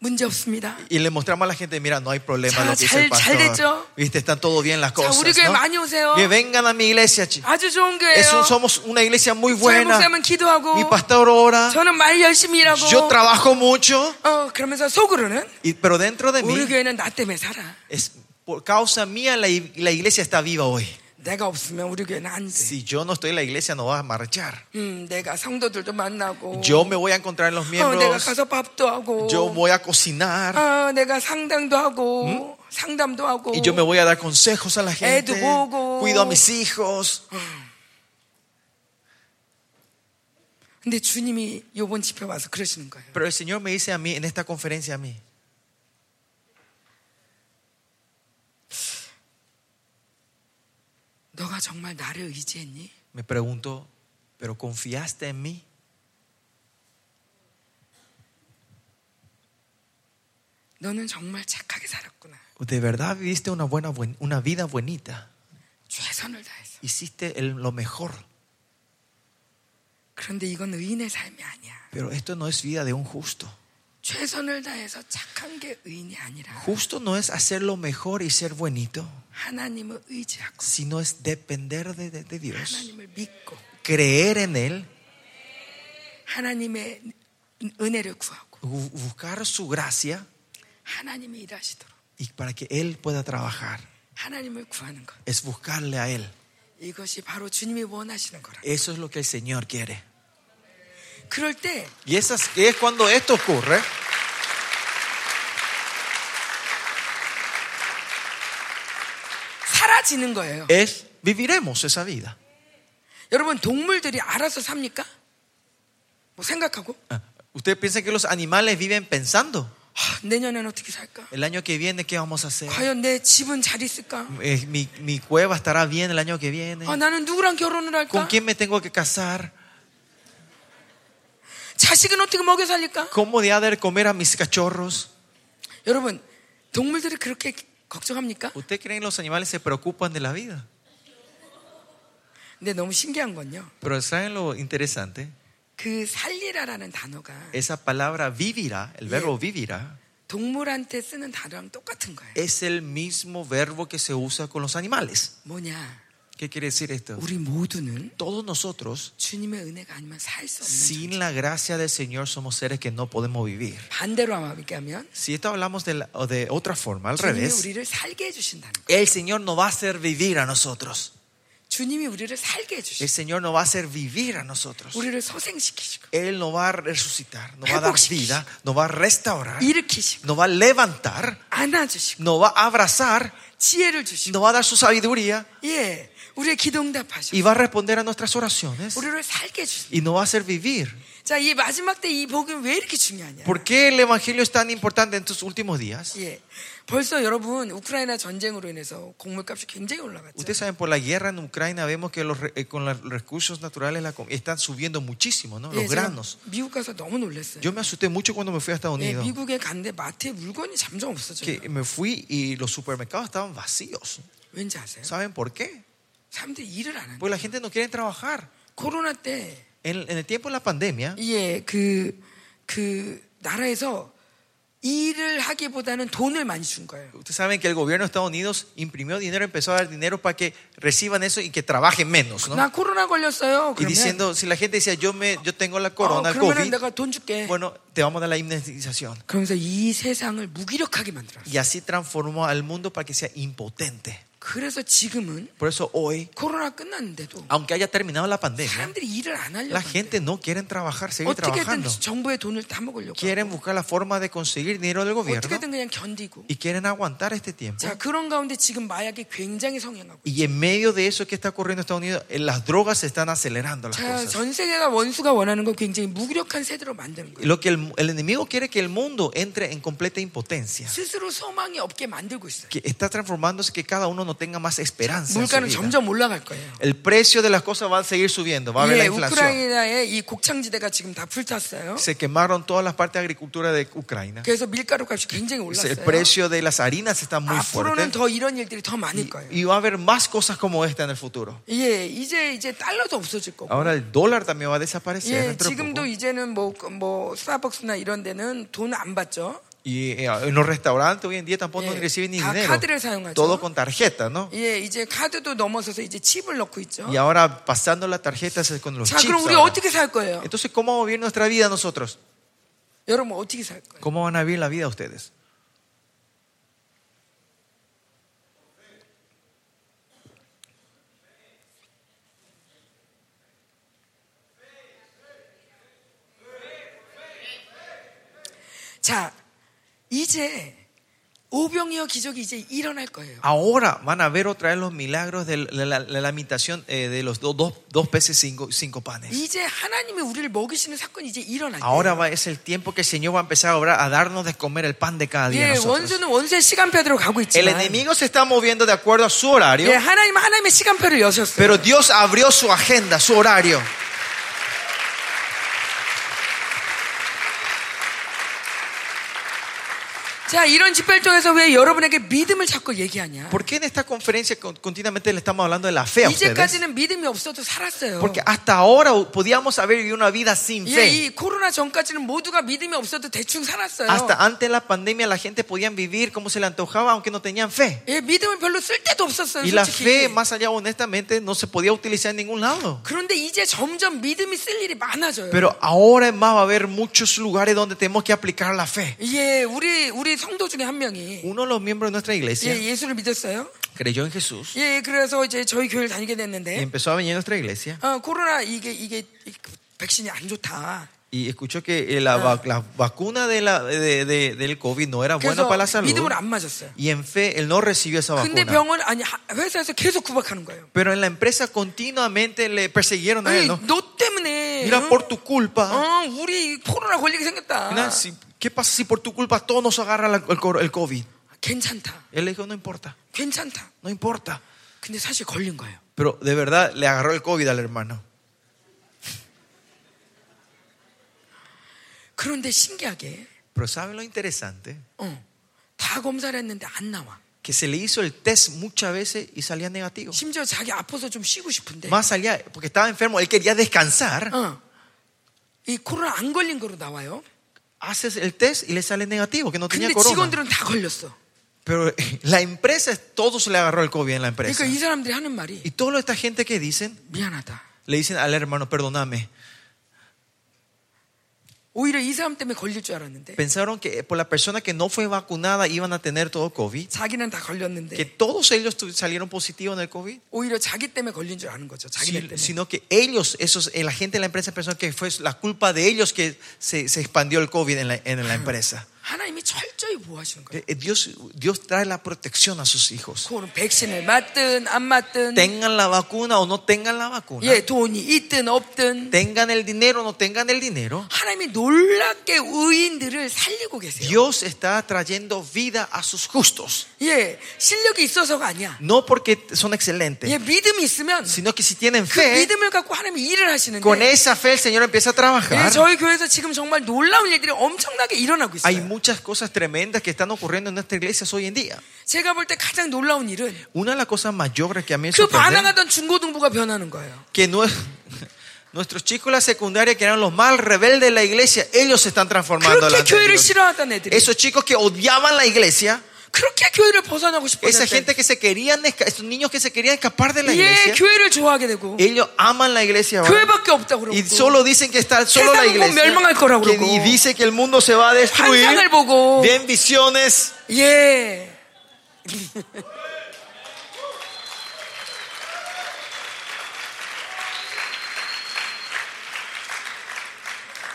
S1: 문제 없습니다.
S2: Y le mostramos a la gente, mira, no hay problema
S1: 자,
S2: lo que dice el
S1: 잘- 잘
S2: pastor.
S1: 됐죠?
S2: Viste, están todo bien las
S1: 자,
S2: cosas.
S1: 우리 교회
S2: ¿no?
S1: 많이 오세요.
S2: Que vengan a mi iglesia, chicos.
S1: 아주 좋은 교회예요.
S2: somos una iglesia muy
S1: 저희
S2: buena.
S1: 목사님은 기도하고
S2: Mi pastor ora.
S1: 저는 말 열심히 일하고
S2: Yo trabajo mucho.
S1: 어, 그러면서 속으로는
S2: y- pero dentro de
S1: 우리
S2: mí,
S1: 교회는 나 때문에 살아.
S2: es por causa mía la, i- la iglesia está viva hoy.
S1: 내가 없으면 우리 교회는 안 돼.
S2: Si yo no estoy en la iglesia, no va a marchar.
S1: 음, 내가 성도들도 만나고
S2: Yo me voy a encontrar en los
S1: 어, 내가
S2: miembros.
S1: 가서 밥도 하고
S2: Yo voy a cocinar.
S1: 아, 내가 상담도 하고 상담도 하고
S2: Y yo me voy a dar consejos a la gente.
S1: Edubogo.
S2: Cuido a mis hijos.
S1: 근데 주님이 요번 집회 와서 그러시는 거예요.
S2: Pero el Señor me dice a mí, en esta conferencia a mí,
S1: 너가 정말 나를 의지했니?
S2: me preguntó, ¿pero confiaste en mí?
S1: 너는 정말 착하게 살았구나.
S2: ¿De verdad viviste una, buena, buen- una vida bonita?
S1: 최선을 다했어.
S2: Hiciste el- lo mejor.
S1: 그런데 이건 의인의 삶이 아니야.
S2: Pero esto no es vida de un justo.
S1: 최선을 다해서 착한 게 의인이 아니라
S2: Justo no es hacer lo mejor y ser buenito,
S1: 하나님을 의지하고
S2: sino es depender de, de- de Dios,
S1: 하나님을 믿고
S2: creer en Él,
S1: 하나님의 은혜를 구하고
S2: bu- buscar su gracia
S1: 하나님이 일하시도록
S2: y para que Él pueda trabajar.
S1: 하나님을 구하는 것.
S2: Es buscarle a Él.
S1: 이것이 바로 주님이 원하시는 거라.
S2: Eso es lo que el Señor quiere.
S1: 그럴 때
S2: Y esas, es cuando esto ocurre.
S1: 사라지는 거예요.
S2: es viviremos esa vida.
S1: 여러분 동물들이 알아서 삽니까? 뭐 생각하고
S2: Ah, Ustedes piensan que los animales viven pensando.
S1: 아, 내년엔 어떻게 살까?
S2: El año que viene, ¿qué vamos a hacer?
S1: 과연 내 집은 잘 있을까?
S2: Eh, Mi, mi cueva estará bien el año que viene.
S1: 아, 나는 누구랑 결혼을
S2: ¿Con
S1: 할까?
S2: quién me tengo que casar?
S1: 자식은 어떻게 먹여 살릴까?
S2: ¿Cómo de haber comer a mis cachorros?
S1: 여러분 동물들이 그렇게 걱정합니까?
S2: ¿Ustedes creen que los animales se preocupan de la vida?
S1: 근데 너무 신기한 건요.
S2: Pero ¿saben lo interesante?
S1: 그 살리라라는 단어가
S2: Esa palabra vivirá, el verbo vivirá,
S1: 동물한테 쓰는 단어랑 똑같은 거예요.
S2: es el mismo verbo que se usa con los animales.
S1: 뭐냐?
S2: ¿Qué quiere decir esto?
S1: 우리 모두는
S2: Todos nosotros,
S1: 주님의 은혜가 아니면 살 수 없는 존재.
S2: sin la gracia del Señor, somos seres que no podemos vivir.
S1: 반대로 얘기하면
S2: Si esto hablamos de, la- o de otra forma, al
S1: 주님이
S2: revés,
S1: 우리를 살게 해주신다는 거예요.
S2: el Señor no va a hacer vivir a nosotros.
S1: 주님이 우리를 살게 해주시고
S2: El Señor no va a hacer vivir a nosotros.
S1: 우리를 소생시키시고
S2: Él no va a resucitar, no va a dar vida, no va a restaurar,
S1: 일으키시고
S2: no va a levantar,
S1: 안아주시고
S2: no va a abrazar,
S1: 지혜를 주시고
S2: no va a dar su sabiduría
S1: 예 우리의 기도 응답하시고
S2: y va a responder a nuestras oraciones
S1: 우리를 살게 해주시고
S2: y no va a hacer vivir.
S1: 자이 마지막 때 이 복음이 왜 이렇게 중요하냐
S2: ¿Por qué el Evangelio es tan importante en estos últimos días?
S1: 예 벌써 여러분 우크라이나 전쟁으로 인해서 곡물값이 굉장히 올라갔죠
S2: Ustedes saben, por la guerra en Ucrania vemos que los, re- eh, con los recursos naturales la com- están subiendo muchísimo, ¿no?
S1: 예,
S2: Los
S1: 제가
S2: granos.
S1: 미국 가서 너무 놀랐어요
S2: Yo me asusté mucho cuando me fui a Estados
S1: 예,
S2: Unidos.
S1: 미국에 갔는데 마트에 물건이 점점 없어져요
S2: Que me fui y los supermercados estaban vacíos.
S1: 왠지 아세요?
S2: ¿Saben por qué?
S1: 사람들이 일을 안 하는 거예요
S2: Pues la gente no quiere trabajar.
S1: 코로나 때
S2: En, en el tiempo de la pandemia,
S1: 예, 그, 그 나라에서 일을 하기보다는 돈을 많이 준 거예요.
S2: ustedes saben que el gobierno de Estados Unidos imprimió dinero, empezó a dar dinero para que reciban eso y que trabajen menos, ¿no?
S1: 나 코로나 걸렸어요.
S2: Y
S1: 그러면
S2: diciendo, si la gente decía, yo, me, yo tengo la
S1: 어,
S2: corona, el
S1: 그러면
S2: COVID,
S1: 내가 돈 줄게.
S2: bueno, te vamos a dar la indemnización.
S1: 그러면서 이 세상을 무기력하게 만들었어요.
S2: Y así transformó al mundo para que sea impotente.
S1: 그래서 지금은
S2: Por eso hoy,
S1: 코로나 끝났는데도
S2: aunque haya terminado la pandemia,
S1: 사람들이 일을 안 하려고
S2: la
S1: 하는데
S2: gente no quiere trabajar,
S1: Oh,
S2: seguir
S1: 어떻게든
S2: trabajando.
S1: 정부의 돈을 따먹으려고
S2: quieren buscar la forma de conseguir dinero del
S1: 하고
S2: gobierno
S1: 어떻게든 뭐? 그냥 견디고
S2: y quieren aguantar este tiempo.
S1: 자 그런 가운데 지금 마약이 굉장히 성행하고
S2: Y en medio de eso que está ocurriendo en Estados Unidos, eh, las drogas se están acelerando las
S1: 자,
S2: cosas.
S1: 전 세계가 원수가 원하는 건 굉장히 무기력한 세대로 만드는 거예요
S2: Lo que el, el enemigo quiere que el mundo entre en completa impotencia,
S1: 스스로 소망이 없게 만들고 있어요
S2: que está transformándose que cada uno no tenga más esperanza. en su
S1: 물가는
S2: vida.
S1: 점점 올라갈 거예요
S2: El precio de las cosas va a seguir subiendo, va a haber la
S1: 예,
S2: inflación.
S1: 우크라이나의 이 곡창지대가 지금 다 불탔어요.
S2: Se quemaron todas las partes de agricultura de Ucrania.
S1: 그래서 밀가루 값이 굉장히
S2: El
S1: 올랐어요.
S2: precio de las harinas está
S1: Ah,
S2: muy
S1: 앞으로는
S2: fuerte
S1: 더 이런 일들이 더 많을 거예요.
S2: y va a haber más cosas como esta en el futuro.
S1: 예, 이제 이제 달러도 없어질 거고.
S2: Ahora el dólar también va a desaparecer.
S1: 예,
S2: dentro de poco.
S1: 지금도 이제는 뭐 뭐 스타벅스나 이런 데는 돈 안 받죠.
S2: Y eh, en los restaurantes hoy en día tampoco
S1: 예,
S2: no reciben ni
S1: 다
S2: dinero.
S1: 카드를 사용하죠.
S2: Todo con tarjeta, ¿no?
S1: 예, 이제 카드도 넘어서서 이제 칩을 넣고 있죠.
S2: Y ahora pasando la tarjeta es con los
S1: 자,
S2: chips.
S1: 그럼 우리
S2: ahora.
S1: 어떻게 살 거예요?
S2: Entonces, ¿cómo vamos a vivir nuestra vida nosotros?
S1: 여러분 어떻게 살 거예요?
S2: ¿Cómo van a vivir la vida ustedes?
S1: 자, 이제 오병이어 기적이 이제 일어날 거예요.
S2: Ahora van a ver otra vez los milagros del- de la, de la imitación eh, de los do- dos, dos peces cinco, cinco panes.
S1: 이제 하나님이 우리를 먹이시는 사건이 이제 아, 일어날
S2: Ahora
S1: 거예요.
S2: va, es el tiempo que el Señor va a empezar a obrar, a darnos de comer el pan de cada día. a
S1: 예,
S2: nosotros.
S1: 원수는 원수의 시간표대로 가고
S2: El
S1: 있지만
S2: enemigo se está moviendo de acuerdo a su horario,
S1: 예, 하나님 은 하나님의 시간표를 여셨어요.
S2: pero Dios abrió su agenda, su horario.
S1: 자, 이런 집회를 통해서 왜 여러분에게 믿음을 자꾸 얘기하냐?
S2: ¿Por qué en esta conferencia con- continuamente le estamos hablando de la fe a ustedes?
S1: 이제까지는 믿음이 없어도 살았어요.
S2: Porque hasta ahora podíamos haber vivido una vida sin
S1: 예,
S2: fe.
S1: 이 코로나 전까지는 모두가 믿음이 없어도 대충 살았어요.
S2: Hasta antes de la pandemia la gente podía vivir como se le antojaba aunque no tenían fe.
S1: 예, 믿음은 별로 쓸데도 없었어요.
S2: Y la
S1: 솔직히.
S2: fe, más allá honestamente, no se podía utilizar en ningún lado.
S1: 그런데 이제 점점 믿음이 쓸 일이 많아져요.
S2: Pero ahora es más va a haber muchos lugares donde tenemos que aplicar la fe.
S1: 예, 우리 우리 성도 중에 한 명이
S2: Uno de los miembros de nuestra
S1: 예,
S2: iglesia
S1: 예수를 믿었어요.
S2: creyó en Jesús
S1: 예, 그래서 이제 저희 교회를 다니게
S2: y
S1: 됐는데
S2: empezó a venir a nuestra iglesia
S1: 어, 코로나 이게 이게 이- 백신이 안 좋다.
S2: y escuchó que eh, la, va- la vacuna de la- de- de- del COVID no era buena
S1: 그래서
S2: para la salud
S1: 믿음을 안 맞았어요.
S2: y en fe él no recibió esa
S1: 근데
S2: vacuna.
S1: 병원 아니 하- 회사에서 계속 구박하는 거예요.
S2: Pero en la empresa continuamente le persiguieron a
S1: 에이,
S2: él, ¿no?
S1: 너 때문에
S2: Mira,
S1: 응?
S2: por tu culpa.
S1: 어, 우리 코로나 걸리게 생겼다.
S2: Mira, si- ¿Qué pasa si por tu culpa todos nos agarra la- el, cor- el COVID?
S1: 괜찮다.
S2: Él le dijo, no importa,
S1: 괜찮다.
S2: no importa.
S1: 근데 사실 걸린 거예요.
S2: Pero de verdad le agarró el COVID al hermano.
S1: 그런데 신기하게
S2: Pero ¿saben lo interesante?
S1: 어, 다 검사를 했는데 안 나와.
S2: Que se le hizo el test muchas veces y salía negativo.
S1: 심지어 자기 아파서 좀 쉬고 싶은데
S2: Más allá, porque estaba enfermo, él quería descansar,
S1: 어, 이 코로나 안 걸린 거로 나와요.
S2: haces el test y le sale negativo, que no tenía
S1: 근데
S2: corona.
S1: 직원들은 다 걸렸어.
S2: Pero eh, la empresa, todos le agarró el COVID en la empresa.
S1: 그러니까 이 사람들이 하는 말이
S2: Y toda esta gente que dicen,
S1: 미안하다.
S2: le dicen al hermano, perdóname.
S1: 오히려 이 사람 때문에 걸릴 줄 알았는데
S2: Pensaron que por la persona que no fue vacunada iban a tener todo COVID.
S1: 자기는 다
S2: que
S1: 걸렸는데
S2: todos ellos tu- salieron positivos en el COVID,
S1: 오히려 자기 때문에 걸린 줄 아는 거죠. 자기
S2: si-
S1: 때문에.
S2: sino que ellos, esos, eh, la gente de la empresa pensó que fue la culpa de ellos que se, se expandió el COVID en la, en la empresa.
S1: 하나님이 철저히 보호하시는 거예요.
S2: Eh, eh, Dios, Dios trae la protección a sus hijos.
S1: 그거는 백신을 맞든 안 맞든
S2: Tengan la vacuna o no tengan la vacuna.
S1: 예 돈이 있든 없든
S2: Tengan el dinero o no tengan el dinero.
S1: 하나님이 놀랍게 의인들을 살리고 계세요.
S2: Dios está trayendo vida a sus justos.
S1: 예 실력이 있어서가 아니야.
S2: No porque son
S1: 예
S2: excelentes,
S1: 믿음이 있으면
S2: sino que si tienen
S1: 그
S2: fe,
S1: 믿음을 갖고 하나님이 일을
S2: con
S1: 하시는데
S2: esa fe el Señor empieza
S1: 예,
S2: a trabajar.
S1: 저희 교회에서 지금 정말 놀라운 일들이 엄청나게 일어나고
S2: Hay
S1: 있어요.
S2: muchas cosas tremendas que están ocurriendo en nuestras iglesias hoy en día.
S1: 제가 볼 때 가장 놀라운 일은
S2: Una de las cosas mayores que a mí me
S1: 그
S2: sorprende
S1: 반항하던 중고등부가 변하는 거예요.
S2: que nue- [laughs] nuestros chicos de la secundaria que eran los más rebeldes de la iglesia, ellos se están transformando.
S1: 그렇게
S2: delante de
S1: 교회를
S2: Dios.
S1: 싫어하던 애들이
S2: Esos chicos que odiaban la iglesia,
S1: 그렇게 교회를 벗어나고
S2: esa
S1: 싶었던
S2: gente que se querían, esca- esos niños que se querían escapar de la
S1: 예,
S2: iglesia,
S1: 교회를 좋아하게 되고
S2: ellos aman la iglesia ahora.
S1: 교회밖에 없다고
S2: Y
S1: 그러고
S2: solo dicen que está solo la
S1: 세상은 멸망할
S2: iglesia.
S1: 거라고
S2: Que-
S1: 그러고.
S2: y dice que el mundo se va a destruir.
S1: 환상을 보고
S2: Ven visiones.
S1: 예. [laughs]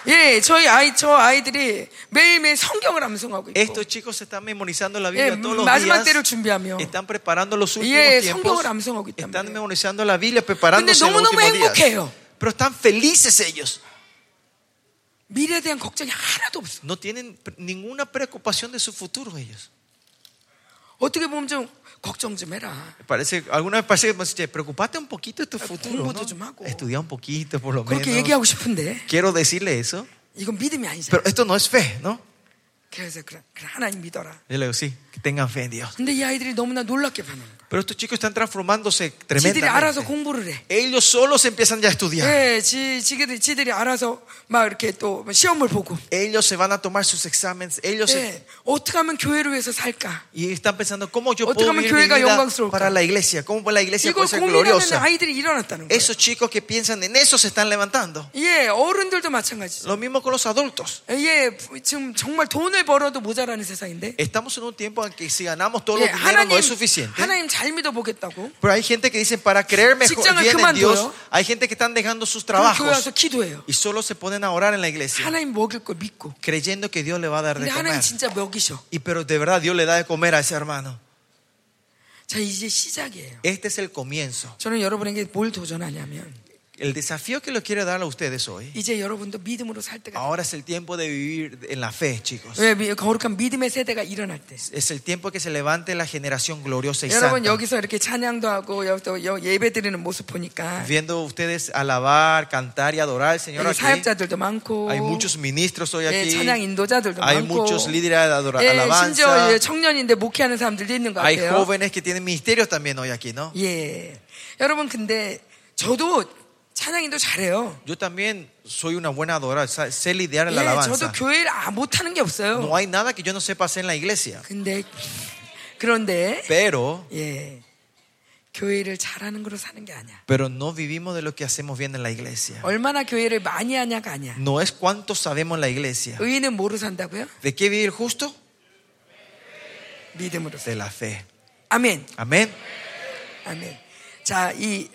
S1: 예, 저희 아이 저 아이들이 매일매일 성경을 암송하고 있고
S2: Estos chicos se están memorizando la
S1: 예,
S2: Biblia todos los
S1: 마지막 때를
S2: días.
S1: 준비하며
S2: Están preparando los
S1: 예,
S2: últimos
S1: 성경을
S2: tiempos.
S1: 암송하고 있단
S2: Están
S1: 말이에요.
S2: memorizando la Biblia, preparándose
S1: Pero
S2: los
S1: 너무너무
S2: últimos días.
S1: 행복해요.
S2: Pero están felices ellos.
S1: 미래에 대한 걱정이 하나도 없어.
S2: No tienen pre- ninguna preocupación de su futuro ellos.
S1: 어떻게 보면 좀 걱정 좀 해라.
S2: Parece, alguna vez parece que me dice, preocupate un poquito de tu futuro.
S1: 공부도 좀 하고.
S2: ¿no? Estudia un poquito por lo
S1: 어, 그렇게
S2: menos.
S1: 얘기하고 싶은데
S2: Quiero decirle eso.
S1: 이건 믿음이 아니잖아.
S2: Pero esto no es fe, ¿no?
S1: 그래서 그래, 그래, 하나님 믿어라.
S2: Yo le digo, sí, que tengan fe en Dios.
S1: 근데 이 아이들이 너무나 놀랍게 반응을.
S2: Pero estos chicos están transformándose
S1: 지들이 알아서
S2: tremendamente.
S1: 공부를 해.
S2: Ellos solos empiezan ya a estudiar.
S1: 예, 지, 지들이, 지들이 알아서 막 이렇게 또 시험을 보고.
S2: Ellos se van a tomar sus exámenes. Ellos se-
S1: 예, 어떻게 하면 교회를 위해서 살까?
S2: y están pensando cómo yo
S1: 어떻게
S2: puedo
S1: 하면
S2: vivir mi
S1: 교회가
S2: vida
S1: 영광스러울까?
S2: para la iglesia, cómo la iglesia
S1: 이걸
S2: puede ser
S1: 고민하는
S2: gloriosa.
S1: 아이들이 일어났다는 거예요.
S2: Esos chicos que piensan en eso se están levantando.
S1: 예, 어른들도 마찬가지죠.
S2: Lo mismo con los adultos.
S1: 예, 지금 정말 돈을 벌어도 모자라는 세상인데.
S2: Estamos en un tiempo en que si ganamos todo
S1: 예,
S2: lo que dinero no
S1: 하나님,
S2: es suficiente.
S1: 하나님 잘 믿어보겠다고.
S2: Pero hay gente que dicen para creer mejor
S1: 직장을
S2: bien en Dios,
S1: 그만둬요.
S2: hay gente que están dejando sus
S1: 그럼 교회
S2: trabajos
S1: 와서 기도해요.
S2: y solo se ponen a orar en la iglesia,
S1: 하나님 먹일 걸 믿고.
S2: creyendo que Dios le va a dar
S1: 근데
S2: de
S1: 하나님
S2: comer.
S1: 진짜 먹이셔.
S2: Y pero de verdad Dios le da de comer a ese hermano.
S1: 자, 이제 시작이에요.
S2: Este es el comienzo.
S1: 저는 여러분에게 뭘 도전하냐면,
S2: El desafío que le quiero dar a ustedes hoy.
S1: 이제 여러분도 믿음으로 살 때가.
S2: Ahora es el tiempo de vivir en la fe, chicos.
S1: 왜 미- 거룩한 믿음의 세대가 일어날 때.
S2: Es el tiempo que se levante la generación gloriosa y
S1: 여러분
S2: santa.
S1: 여기서 이렇게 찬양도 하고 여기 또 여- 예배 드리는 모습 보니까
S2: Viendo ustedes alabar, cantar y adorar al Señor
S1: 여기
S2: aquí.
S1: 사역자들도 많고
S2: Hay muchos ministros hoy
S1: 예,
S2: aquí.
S1: 찬양 인도자들도
S2: Hay
S1: 많고
S2: muchos líderes de adora-
S1: 예, 심지어
S2: alabanza.
S1: 예, 청년인데 목회하는 사람들도 있는 것
S2: Hay
S1: 같아요.
S2: jóvenes que tienen ministerios también hoy aquí, ¿no?
S1: 예, 여러분 근데 저도 찬양인도 잘해요.
S2: Yo también soy una buena adoradora, sa- sé lidiar en
S1: 예,
S2: la
S1: 저도
S2: alabanza.
S1: 교회를 아, 못하는 게 없어요.
S2: No hay nada que yo no sepa hacer en la iglesia.
S1: 근데 그런데
S2: 네. Pero,
S1: 예, 교회를 잘하는 거로 사는 게 아니야.
S2: pero no vivimos de lo que hacemos bien en la iglesia.
S1: 얼마나 교회를 많이 하냐가 아니야.
S2: No es cuánto sabemos en la iglesia.
S1: 의인은 뭐로 산다고요?
S2: ¿De qué vivir justo?
S1: 믿음으로. 살.
S2: De la fe.
S1: 아멘.
S2: Amén.
S1: 아멘. 자, 이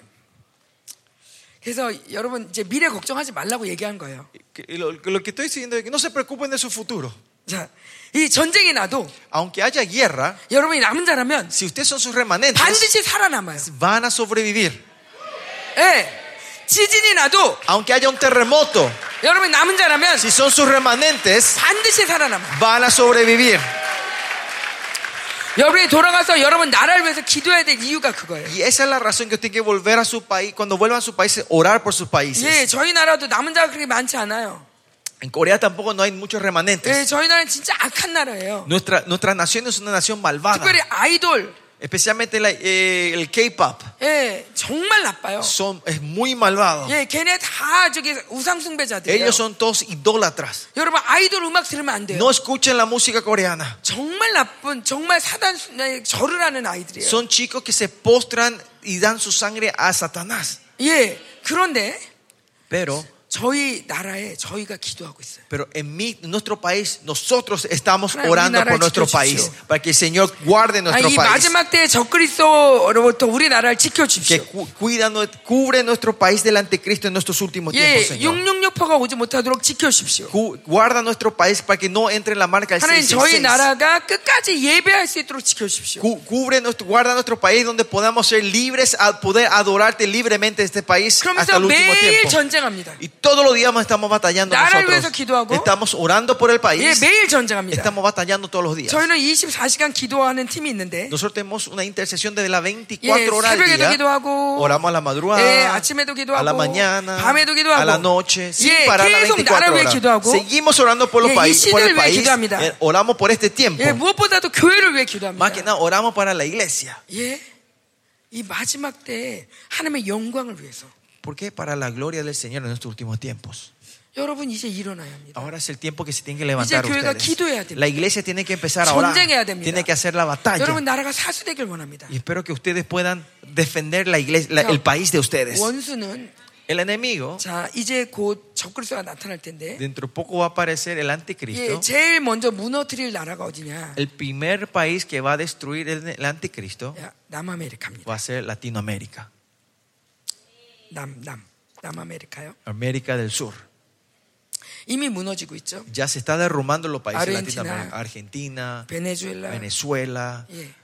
S1: 그래서 여러분 이제 미래 걱정하지 말라고 얘기한 거예요.
S2: Que- Lo, lo que estoy diciendo es que no se preocupen de su futuro.
S1: 자, 이 전쟁이 나도
S2: Aunque haya guerra,
S1: 여러분이 남은 자라면
S2: si ustedes son sus remanentes,
S1: 반드시 살아남아요.
S2: van a sobrevivir.
S1: 예. 지진이 나도
S2: Aunque haya un terremoto,
S1: 여러분이 남은 자라면
S2: si son sus remanentes,
S1: 반드시 살아남아요.
S2: van a sobrevivir.
S1: 여러분이 돌아가서 여러분 나라를 위해서 기도해야 될 이유가 그거예요.
S2: Y esa es la razón que usted tiene que volver a su país, cuando vuelvan a su país, orar por sus
S1: 예,
S2: países.
S1: 저희 나라도 남은 자가 그렇게 많지 않아요.
S2: En Corea tampoco no hay muchos
S1: 예,
S2: remanentes.
S1: 저희 나라는 진짜 악한 나라예요.
S2: Nuestra, nuestra nación es una nación malvada,
S1: 특별히 아이돌,
S2: especialmente la- eh, el K-pop.
S1: 예, 정말 나빠요.
S2: Son, es muy malvado.
S1: 예, 걔네 다 저기 우상숭배자들이에요.
S2: Ellos son todos idólatras.
S1: 여러분 아이돌 음악 들으면 안 돼요.
S2: No escuchen la música coreana.
S1: 정말 나쁜 정말 사단 수- 네, 절을 하는 아이들이에요.
S2: Son chicos que se postran y dan su sangre a Satanás.
S1: 예. 그런데
S2: Pero,
S1: 저희 나라에 저희가 기도하고 있어요.
S2: pero en, mi, en nuestro país, nosotros estamos
S1: Ha나님,
S2: orando por
S1: 우리나라를
S2: nuestro país,
S1: 지켜주십시오.
S2: para que el Señor guarde
S1: 아,
S2: nuestro
S1: 이
S2: país.
S1: 마지막 때에 적그리스도로부터 우리 나라를 지켜
S2: que
S1: 주십시오.
S2: cu- cuida, nue- cubre nuestro país del anticristo en nuestros últimos
S1: 예,
S2: tiempos, Señor.
S1: 666파가 오지 못하도록 지켜 주십시오.
S2: Cu- Guarda nuestro país para que no entre en la marca del
S1: 하나님 저희
S2: 666.
S1: 나라가 끝까지 예배할 수 있도록 지켜 주십시오.
S2: Cu- Cubre nuestro, guarda nuestro país donde podamos ser libres a poder adorarte libremente en este país hasta
S1: 그러면서
S2: el último
S1: 매일
S2: tiempo.
S1: 전쟁합니다.
S2: Y todos los días más estamos batallando
S1: 나라를 위해서
S2: nosotros.
S1: 기도하고,
S2: Estamos orando por el
S1: 예,
S2: país.
S1: 매일 전쟁합니다.
S2: Estamos batallando todos los días.
S1: 저희는 24시간 기도하는 팀이 있는데
S2: Nosotros tenemos una intercesión desde las 24
S1: 예,
S2: horas al
S1: 새벽에도
S2: día.
S1: 기도하고
S2: Oramos a la madrugada,
S1: 예, 아침에도 기도하고
S2: a la mañana,
S1: 밤에도 기도하고
S2: a la noche, sin
S1: 예,
S2: parar las
S1: 계속
S2: 24
S1: 나를 위해
S2: horas.
S1: 기도하고
S2: Seguimos orando por, los
S1: 예, 이
S2: país, por
S1: 시대를
S2: el
S1: 위해
S2: país.
S1: 기도합니다.
S2: Eh, Oramos por este tiempo.
S1: 예, 무엇보다도 교회를 위해 기도합니다.
S2: Más que nada, oramos para la iglesia.
S1: 예. 이 마지막 때에 하나님의 영광을 위해서
S2: ¿Por qué? Para la gloria del Señor en estos últimos tiempos.
S1: 여러분 이제 일어나야 합니다.
S2: Ahora es el tiempo que se tiene que levantar
S1: 이제 교회가 기도해야
S2: ustedes.
S1: 됩니다.
S2: La iglesia tiene que empezar a orar.
S1: 전쟁해야 됩니다.
S2: Tiene que hacer la batalla.
S1: 여러분 나라가 사수되길 원합니다.
S2: Y espero que ustedes puedan defender la iglesia, la- el país de ustedes.
S1: 원수는
S2: El enemigo,
S1: 자 이제 곧 적그리스도가 나타날 텐데
S2: dentro de poco va a aparecer el
S1: 예,
S2: anticristo.
S1: 제일 먼저 무너뜨릴 나라가 어디냐?
S2: El primer país que va a destruir el, el anticristo
S1: 야, 남아메리카입니다.
S2: va a ser Latinoamérica,
S1: 남 남 남아메리카요.
S2: América del Sur.
S1: 이미 mu너지고 있죠.
S2: Ya se está derrumbando los países de
S1: Argentina.
S2: Latinoamérica, Argentina,
S1: 베네수엘라.
S2: Venezuela.
S1: 예.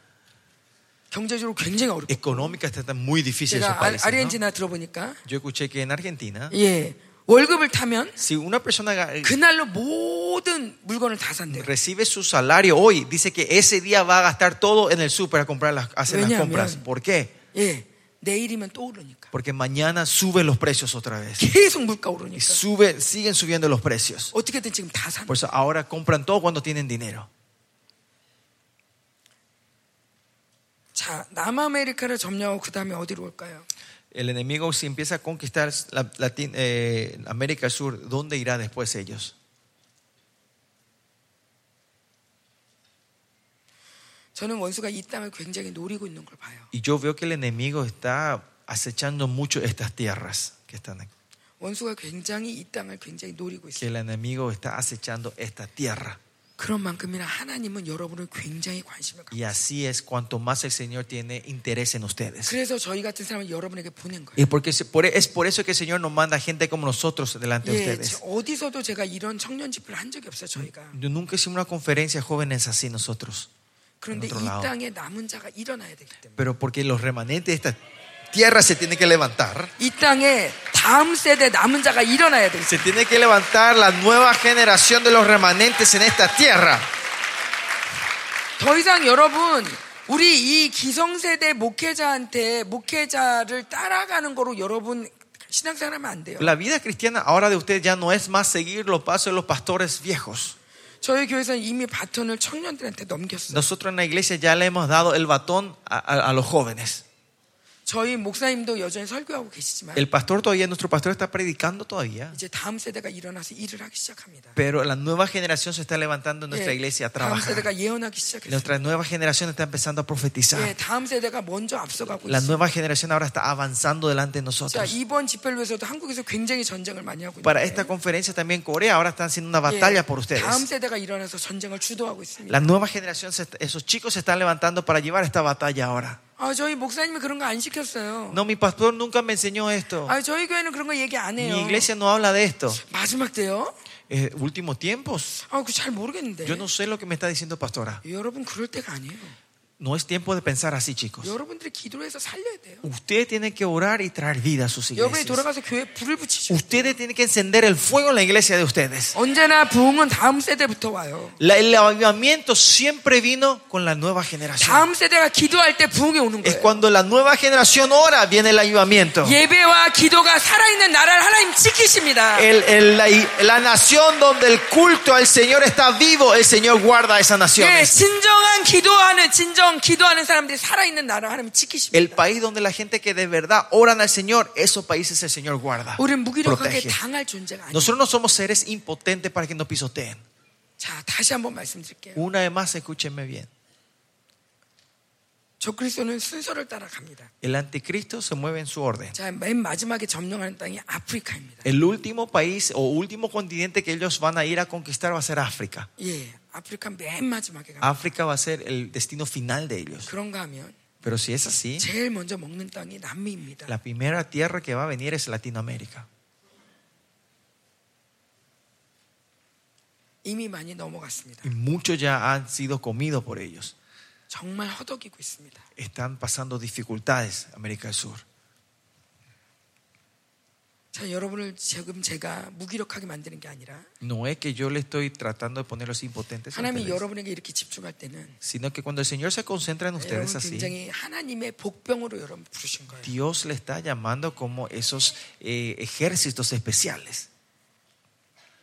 S1: 경제적으로 굉장히 어렵고
S2: Económica está está muy difícil esos
S1: 제가 아-
S2: países. ¿no?
S1: 아르헨티나 들어보니까
S2: Yo escuché que en Argentina,
S1: 예 월급을 타면
S2: si una persona ga-
S1: 그날로 모든 물건을 다 산대요.
S2: recibe su salario hoy, dice que ese día va a gastar todo en el súper a comprar las, hacer las
S1: Veña,
S2: compras.
S1: veña.
S2: ¿Por qué?
S1: 예 내일이면 또 오르니까.
S2: Porque mañana suben los precios otra vez.
S1: 계속 물가
S2: Y
S1: 오르니까.
S2: sube, siguen subiendo los precios.
S1: 어떻게든 지금 다 사는.
S2: Por eso Pues ahora compran todo cuando tienen dinero.
S1: 자, 남아메리카를 점령하고 그 다음에 어디로 올까요?
S2: El enemigo si empieza a conquistar la- Latin- eh, América del Sur, ¿dónde irá después ellos?
S1: 저는 원수가 이 땅을 굉장히 노리고 있는 걸 봐요.
S2: Y yo veo que el enemigo está acechando mucho estas tierras que están aquí.
S1: 원수가 굉장히 이 땅을 굉장히 노리고
S2: Que
S1: 있어요.
S2: el enemigo está acechando esta tierra.
S1: 그런 만큼이나 하나님은 여러분을 굉장히 관심을 갖고
S2: Y así es cuanto más el Señor tiene interés en ustedes.
S1: 그래서 저희 같은 사람을 여러분에게 보낸 거예요.
S2: Y porque se- por- es por eso que el Señor nos manda gente como nosotros delante de
S1: 예,
S2: ustedes.
S1: 어디서도 제가 이런 청년 집회를 한 적이 없어요, 저희가.
S2: Yo nunca hicimos una conferencia de jóvenes así nosotros.
S1: 그런데 이
S2: otro lado.
S1: 땅에 남은 자가 일어나야 되기 때문에
S2: Pero porque los remanentes de esta tierra se tienen que levantar.
S1: 이 땅에 다음 세대 남은 자가 일어나야 되기
S2: Se tiene que levantar la nueva generación de los remanentes en esta tierra.
S1: 더 이상 여러분 우리 이 기성세대 목회자한테 목회자를 따라가는 거로 여러분 신앙생활하면 안 돼요.
S2: La vida cristiana ahora de usted ya no es más seguir los pasos de los pastores viejos.
S1: 저희 교회에서는 이미 바톤을 청년들한테 넘겼어요.
S2: Nosotros en la iglesia ya le hemos dado el batón a, a- a los jóvenes.
S1: 저희 목사님도 여전히 설교하고 계시지만
S2: El pastor todavía, nuestro pastor está predicando todavía.
S1: 이제 다음 세대가 일어나서 일을 하기 시작합니다.
S2: Pero la nueva generación se está levantando en nuestra
S1: 예,
S2: iglesia
S1: 다음
S2: a trabajar.
S1: 세대가 예언하기 시작했어요.
S2: Nuestra nueva generación está empezando a
S1: 예,
S2: profetizar.
S1: 다음 세대가 먼저 앞서가고
S2: La
S1: 있어요.
S2: nueva generación ahora está avanzando delante
S1: 자,
S2: de nosotros.
S1: 이번 집회를 위해서도 한국에서 굉장히 전쟁을 많이 하고
S2: Para
S1: 있는데
S2: esta conferencia también Corea ahora están haciendo una
S1: 예,
S2: batalla por ustedes.
S1: 다음 세대가 일어나서 전쟁을 주도하고 있습니다.
S2: La nueva generación, se está- esos chicos se están levantando para llevar esta batalla ahora.
S1: 아, 저희 목사님이 그런 거 안 시켰어요.
S2: No, mi pastor nunca me enseñó esto.
S1: 아, 저희 교회는 그런 거 얘기 안 해요.
S2: Mi iglesia no habla de esto.
S1: 마지막 때요?
S2: Eh, últimos tiempos.
S1: 아, 그잘 모르겠는데.
S2: Yo no sé lo que me está diciendo pastora.
S1: 여러분 그럴 때가 아니에요.
S2: No es tiempo de pensar así, chicos.
S1: 여러분들이 기도해서 살려야 돼요.
S2: Ustedes tienen que orar y traer vida a sus
S1: 여러분이
S2: iglesias.
S1: 돌아가서 교회에 불을 붙이죠.
S2: Ustedes tienen que encender el fuego en la iglesia de ustedes.
S1: 언제나 부흥은 다음 세대부터 와요.
S2: La- el avivamiento siempre vino con la nueva generación.
S1: 다음 세대가 기도할 때 부흥이 오는 거예요.
S2: Es cuando la nueva generación ora, viene el avivamiento.
S1: 예배와 기도가 살아있는 나라를 하나님 지키십니다.
S2: El- el- la, la nación donde el culto al Señor está vivo, el Señor guarda esa nación.
S1: 예, 진정한 기도하는 진정 기도하는 사람들이 살아있는 나라 하나님 지키십니다.
S2: El país donde la gente que de verdad oran al Señor, esos países el Señor guarda.
S1: 우리는 무기력하게
S2: protege.
S1: 당할 존재가 아니에요.
S2: Nosotros no somos seres impotentes para que nos pisoteen.
S1: 자, 다시 한번 말씀드릴게요.
S2: Una vez más, escúchenme bien.
S1: 저 그리스도는 순서를 따라갑니다.
S2: El anticristo se mueve en su orden.
S1: 자, 맨 마지막에 점령하는 땅이 아프리카입니다.
S2: El último país o último continente que ellos van a ir a conquistar va a ser África.
S1: 예, 아프리카 맨 마지막에 갑니다.
S2: África va a ser el destino final de ellos.
S1: 그런가 하면
S2: Pero si es así,
S1: 제일 먼저 먹는 땅이 남미입니다.
S2: la primera tierra que va a venir es Latinoamérica.
S1: 이미 많이 넘어갔습니다.
S2: Y muchos ya han sido comidos por ellos.
S1: 정말 허덕이고 있습니다.
S2: Están pasando dificultades América del Sur.
S1: 자, 여러분을 지금 제가 무기력하게 만드는 게 아니라
S2: No es que yo le estoy tratando de poner los impotentes, a
S1: 하나님이
S2: ustedes,
S1: 여러분에게 이렇게 집중할 때는
S2: sino que cuando el Señor se concentra en ustedes
S1: 여러분
S2: así,
S1: 굉장히 하나님의 복병으로 여러분 부르신 거예요.
S2: Dios le está llamando como esos eh, ejércitos especiales.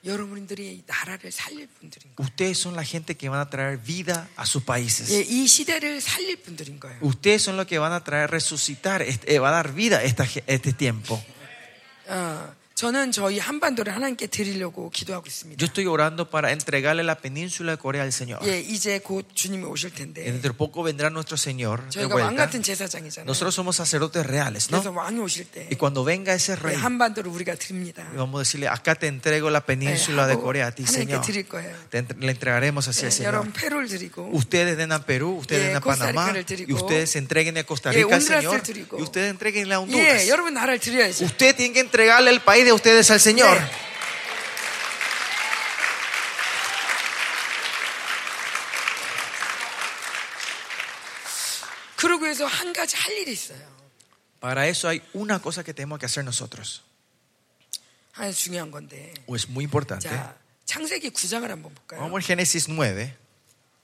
S1: 여러분들이 나라를 살릴 분들인 거예요.
S2: Ustedes son la gente que van a traer vida a sus países.
S1: 예, 이 시대를 살릴 분들인 거예요.
S2: Ustedes son los que van a traer resucitar, este, eh, va a dar vida a esta ge- este tiempo.
S1: 어, 저는 저희 한반도를 하나님께 드리려고 기도하고 있습니다.
S2: Yo estoy orando para entregarle la península de Corea al Señor.
S1: 예, 이제 곧 주님이 오실
S2: En
S1: 텐데
S2: Dentro de poco vendrá nuestro Señor de
S1: 저희가 왕
S2: vuelta.
S1: 같은 제사장이잖아요.
S2: Nosotros somos sacerdotes reales,
S1: 그래서
S2: ¿no?
S1: 왕이 오실 때
S2: Y cuando venga ese
S1: 예,
S2: rey,
S1: 한반도를 우리가 드립니다.
S2: vamos a decirle, acá te entrego la península
S1: 예,
S2: de
S1: 하고
S2: Corea a ti,
S1: 하나님께
S2: Señor.
S1: 드릴 거예요.
S2: Te entre- le entregaremos hacia el
S1: 예, 여러분
S2: Señor.
S1: 페루를 드리고
S2: Ustedes den a Perú, ustedes
S1: 예,
S2: den a Panamá,
S1: 코스타리카를 드리고,
S2: y ustedes entreguen a Costa
S1: 예,
S2: Rica al
S1: 온두라스를
S2: Señor,
S1: 드리고.
S2: y ustedes entreguen a Honduras.
S1: 예, 여러분 나라를 드려야죠.
S2: Usted tiene que entregarle el país de ustedes al Señor.
S1: 예. 그러고 해서 한 가지 할 일이 있어요.
S2: Para eso hay una cosa que tenemos que hacer nosotros.
S1: 하나 중요한 건데.
S2: O es muy importante.
S1: 자, 창세기 9장을 한번 볼까요?
S2: Vamos al Génesis 9.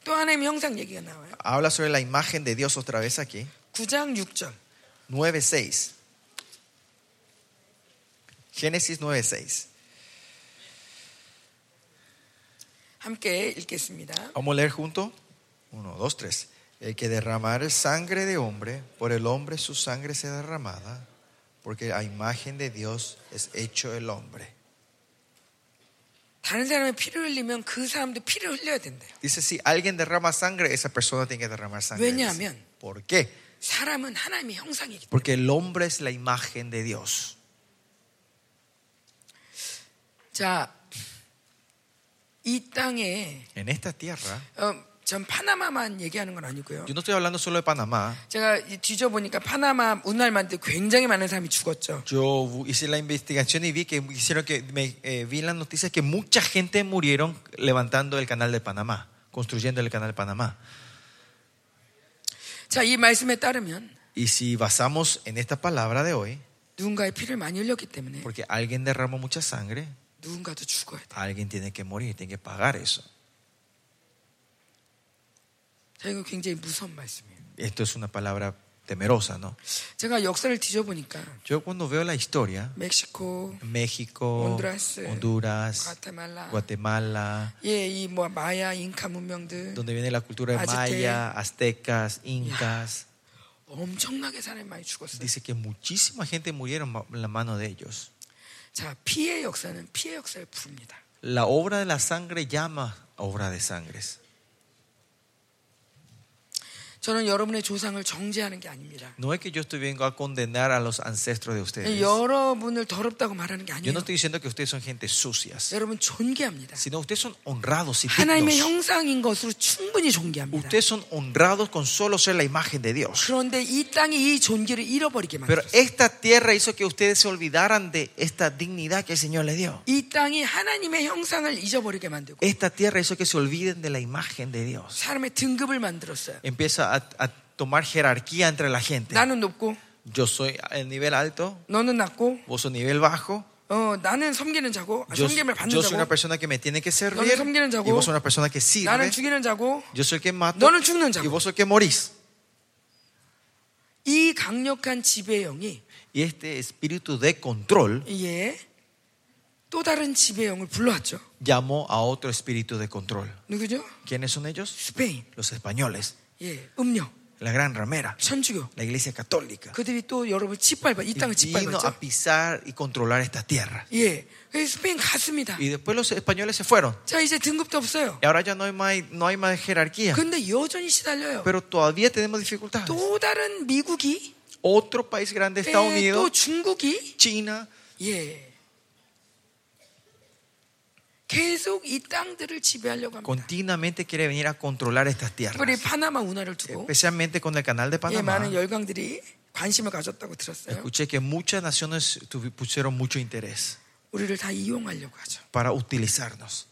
S1: 또 하나님의 형상 얘기가 나와요.
S2: Habla sobre la imagen de Dios otra vez aquí.
S1: 9장 6절.
S2: 9.6. Génesis 9.6.
S1: 함께 읽겠습니다.
S2: Vamos a leer junto. Uno, dos, tres. El que derramare sangre de hombre, por el hombre su sangre se derramada, porque a imagen de Dios es hecho el hombre.
S1: 다른 사람의 피를 흘리면 그 사람도 피를 흘려야 된대요.
S2: Dice, si alguien derrama sangre, esa persona tiene que derramar sangre. dice.
S1: Veñamen.
S2: ¿Por qué?
S1: 사람은 하나님의 형상이기 때문에.
S2: Porque el hombre es la imagen de Dios.
S1: 자, 이 땅에
S2: En esta tierra,
S1: 어, 전 파나마만 얘기하는 건 아니고요.
S2: yo no estoy hablando solo de Panamá.
S1: 제가 이 뒤져보니까 파나마 운날만 때 굉장히 많은 사람이 죽었죠.
S2: Yo bu- hice la investigación y vi que hicieron que me eh, vi en las noticias que mucha gente murieron levantando el canal de Panamá, construyendo el canal de Panamá.
S1: 자, 이 말씀에 따르면
S2: Y si basamos en esta palabra de hoy,
S1: 누군가의 피를 많이 흘렸기 때문에
S2: porque alguien derramó mucha sangre,
S1: 누군가도 죽어야 돼.
S2: alguien tiene que morir, tiene que pagar eso.
S1: 자, 이거 굉장히 무서운 말씀이에요.
S2: Esto es una palabra temerosa, ¿no?
S1: 제가 역사를 뒤져보니까
S2: Yo cuando veo la historia,
S1: 멕시코,
S2: México,
S1: Honduras, eh,
S2: Honduras,
S1: 과테말라,
S2: Guatemala,
S1: 예, 이 뭐 마야, 인카 문명들
S2: donde viene la cultura
S1: Azteca.
S2: maya, aztecas, incas.
S1: 엄청나게 사람이 많이 죽었어요.
S2: Dice que muchísima gente murieron ma- en la mano de ellos.
S1: 자, 피의 역사는 피의 역사를 부릅니다.
S2: La obra de la sangre llama a obra de sangres.
S1: 저는 여러분의 조상을 정죄하는 게 아닙니다.
S2: No es que yo estoy vengo a condenar a los ancestros de ustedes. Yo
S1: 네, 여러분을 더럽다고 말하는 게 아니에요.
S2: no estoy diciendo que ustedes son gente sucias,
S1: 여러분 존귀합니다.
S2: sino ustedes son honrados y
S1: 하나님의
S2: dignos.
S1: 형상인 것으로 충분히 존귀합니다.
S2: Ustedes son honrados con solo ser la imagen de Dios.
S1: 그런데 이 땅이 이 존귀를 잃어버리게
S2: Pero
S1: 만들었어요.
S2: esta tierra hizo que ustedes se olvidaran de esta dignidad que el Señor les dio.
S1: 이 땅이 하나님의 형상을 잊어버리게 만들고
S2: Esta tierra hizo que se olviden de la imagen de Dios.
S1: 사람의 등급을 만들었어요.
S2: Empieza a, a tomar jerarquía entre la gente.
S1: 나는 높고
S2: Yo soy el nivel alto,
S1: 너는 낮고
S2: vos sos nivel bajo.
S1: 어, 나는 섬기는 자고 아,
S2: Yo,
S1: 섬김을
S2: yo
S1: 받는
S2: soy una
S1: 자고
S2: persona que me tiene que
S1: 너는
S2: servir
S1: 섬기는 자고,
S2: y vos sos una persona que
S1: 나는
S2: sirve.
S1: 죽이는 자고
S2: Yo soy el que mato
S1: 너는 죽는
S2: y
S1: 자고
S2: vos sos el que morís.
S1: 이 강력한 지배의 영이
S2: Y este espíritu de control
S1: 예, 또 다른 지배의 영을 불러왔죠.
S2: llamó a otro espíritu de control.
S1: 누구죠?
S2: ¿Quiénes son ellos?
S1: 스페인,
S2: Los españoles,
S1: 예, 음료,
S2: la gran ramera,
S1: 천주교
S2: la iglesia católica.
S1: 그들이 또 여러분 짓밟아 이
S2: Y
S1: 땅을
S2: vino
S1: 짓밟았죠.
S2: a pisar y controlar esta tierra.
S1: 예, 그래서 스페인 갔습니다.
S2: Y después los españoles se fueron.
S1: 자 이제 등급도 없어요.
S2: Y ahora ya no hay más, no hay más jerarquía.
S1: 근데 여전히 시달려요.
S2: Pero todavía tenemos dificultades.
S1: 또 다른 미국이,
S2: Otro país grande,
S1: 예,
S2: Estados
S1: 또
S2: Unidos,
S1: 중국이,
S2: China,
S1: 예, 계속 이 땅들을 지배하려고 합니다.
S2: continuamente quiere venir a controlar estas
S1: 특별히
S2: tierras.
S1: 파나마 운하를 두고
S2: Especialmente con el canal de
S1: 예,
S2: Panamá.
S1: 많은 열강들이 관심을 가졌다고 들었어요.
S2: Escuché que muchas naciones tuvi- pusieron mucho interés
S1: 우리를 다 이용하려고 하죠.
S2: para utilizarnos.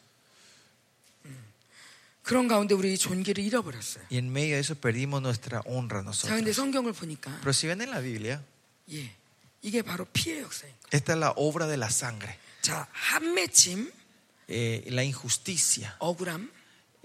S1: 그런 가운데 우리 존귀를 잃어버렸어요.
S2: Y en medio de eso perdimos nuestra honra
S1: 자, 근데
S2: nosotros.
S1: 성경을 보니까
S2: Pero si ven en la Biblia,
S1: 예, 이게 바로 피해 역사인 거예요.
S2: esta es la obra de la sangre.
S1: 자, 한 맺힘,
S2: Eh, la injusticia,
S1: 억울함,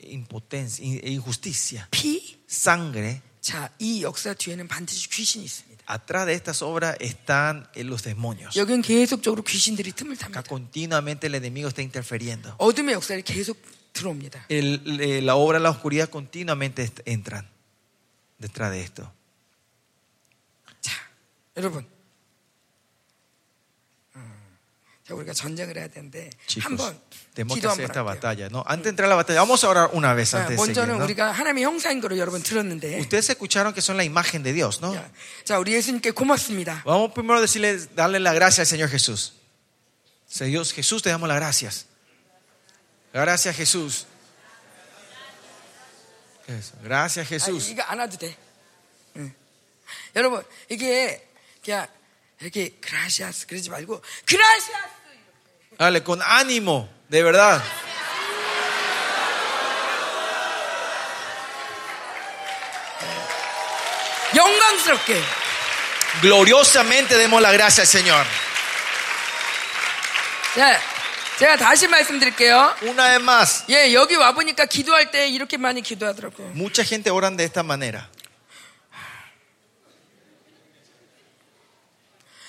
S2: impotencia, in- e injusticia,
S1: 피,
S2: sangre.
S1: 자, 이 역사 뒤에는 반드시 귀신이 있습니다.
S2: Atrás de estas obras están eh, los demonios.
S1: 여긴 계속적으로 귀신들이 틈을
S2: Acá
S1: 탑니다.
S2: continuamente el enemigo está interfiriendo.
S1: 어둠의 역사를 계속 들어옵니다.
S2: El- eh, la obra de la oscuridad continuamente est- entran detrás de esto.
S1: 자, 여러분. 음, 자, 우리가 전쟁을 해야 되는데
S2: Chicos,
S1: 한번
S2: tenemos que
S1: 기도
S2: hacer
S1: 한번
S2: esta
S1: 할게요.
S2: batalla. ¿no? Antes de entrar a la batalla, vamos a orar una vez
S1: 자,
S2: antes de seguir,
S1: 먼저는
S2: ¿no?
S1: 우리가 하나님의 형상인 거로 여러분 들었는데
S2: Ustedes escucharon que son la imagen de Dios, ¿no?
S1: 자, 자, 우리 예수님께 고맙습니다.
S2: Vamos primero a decirle, darle la gracia al Señor Jesús. Señor Jesús, te damos las gracias. Gracias, Jesús. Eso, Gracias,
S1: 아니,
S2: Jesús.
S1: 이거 안 와도 돼. 응. 여러분 이게 그냥 이렇게 그라시아스 그러지 말고 그라시아스
S2: Dale, con ánimo, de verdad.
S1: 영광스럽게
S2: Gloriosamente demos la gracia al Señor.
S1: 자, 제가 다시 말씀드릴게요.
S2: Una vez más,
S1: 예, 여기 와 보니까 기도할 때 이렇게 많이 기도하더라고요.
S2: mucha gente oran de esta manera.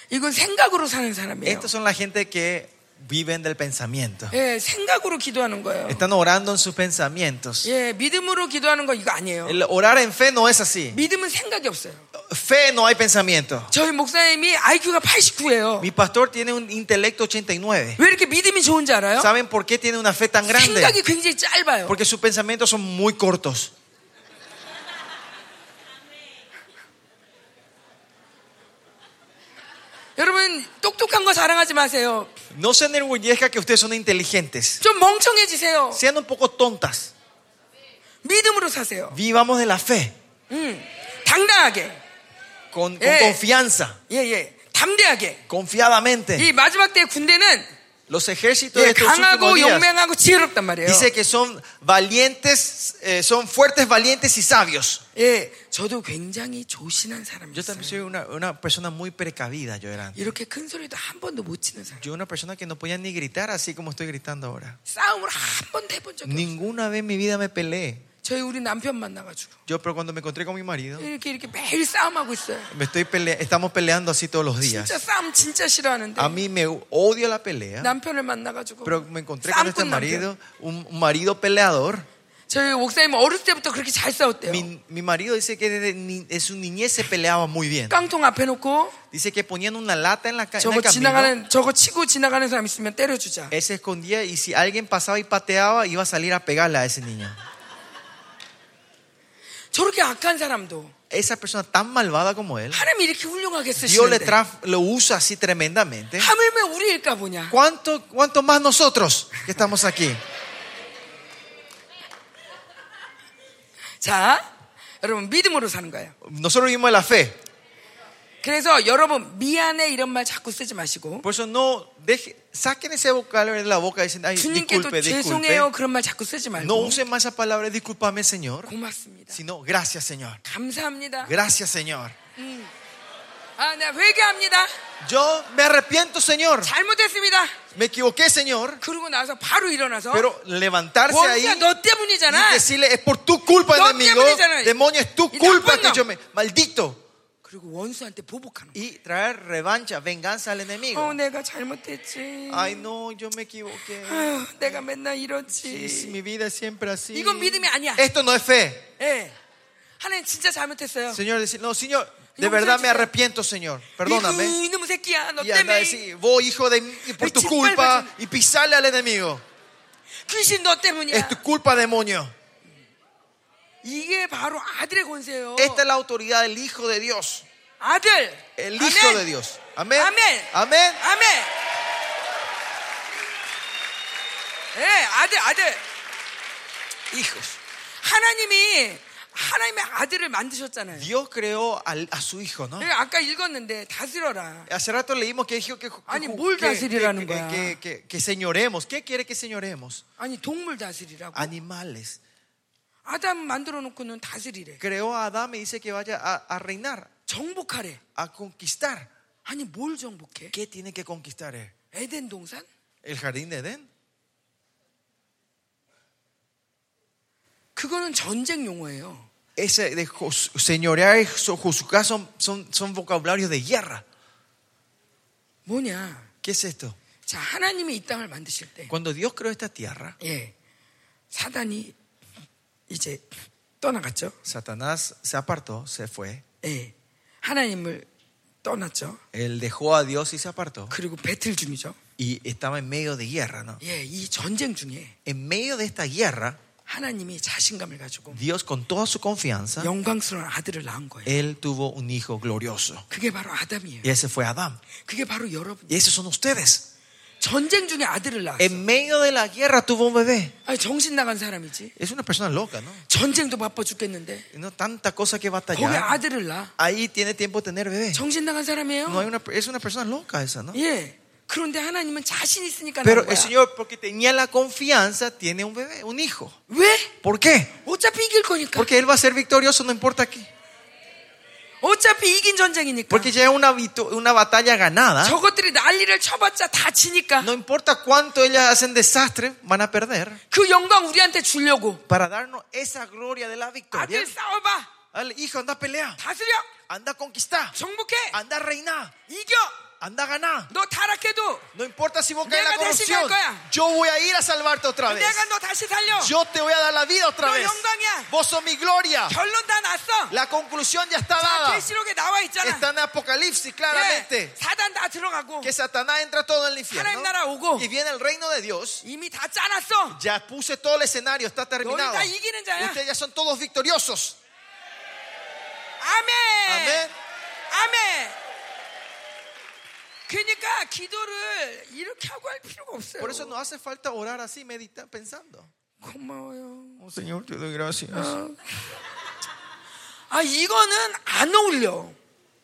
S1: 이건 생각으로 사는 사람이에요.
S2: Estas son la gente que viven del pensamiento.
S1: 예, 생각으로 기도하는 거예요.
S2: Están orando en sus pensamientos.
S1: 예, 믿음으로 기도하는 거 이거 아니에요.
S2: El orar en fe no es así.
S1: 믿음은 생각이 없어요.
S2: Fe no hay pensamiento.
S1: 저희 목사님이 IQ가 89예요.
S2: Mi pastor tiene un intelecto 89.
S1: 왜 이렇게 믿음이 좋은지 알아요?
S2: ¿Saben por qué tiene una fe tan
S1: 생각이
S2: grande?
S1: 굉장히 짧아요.
S2: Porque sus pensamientos son muy cortos.
S1: 여러분 똑똑한 거 자랑하지 마세요.
S2: No se enorgullezca que ustedes son inteligentes.
S1: 좀 멍청해지세요.
S2: Sean un poco tontas.
S1: 믿음으로 사세요.
S2: Vivamos de la fe.
S1: 음, 당당하게,
S2: Con, con
S1: Eh.
S2: confianza.
S1: 예, 예, 담대하게.
S2: Confiadamente.
S1: 이 마지막 때 군대는
S2: Los ejércitos de
S1: 예,
S2: estos últimos
S1: 강하고
S2: días
S1: 용맹하고 지혜롭단 말이에요.
S2: dice que son valientes, eh, son fuertes, valientes y sabios.
S1: 예, 저도 굉장히 조신한
S2: Yo también soy
S1: 사람이었어요.
S2: una, una persona muy precavida, yo era. antes.
S1: 이렇게 큰 소리도 한 번도 못 치는 사람.
S2: Yo era una persona que no podía ni gritar así como estoy gritando ahora.
S1: 싸움을 한 번도 해본 적이 없어요.
S2: Ninguna vez en mi vida me peleé.
S1: 저희 우리 남편 만나가지고
S2: Yo, pero cuando me encontré con mi marido,
S1: 이렇게 이렇게 매일 싸움하고 있어요.
S2: me estoy pelea- estamos peleando así todos los días.
S1: 진짜 싸움 진짜 싫어하는데
S2: A mí me odio la pelea,
S1: 남편을 만나가지고
S2: pero me encontré con este
S1: 싸움꾼 남편.
S2: marido, un, un marido peleador.
S1: 저희 목사님 어렸을 때부터 그렇게 잘 싸웠대요.
S2: Mi, mi marido dice que desde ni- de su niñez se peleaba muy bien.
S1: 깡통 앞에 놓고
S2: Dice que ponían una lata en la ca- en
S1: 저거
S2: el camino.
S1: 지나가는 예. 저거 치고 지나가는 사람 있으면 때려주자.
S2: Él se escondía y si alguien pasaba y pateaba, iba a salir a pegarle a ese niño.
S1: 저렇게 악한 사람도
S2: Esa persona tan malvada como él,
S1: 하나님이 이렇게 훌륭하게
S2: Dios le
S1: 쓰시는데
S2: traf- lo usa así tremendamente.
S1: 하물며 우리일까 보냐.
S2: ¿Cuánto, ¿Cuánto más nosotros que estamos aquí?
S1: 자, 여러분 믿음으로 사는 거예요.
S2: Nosotros vivimos de la fe.
S1: 그래서 여러분 미안해 이런 말 자꾸 쓰지 마시고
S2: Por eso no deje, saquen ese vocabulario de la boca y dicen, ay,
S1: 주님께도
S2: disculpe,
S1: 죄송해요
S2: disculpe.
S1: 그런 말 자꾸 쓰지
S2: No
S1: 말고
S2: usen más esa palabra, discúlpame, Señor,
S1: 고맙습니다.
S2: sino gracias, Señor.
S1: 감사합니다.
S2: Gracias, Señor.
S1: 아, 나 회개합니다.
S2: Yo me arrepiento, Señor.
S1: 잘못했습니다.
S2: Me equivoqué, Señor.
S1: 그러고 나서 바로 일어나서
S2: Pero levantarse
S1: 원수야
S2: ahí
S1: 너
S2: y
S1: 때문이잖아.
S2: decirle, es por tu culpa,
S1: No
S2: enemigo.
S1: te mereces.
S2: Demonio, es tu
S1: Y
S2: culpa
S1: tampoco.
S2: que yo me. Maldito.
S1: 그리고 원수한테 보복하는
S2: Y traer revancha, venganza al
S1: 거야. 아, 어,
S2: enemigo.
S1: 내가 잘못했지.
S2: Ay, no, yo me equivoqué.
S1: 아휴, 내가 맨날
S2: Es-
S1: 이러지.
S2: Mi vida es siempre así.
S1: 이건 믿음이 아니야.
S2: Esto no es fe.
S1: 예. 하나님 진짜 잘못했어요.
S2: Señor, decir, no, Señor, de
S1: No,
S2: verdad
S1: muchacho,
S2: me arrepiento, Señor. Perdóname.
S1: 이구, 이놈 새끼야, 너
S2: Y anda
S1: 때문에.
S2: a decir, vos, hijo de mí, y por
S1: Ay,
S2: tu
S1: chingada,
S2: culpa,
S1: macho.
S2: y pisarle al enemigo.
S1: 귀신 너 때문이야.
S2: Es tu culpa, demonio.
S1: 이게 바로 아들의 권세예요.
S2: Esta es la autoridad del Hijo de Dios.
S1: 아들.
S2: El
S1: 아멘.
S2: Hijo de Dios. Amén.
S1: Amén.
S2: Amén.
S1: 아멘. 예, 아들, 아들.
S2: Hijos.
S1: 하나님이 하나님의 아들을 만드셨잖아요.
S2: Dios creó al- a su Hijo, ¿no?
S1: 예, 아까 읽었는데 다스려라.
S2: Hace rato leímos que dijo que, que,
S1: Ani,
S2: que-
S1: 뭘
S2: que-
S1: 다스리라는
S2: que-
S1: 거야.
S2: que- que- que señoremos. ¿Qué quiere que señoremos?
S1: 아니 동물 다스리라고.
S2: Animales.
S1: 아담 만들어 놓고는 다스리래.
S2: Creó a Adán y dice que vaya a, a reinar,
S1: 정복하래.
S2: a conquistar.
S1: 아니 뭘 정복해?
S2: ¿Qué tiene que conquistar él?
S1: 에덴 동산?
S2: ¿El jardín de Edén?
S1: 그거는 전쟁 용어예요.
S2: Ese de jos- señorear y so- juzgar son, son, son vocabularios de guerra.
S1: 뭐냐?
S2: ¿Qué es esto?
S1: 자 하나님이 이 땅을 만드실 때,
S2: Cuando Dios creó esta tierra,
S1: 예, 사단이 이제 떠나갔죠.
S2: Satanás se apartó, se fue.
S1: 예, 하나님을 떠났죠.
S2: Él dejó a Dios y se apartó.
S1: 그리고 배틀 중이죠.
S2: Y estaba en medio de guerra, ¿no?
S1: 예, 이 전쟁 중에
S2: En medio de esta guerra,
S1: 하나님이 자신감을 가지고
S2: Dios con toda su confianza,
S1: 영광스러운 아들을 낳은 거예요.
S2: Él tuvo un hijo glorioso.
S1: 그게 바로 아담이에요.
S2: Y ese fue Adán.
S1: 그게 바로 여러분.
S2: Y esos son ustedes.
S1: 전쟁 중에 아들을 낳았어.
S2: En medio de la guerra tuvo un bebé.
S1: 아니, 정신 나간 사람이지.
S2: Es una persona loca, ¿no?
S1: 전쟁도 바빠 죽겠는데
S2: No tanta cosa que
S1: 거기
S2: batallar.
S1: 아들을 낳아.
S2: Ahí tiene tiempo de tener bebé.
S1: 정신 나간 사람이에요.
S2: No hay una, es una persona loca esa, ¿no?
S1: 예. 그런데 하나님은 자신 있으니까 낳은
S2: Pero el
S1: 거야.
S2: Señor, porque tenía la confianza, tiene un bebé, un hijo.
S1: 왜?
S2: ¿Por qué?
S1: 어차피 이길 거니까.
S2: Porque Él va a ser victorioso, no importa qué.
S1: 어차피 이긴 전쟁이니까.
S2: Porque 아? ya es una, vitu- una batalla ganada.
S1: 저것들이 난리를 쳐봤자 다 지니까.
S2: No importa cuánto ellas hacen desastre, van a perder.
S1: 그 영광 우리한테 주려고.
S2: Para darnos esa gloria de la victoria.
S1: 아들 싸워봐.
S2: Al hijo, anda a pelear,
S1: 다스려.
S2: anda a conquistar,
S1: 정복해.
S2: anda a reinar,
S1: 이겨.
S2: Anda a ganar.
S1: 너 타락해도
S2: No importa si vos caes en la
S1: Venga, decime
S2: corrupción,
S1: acá.
S2: yo voy a ir a salvarte otra vez.
S1: 내가 너 다시 살려.
S2: Yo te voy a dar la vida otra
S1: No,
S2: vez.
S1: 영광이야.
S2: Vos sos mi gloria.
S1: 결론 다 났어.
S2: La conclusión ya está
S1: 다
S2: dada.
S1: 계시록에 나와 있잖아.
S2: Está en Apocalipsis
S1: 예,
S2: claramente.
S1: 사단 다 들어가고
S2: Que Satanás entra todo en el infierno.
S1: 하나님 나라 오고
S2: Y viene el reino de Dios.
S1: 이미 다 짜놨어.
S2: Ya puse todo el escenario, está terminado.
S1: 너희 다 이기는 자야.
S2: Ustedes ya son todos victoriosos.
S1: 아멘.
S2: 아멘.
S1: 아멘. 그러니까 기도를 이렇게 하고 할 필요가 없어요.
S2: Por eso no hace falta orar así, meditar, pensando.
S1: 고마워요.
S2: Oh, Señor, te doy gracias.
S1: 아 이거는 안 어울려.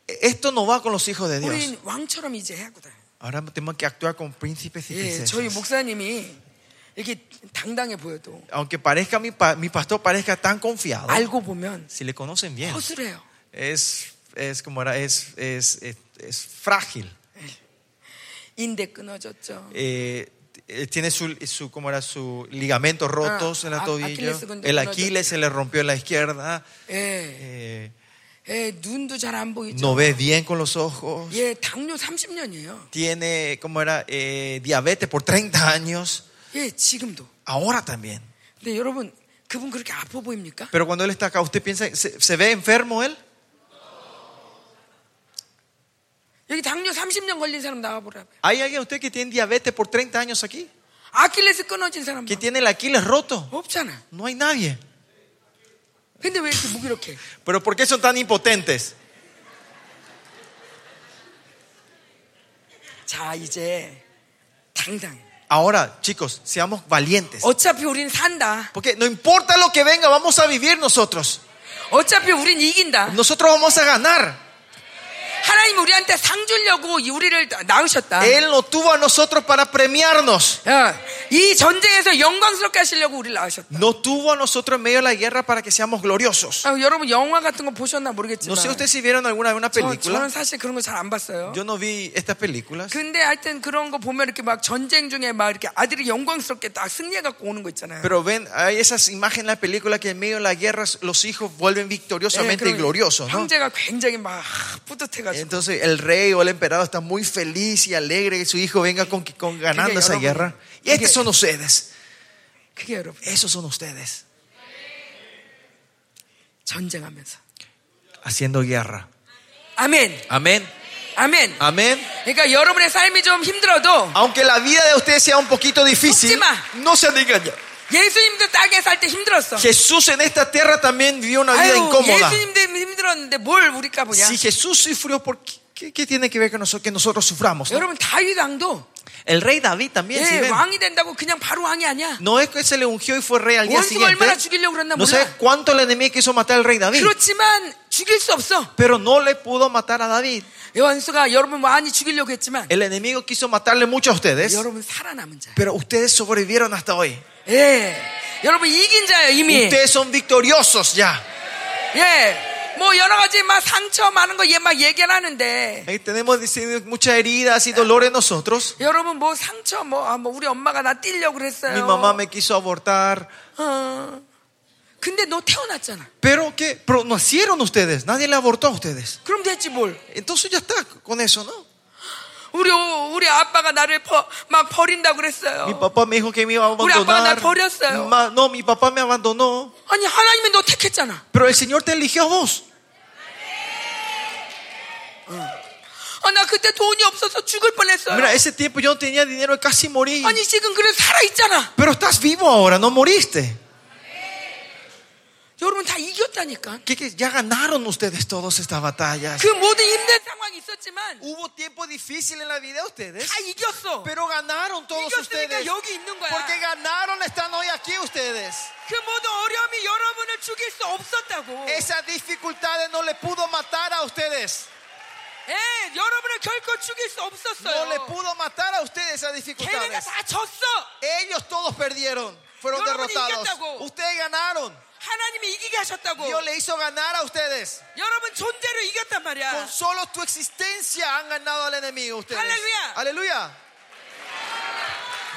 S2: Esto no va con los hijos de Dios.
S1: 우린 왕처럼 이제 하고 다.
S2: Ahora tenemos que actuar con príncipes y
S1: 예, 저희
S2: princesas.
S1: 목사님이 이렇게 당당해 보여도
S2: Aunque parezca mi, pa- mi pastor parezca tan confiado,
S1: 알고 보면
S2: si le conocen bien,
S1: 허술해요.
S2: es, es como era, es, es, es, es frágil.
S1: 인대 끊어졌죠.
S2: Eh, eh, tiene su, su, como era, su ligamento rotos en
S1: Ah,
S2: la
S1: a-
S2: tobillo.
S1: Aquiles segundo,
S2: El
S1: no, yo-
S2: Aquiles se le rompió en la izquierda.
S1: 예,
S2: Eh,
S1: 예, 눈도 잘 안 보이죠.
S2: no ve bien con los ojos.
S1: 예, 당뇨 30년이에요.
S2: Tiene, como era, eh, diabetes por 30 años.
S1: 예, 지금도.
S2: Ahora también.
S1: 근데 여러분, 그분 그렇게 아파 보입니까?
S2: Pero cuando él está acá, ¿usted piensa, se, se ve enfermo él?
S1: 여기 당뇨 30년 걸린 사람 나와보라.
S2: ¿Hay alguien usted que tiene diabetes por 30 años aquí?
S1: 아킬레스 끊어진 사람
S2: ¿Que
S1: 나와.
S2: tiene el Aquiles roto?
S1: 없잖아.
S2: No hay nadie.
S1: 근데 왜 이렇게 무기력해?
S2: ¿Pero por qué son tan impotentes?
S1: 자, 이제 당당.
S2: Ahora, chicos, seamos valientes.
S1: 어차피 우린 산다.
S2: Porque no importa lo que venga, vamos a vivir nosotros.
S1: 어차피 우린 이긴다.
S2: Nosotros vamos a ganar.
S1: 하나님 우리한테 상 주려고 이 우리를 낳으셨다.
S2: Él nos tuvo a nosotros para premiarnos.
S1: 야, 이 전쟁에서 영광스럽게 하시려고 우리를 낳으셨다.
S2: No tuvo a nosotros en medio de la guerra para que seamos gloriosos.
S1: 아, 여러분 영화 같은 거 보셨나 모르겠지만 어,
S2: No sé ustedes si vieron alguna vez una
S1: 저, 는
S2: película.
S1: 사실 그런 거 잘 안 봤어요.
S2: Yo no vi estas películas.
S1: 근데 하여튼 그런 거 보면 이렇게 막 전쟁 중에 막 이렇게 아들이 영광스럽게 딱 승리해 갖고 오는 거 있잖아요.
S2: Pero ven, hay esas imágenes en la película que en medio de la guerra los hijos vuelven
S1: 예,
S2: victoriosamente y
S1: 그럼
S2: gloriosos. ¿no?
S1: 형제가 굉장히 막 뿌듯해가지고
S2: Entonces el rey o el emperador está muy feliz y alegre que su hijo venga con, con ganando
S1: Porque,
S2: esa
S1: hermano,
S2: guerra. Y
S1: porque-
S2: estos son ustedes.
S1: 그게 여러분
S2: Esos son ustedes.
S1: 전쟁하면서
S2: Haciendo guerra.
S1: 아멘,
S2: Amén.
S1: 아멘.
S2: Amén.
S1: 그러니까 여러분의 삶이 좀 힘들어도
S2: Aunque la vida de ustedes sea un poquito difícil,
S1: Última.
S2: no se han engañado.
S1: 예수님도 땅에 살 때 힘들었어.
S2: Jesús en esta tierra también vivió una vida
S1: 아유,
S2: incómoda.
S1: 예수님도 힘들었는데 뭘 우리가 보냐?
S2: Si Jesús sufrió, ¿por qué, qué- qué tiene que ver con nosotros, que nosotros suframos? no?
S1: 여러분 다윗 왕도
S2: El rey David también, si
S1: 예,
S2: ven,
S1: 왕이 된다고 그냥 바로 왕이 아니야.
S2: no es que se le ungió y fue rey al día
S1: 원수가
S2: siguiente.
S1: 얼마나 죽이려고 그랬나
S2: No sé
S1: 몰라.
S2: cuánto el enemigo quiso matar al rey David,
S1: 그렇지만 죽일 수 없어.
S2: pero no le pudo matar a David.
S1: 원수가 여러분 많이 죽이려고 했지만
S2: El enemigo quiso matarle mucho a ustedes,
S1: 여러분 살아남은 자.
S2: pero ustedes sobrevivieron hasta hoy.
S1: 예. 여러분 이긴 자예요, 이미.
S2: Ustedes son victoriosos ya.
S1: 예. 뭐 여러 가지 막 상처 많은 거 얘 막 얘기를 하는데
S2: Ahí tenemos diciendo, muchas heridas y dolores nosotros.
S1: 여러분 뭐 상처 뭐, 아, 뭐 우리 엄마가 나 뛰려고 그랬어요.
S2: Mi mamá me quiso abortar.
S1: 어. 근데 너 태어났잖아.
S2: Pero que, pero nacieron ustedes, nadie le abortó a ustedes.
S1: 그럼 됐지 뭘.
S2: Entonces ya está con eso, ¿no?
S1: 우리 오- 우리 아빠가 나를 버- 막 버린다고
S2: Mi
S1: 그랬어요.
S2: papá me dijo que me iba a
S1: Uri, papá,
S2: abandonar.
S1: 날 버렸어요.
S2: Ma- no, mi papá me abandonó.
S1: 아니 하나님이 너 택했잖아.
S2: Pero el Señor te eligió a vos.
S1: 아, 나 그때 돈이 없어서 죽을 뻔했어요.
S2: Mira, ese tiempo yo no tenía dinero y casi morí.
S1: 아니 지금 그래 살아 있잖아.
S2: Pero estás vivo ahora, no moriste.
S1: 여러분 다 이겼다니까.
S2: Que, que ya ganaron ustedes todas estas batallas.
S1: 그 모든 힘든 상황이 있었지만
S2: Hubo tiempo difícil en la vida de ustedes,
S1: 다 이겼어.
S2: pero ganaron todos
S1: 이겼으니까
S2: ustedes.
S1: 여기 있는 거야.
S2: Porque ganaron, están hoy aquí ustedes.
S1: 그 모든 어려움이 여러분을 죽일 수 없었다고.
S2: Esas dificultades no le pudo matar a ustedes.
S1: 예, 여러분을 결코 죽일 수
S2: No le
S1: 없었어요.
S2: pudo matar a ustedes esas
S1: 걔네가
S2: dificultades.
S1: 다 졌어.
S2: Ellos todos perdieron, fueron
S1: Yo no me
S2: derrotados.
S1: diga,
S2: Ustedes ganaron.
S1: 하나님이 이기게 하셨다고.
S2: Dios le hizo ganar a ustedes.
S1: 여러분 존재로 이겼단 말이야.
S2: Con solo tu existencia han ganado al enemigo ustedes.
S1: Aleluya.
S2: Aleluya.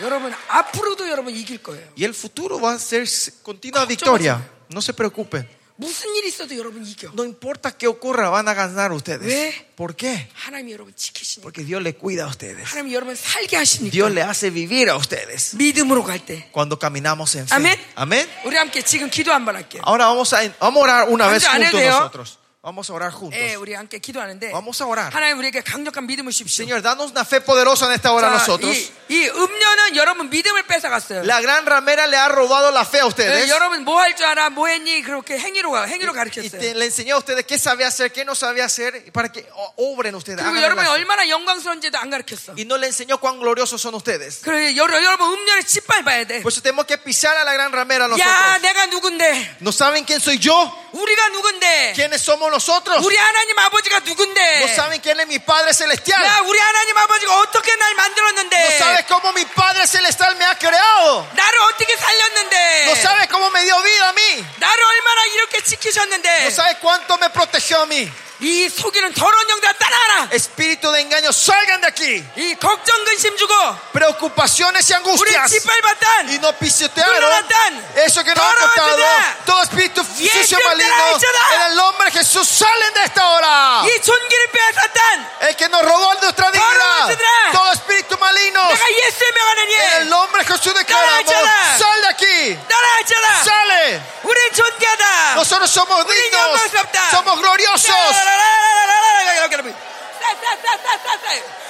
S1: 여러분 앞으로도 여러분 이길 거예요.
S2: Y el futuro va a ser continua
S1: victoria.
S2: No se preocupen.
S1: 무슨 일이 있어도 여러분 이겨.
S2: No importa qué ocurra, van a ganar ustedes.
S1: ¿Ve?
S2: ¿Por qué?
S1: 하나님이 여러분 지키시니까.
S2: Porque Dios le cuida a ustedes.
S1: 하나님이 여러분 살게 하시니까.
S2: Dios le hace vivir a ustedes
S1: 믿음으로 갈 때.
S2: cuando caminamos en fe.
S1: Amén.
S2: Amén.
S1: 우리 함께 지금 기도 한번 할게요.
S2: Ahora vamos a, vamos a orar una vez
S1: Antes,
S2: juntos
S1: antes, ¿no?
S2: nosotros. Vamos a orar juntos.
S1: 예, 우리 함께 기도하는데.
S2: Vamos a orar.
S1: 하나님 우리에게 강력한 믿음을 주십시오.
S2: Señor, danos una fe poderosa en esta hora a
S1: 자,
S2: nosotros.
S1: 이, 이 음료는 여러분 믿음을 뺏어갔어요.
S2: La gran ramera le ha robado la fe a
S1: 예,
S2: ustedes.
S1: 여러분 뭐 할 줄 알아? 뭐 했니? 그렇게 행위로 가- 행위로
S2: Y
S1: 가르쳤어요.
S2: te- le enseñó a ustedes qué sabía hacer, qué no sabía hacer, y para que o- obren ustedes.
S1: 그리고
S2: hagan
S1: 여러분이
S2: las-
S1: 얼마나 영광스러운지도 안 가르쳤어.
S2: Y no le enseñó cuán gloriosos son ustedes.
S1: 그래 여러, 여러분 음료를 짓밟아야 돼.
S2: Por eso tenemos que pisar a la gran ramera nosotros.
S1: 야, 내가 누군데?
S2: ¿No saben quién soy yo?
S1: 우리가 누군데?
S2: ¿Quiénes somos nosotros?
S1: 우리 하나님 아버지가 누군데?
S2: ¿No saben quién es mi Padre Celestial?
S1: 야, 우리 하나님 아버지가 어떻게 날
S2: ¿No sabes
S1: 만들었는데?
S2: cómo mi Padre Celestial me ha creado?
S1: 나를 어떻게 살렸는데?
S2: ¿No sabes cómo me dio vida a mí?
S1: 나를 얼마나 이렇게 지키셨는데?
S2: ¿No sabes cuánto me protegió a mí?
S1: 이 속이는 더러운 영들아 따라가라.
S2: Espíritu de engaño, salgan de aquí.
S1: 이 걱정 근심 주고
S2: Preocupaciones
S1: 우리
S2: y angustias.
S1: 짓밟았단
S2: Y no pisotearon
S1: Jonathan,
S2: eso que nos han
S1: Jonathan,
S2: contado.
S1: Jonathan.
S2: Todo espíritu
S1: Y el
S2: sucio
S1: Dios de la
S2: maligno.
S1: Jonathan.
S2: En el nombre de Jesús, salen de esta hora.
S1: 이 존귀를 빼앗았단
S2: El que nos robó nuestra dignidad.
S1: Jonathan.
S2: Todo espíritu maligno.
S1: 내가 예수의 명하는
S2: En el
S1: 예
S2: nombre de Jesús declaramos:
S1: Jonathan.
S2: sal de aquí. Ah.
S1: 따라하잖아
S2: Sale.
S1: 우린 존귀하다
S2: Nosotros somos dignos.
S1: 영광스럽다.
S2: Somos gloriosos.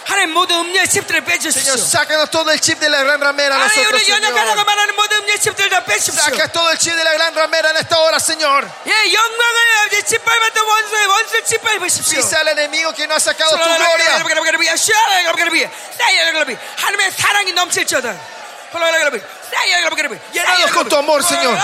S1: 하나님 모든 음료의 칩들을
S2: Señor,
S1: 빼주십시오
S2: sácanos todo el chip de la gran ramera a
S1: 하나님
S2: nosotros,
S1: 우리 연약하다고
S2: Señor.
S1: 말하는 모든 음료의 칩들을 다 빼주십시오
S2: Saca todo el chip de la gran ramera en esta hora, Señor.
S1: 예, 영광을 이제 짓밟았던 원수의 원수를 짓밟으십시오
S2: Pisa al enemigo que no ha sacado tu gloria.
S1: 하나님의 사랑이 넘칠지어다
S2: Llénanos con tu amor, Señor.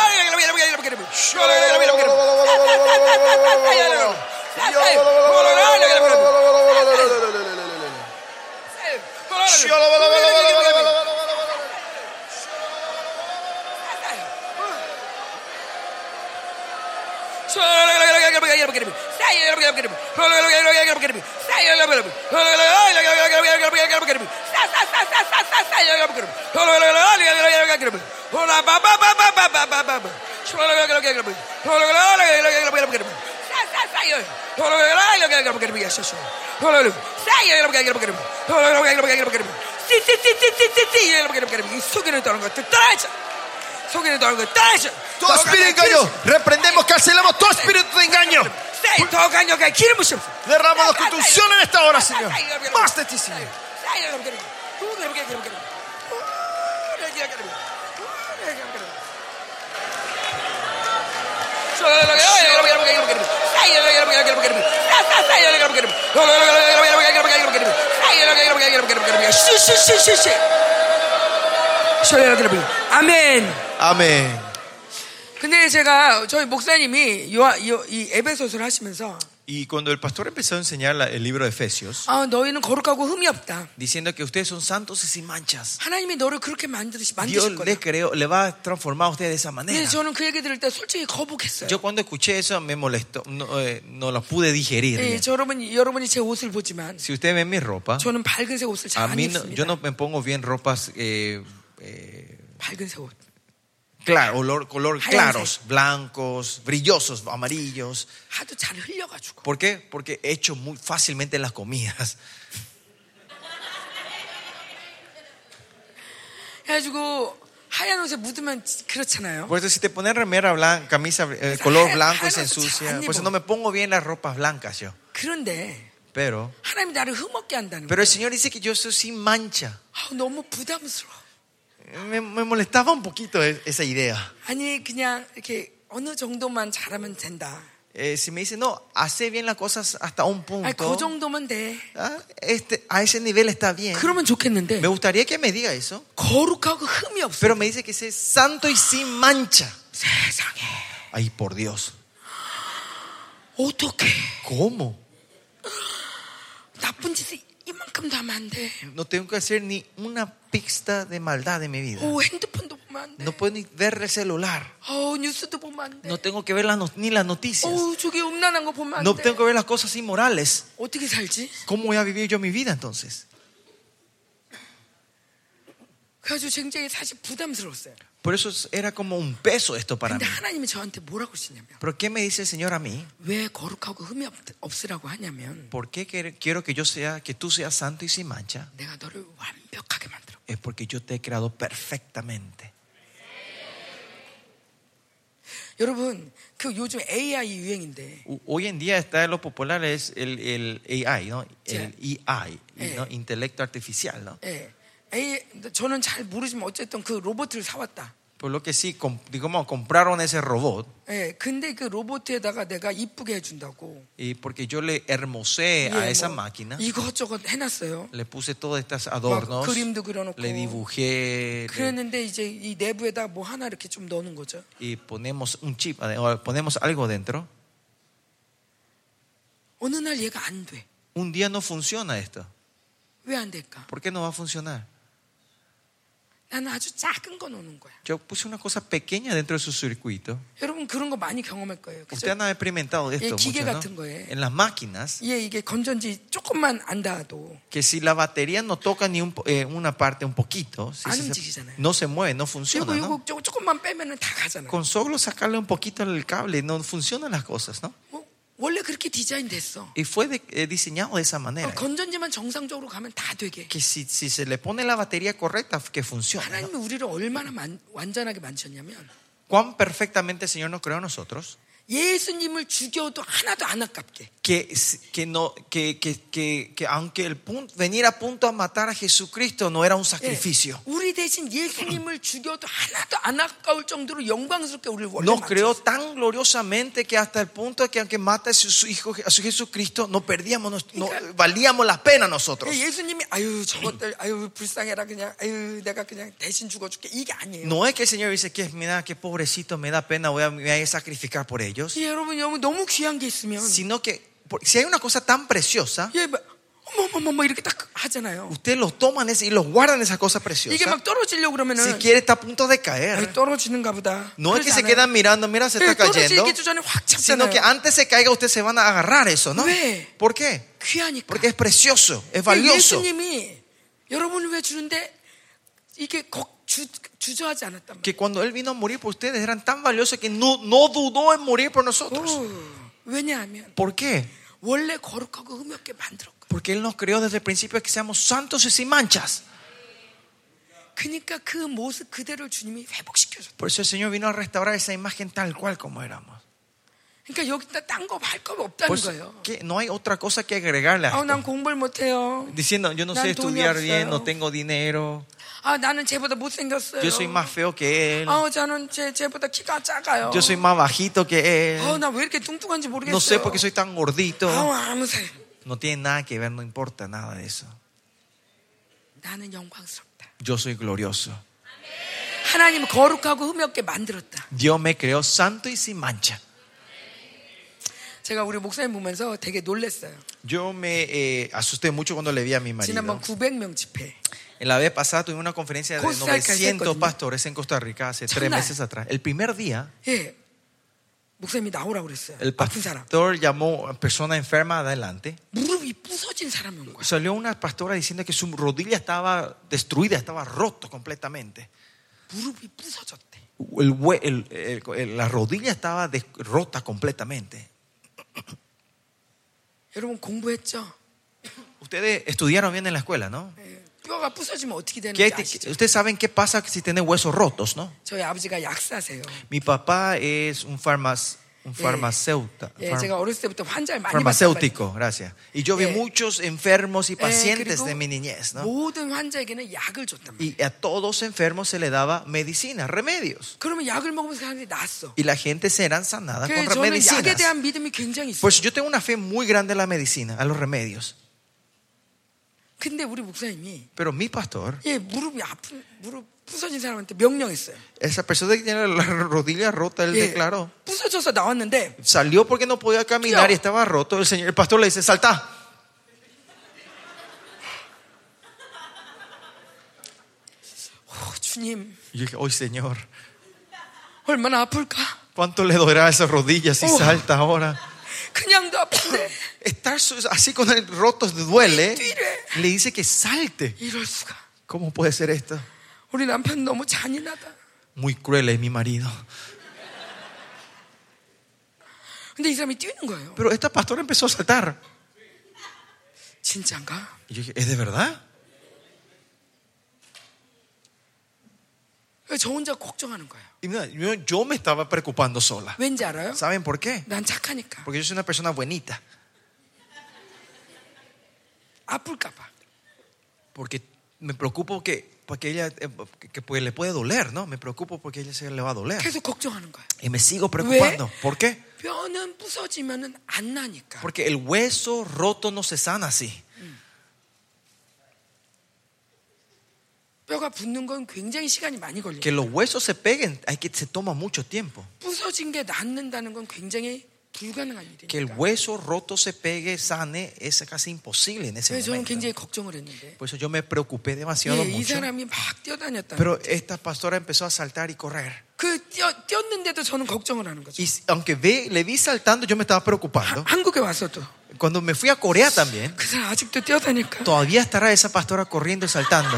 S1: 이 속이는 떠는 것들 떠나자 속이는 떠는 것들 떠나자
S2: Todo espíritu de engaño, reprendemos, cancelamos todo espíritu de engaño.
S1: 더 강력하게 기름 부심
S2: Derramos con tu unción en esta hora, Señor. Más de ti, Señor.
S1: 아멘.
S2: Amén.
S1: 근데 제가 저희 목사님이 요하- 요, 이 에베소서를 하시면서
S2: Y cuando el pastor empezó a enseñar la- el libro de Efesios,
S1: 아, 너희는 거룩하고 흠이 없다.
S2: diciendo que ustedes son santos y sin manchas,
S1: 하나님이 너를 그렇게 만드시,
S2: Dios
S1: 만드실 거다.
S2: le creó, le va a transformar a ustedes de esa
S1: 근데
S2: manera.
S1: 저는 그 얘기 들을 때 솔직히 거북했어요.
S2: Yo cuando escuché eso me molestó, no, eh, no lo pude digerir.
S1: 예,
S2: bien.
S1: 저 여러분, 여러분이 제 옷을 보지만
S2: Si ustedes ven mi ropa,
S1: 저는 밝은색 옷을 잘
S2: a
S1: 안
S2: mí no-
S1: 입습니다.
S2: yo no me pongo bien ropas eh, eh,
S1: 밝은색 옷.
S2: claro, olor- color
S1: Hayanse.
S2: claros, blancos, brillosos, amarillos.
S1: 하도 잘 흘려가지고.
S2: ¿Por qué? Porque echo muy fácilmente las comidas. [laughs]
S1: 그래가지고 하얀 옷에 묻으면 지- 그렇잖아요.
S2: Por eso si te pones remera blanca, camisa eh, color blanco y se ensucia, por eso no me pongo bien las ropas blancas yo.
S1: 그런데
S2: Pero,
S1: 하나님이 나를 흠없게 한다는 거예요.
S2: pero el Señor dice que yo soy sin mancha.
S1: 아우, 너무 부담스러워.
S2: Me, me molestaba un poquito e- esa idea.
S1: 아니, 그냥 이렇게 어느 정도만 잘하면 된다.
S2: Eh, si me dice, no, hace bien las cosas hasta un
S1: 아니, 그
S2: punto.
S1: 정도면 돼.
S2: ah, este, a ese nivel está bien.
S1: 그러면 좋겠는데
S2: Me gustaría que me diga eso.
S1: 거룩하고 흠이 없어.
S2: Pero me dice que sea santo y sin mancha.
S1: 세상에
S2: Ay, por Dios.
S1: 어떻게
S2: ¿Cómo?
S1: 나쁜 짓을 이만큼도 하면 안 돼.
S2: No tengo que hacer ni una pista de maldad en mi vida.
S1: 오 핸드폰도 보면 안 돼.
S2: No puedo ni ver el celular.
S1: 어 뉴스도 보면 안 돼.
S2: No tengo que ver las no- ni las noticias.
S1: 어 저기 음란한 거 보면 안
S2: No
S1: 돼.
S2: tengo que ver las cosas inmorales.
S1: 어떻게 살지?
S2: ¿Cómo voy a vivir yo mi vida entonces?
S1: 그래서 굉장히 사실 부담스러웠어요.
S4: Por eso era como un peso esto para mí.
S1: 근데 하나님이 저한테 뭐라고 하시냐면
S4: Pero ¿qué me dice el Señor a mí?
S1: 왜 거룩하고 흠이 없, 없으라고 하냐면
S4: ¿Por qué quer- quiero que yo sea, que tú seas santo y sin mancha?
S1: 내가 너를 완벽하게 만들어.
S4: Es porque yo te he creado perfectamente.
S1: 여러분 그 요즘 AI 유행인데
S4: U- Hoy en día está en lo popular es el, el AI, ¿no? El AI, ¿no?
S1: Eh.
S4: Intelecto artificial, ¿no?
S1: 예. 에이, 저는 잘 모르지만 어쨌든 그 로봇을 사왔다.
S4: Por lo que sí, com- digamos, compraron ese robot
S1: 예, 근데 그 로봇에다가 내가 이쁘게 해준다고.
S4: y porque yo le hermosé a
S1: 예, 네,
S4: esa
S1: 뭐
S4: máquina,
S1: 이것저것 해놨어요.
S4: le puse todos estos adornos,
S1: 그림도 그려놓고.
S4: le
S1: 네.
S4: dibujé, le-
S1: 그랬는데 이제 이 내부에다가 뭐 하나 이렇게 좀 넣는 거죠.
S4: y ponemos un chip, ade- o ponemos algo dentro.
S1: 어느 날 얘가 안 돼.
S4: Un día no funciona esto.
S1: 왜 안 될까?
S4: ¿Por qué no va a funcionar?
S1: 나는 아주 작은 거 넣는 거야.
S4: Yo puse una cosa pequeña dentro de su circuito.
S1: 여러분 그런 거 많이 경험할 거예요.
S4: Usted
S1: 그죠?
S4: han experimentado
S1: Eh,
S4: esto
S1: 기계
S4: mucho, ¿no?
S1: 같은 거에.
S4: en las máquinas
S1: 예, 이게 건전지 조금만 안 닿아도
S4: que si la batería no toca ni un po- eh, una parte un poquito, si
S1: Ah,
S4: se-
S1: no
S4: se-
S1: 움직이잖아요.
S4: no se mueve, no
S1: 그리고
S4: funciona. ¿no?
S1: 이거 조- 조금만 빼면은 다 가잖아요.
S4: Con solo sacarle un poquito el cable no funcionan las cosas, ¿no?
S1: 뭐, 원래 그렇게 디자인 됐어.
S4: Y fue de- eh, diseñado de esa manera.
S1: 건전지만 정상적으로 가면 다 되게.
S4: Que si, si se le pone la batería correcta, que funcione. ¿no?
S1: 하나님이 우리를 얼마나 만- 완전하게 만드셨냐면
S4: Cuán perfectamente el Señor nos creó a nosotros.
S1: 예수님을 죽여도 하나도 안 아깝게
S4: Que, si- que, no, que, que, que, que aunque el punto, venir a punto a matar a Jesucristo no era un
S1: 예,
S4: sacrificio.
S1: 우리 대신 예수님을 죽여도 하나도 안 아까울 정도로 영광스럽게 우리를 원래
S4: Nos creó
S1: 만드셨어요.
S4: tan gloriosamente que hasta el punto de que aunque mata a su, su hijo a su Jesucristo, no perdíamos, nos- no, valíamos la pena nosotros.
S1: 예, 예수님이 아유 저것들 아유 불쌍해라 그냥 아유 내가 그냥 대신 죽어줄게 이게 아니에요.
S4: No es que el Señor dice que mira qué pobrecito me da pena, voy a, me voy a sacrificar por ellos,
S1: 예, 여러분 여러분 너무 귀한 게 있으면
S4: sino que por- si hay una cosa tan preciosa,
S1: 예, 뭐, 어머 어머 어머 이렇게 딱 하잖아요.
S4: ustedes los toman ese- y los guardan esa cosa
S1: 이게
S4: preciosa.
S1: 막 떨어지려고
S4: Si
S1: 그러면은
S4: quiere está a punto de
S1: 아유,
S4: caer.
S1: 떨어지는가 보다.
S4: No es que
S1: 그러지
S4: se
S1: 않아요.
S4: quedan mirando, mira se está
S1: 예,
S4: cayendo,
S1: 떨어지기 전에 확
S4: sino que
S1: 잡잖아요.
S4: antes se caiga ustedes se van a agarrar eso, ¿no?
S1: Ve.
S4: ¿Por qué?
S1: 귀하니까.
S4: Porque es precioso, es
S1: 그러니까
S4: valioso.
S1: 예수님이 여러분을 왜 주는데 이게 걱- 주, 주저하지 않았단 말이에요.
S4: que cuando Él vino a morir por ustedes eran tan valiosos que no, no dudó en morir por nosotros.
S1: 오, 왜냐하면
S4: ¿Por qué?
S1: 원래 거룩하고 흠이 없게 만들었고
S4: Porque Él nos creó desde el principio que seamos santos y sin manchas.
S1: 그러니까 그 모습 그대로 주님이 회복시켜줬다.
S4: Por eso el Señor vino a restaurar esa imagen tal cual como éramos.
S1: 그러니까 여기다 딴거할거
S4: Por
S1: 없다는
S4: eso
S1: 거예요.
S4: que no hay otra cosa que agregarle a
S1: 아, 난
S4: esto.
S1: 공부를 못해요.
S4: Diciendo, yo no
S1: Nan
S4: sé estudiar
S1: 돈이
S4: bien, no
S1: 없어요.
S4: tengo dinero,
S1: 아, 나는 쟤보다 못생겼어요.
S4: yo soy más feo que Él,
S1: 아, 저는 쟤, 쟤보다 키가 작아요.
S4: yo soy más bajito que
S1: 아,
S4: Él,
S1: 나 왜 이렇게 뚱뚱한지
S4: Oh, no Ah, sé
S1: 모르겠어요.
S4: por qué soy tan gordito.
S1: 아, 아무 사람.
S4: No tiene nada que ver, no importa nada de eso.
S1: 나는 영광스럽다.
S4: Yo soy glorioso.
S1: 하나님은 거룩하고 흠이 없게 만들었다.
S4: Dios me creó santo y sin mancha.
S1: 제가 우리 목사님 보면서 되게 놀랬어요.
S4: Yo me eh, asusté mucho cuando le vi a mi marido.
S1: 지난번 900명 집회.
S4: En la vez pasada tuvimos una conferencia de
S1: Costa Rica,
S4: 900
S1: ¿sí?
S4: pastores en Costa Rica hace tres
S1: Chanda.
S4: meses atrás. El primer día,
S1: 예. 목사님이 나오라고 그랬어요.
S4: el
S1: 아픈 사람.
S4: pastor llamó a persona enferma adelante.
S1: 무릎이 부서진 사람이 온 거야.
S4: Salió una pastora diciendo que su rodilla estaba destruida, estaba roto completamente.
S1: 무릎이 부서졌대.
S4: El hue- el- el- el- la rodilla estaba des- rota completamente.
S1: 여러분 공부했죠?
S4: Ustedes estudiaron bien en la escuela, ¿no?
S1: 예. 뼈가 부서지면 어떻게 되는지
S4: ¿Qué-
S1: 아시죠?
S4: ustedes saben qué pasa si tienen huesos rotos, ¿no?
S1: 저희 아버지가 약사세요.
S4: Mi papá es un, farmac- un
S1: 예.
S4: farmacéuta.
S1: 예,
S4: farm-
S1: 제가 어렸을 때부터 환자를 많이
S4: farmacéutico, gracias. Y yo vi
S1: Eh.
S4: muchos enfermos y
S1: 봤단 말이에요. 예,
S4: pacientes
S1: 그리고
S4: de mi niñez, ¿no?
S1: 모든 환자에게는 약을 줬단 말이에요.
S4: Y a todos enfermos se le daba medicina, remedios.
S1: 그러면 약을 먹으면서 사람들이 낫어.
S4: Y la gente serán sanada
S1: 그래서
S4: con
S1: 저는 약에
S4: medicinas.
S1: 대한 믿음이 굉장히 있어요.
S4: Por eso yo tengo una fe muy grande a la medicina, a los remedios.
S1: 근데 우리 목사님이
S4: Pero mi pastor,
S1: 예, 무릎이 아픈 무릎 부서진 사람한테 명령했어요.
S4: esa persona que tiene la rodilla rota, él
S1: 예,
S4: declaró.
S1: 부서져서 나왔는데
S4: Salió porque no podía caminar y estaba roto. El, señor, el pastor le dice, salta.
S1: 어, 주님
S4: Y yo dije, hoy Señor,
S1: 얼마나 아플까?
S4: ¿cuánto le dolerá a esas rodillas si
S1: Oh.
S4: salta ahora?
S1: 그냥도 아픈데
S4: Estar su- así con el roto duele.
S1: Tire.
S4: Le dice que salte.
S1: 이럴 수가.
S4: ¿Cómo puede ser esto?
S1: 우리 남편 너무 잔인하다.
S4: Muy cruel es mi marido.
S1: 근데 이 사람이 뛰는 거예요.
S4: Pero esta pastora empezó a saltar.
S1: 진짠가?
S4: Y yo dije, ¿es de verdad?
S1: 저 혼자 걱정하는 거예요.
S4: Y mira, yo, yo me estaba preocupando sola.
S1: 왠지 알아요?
S4: ¿Saben por qué?
S1: 난 착하니까.
S4: Porque yo soy una persona buenita.
S1: 아플까봐.
S4: Porque me preocupo que, porque ella, eh, que, que pues le puede doler, ¿no? Me preocupo porque ella se le va a doler.
S1: 계속 걱정하는 거예요.
S4: Y me sigo preocupando.
S1: ¿Ve?
S4: ¿Por qué?
S1: 뼈는 부서지면은 안 나니까.
S4: Porque el hueso roto no se sana así.
S1: 뼈가 붙는 건 굉장히 시간이 많이 걸려요.
S4: Que los huesos se peguen, hay que se toma mucho tiempo.
S1: 부서진 게 낫는다는 건 굉장히 불가능한
S4: Que el
S1: 일이니까.
S4: hueso roto se pegue, sane, es casi imposible en ese
S1: 그래서 저는 굉장히
S4: momento.
S1: 걱정을 했는데.
S4: Por eso yo me preocupé demasiado
S1: 예, 이
S4: mucho.
S1: 사람이 막 뛰어다녔다.
S4: Pero esta pastora empezó a saltar y correr.
S1: 그 뛰어, 뛰었는데도 저는 걱정을 하는 거죠.
S4: Y aunque ve, le vi saltando, yo me estaba
S1: 하-
S4: preocupando.
S1: 한국에 와서도
S4: Cuando me fui a Corea también,
S1: 그 사람 아직도 뛰어다니까.
S4: todavía estará esa pastora corriendo y saltando.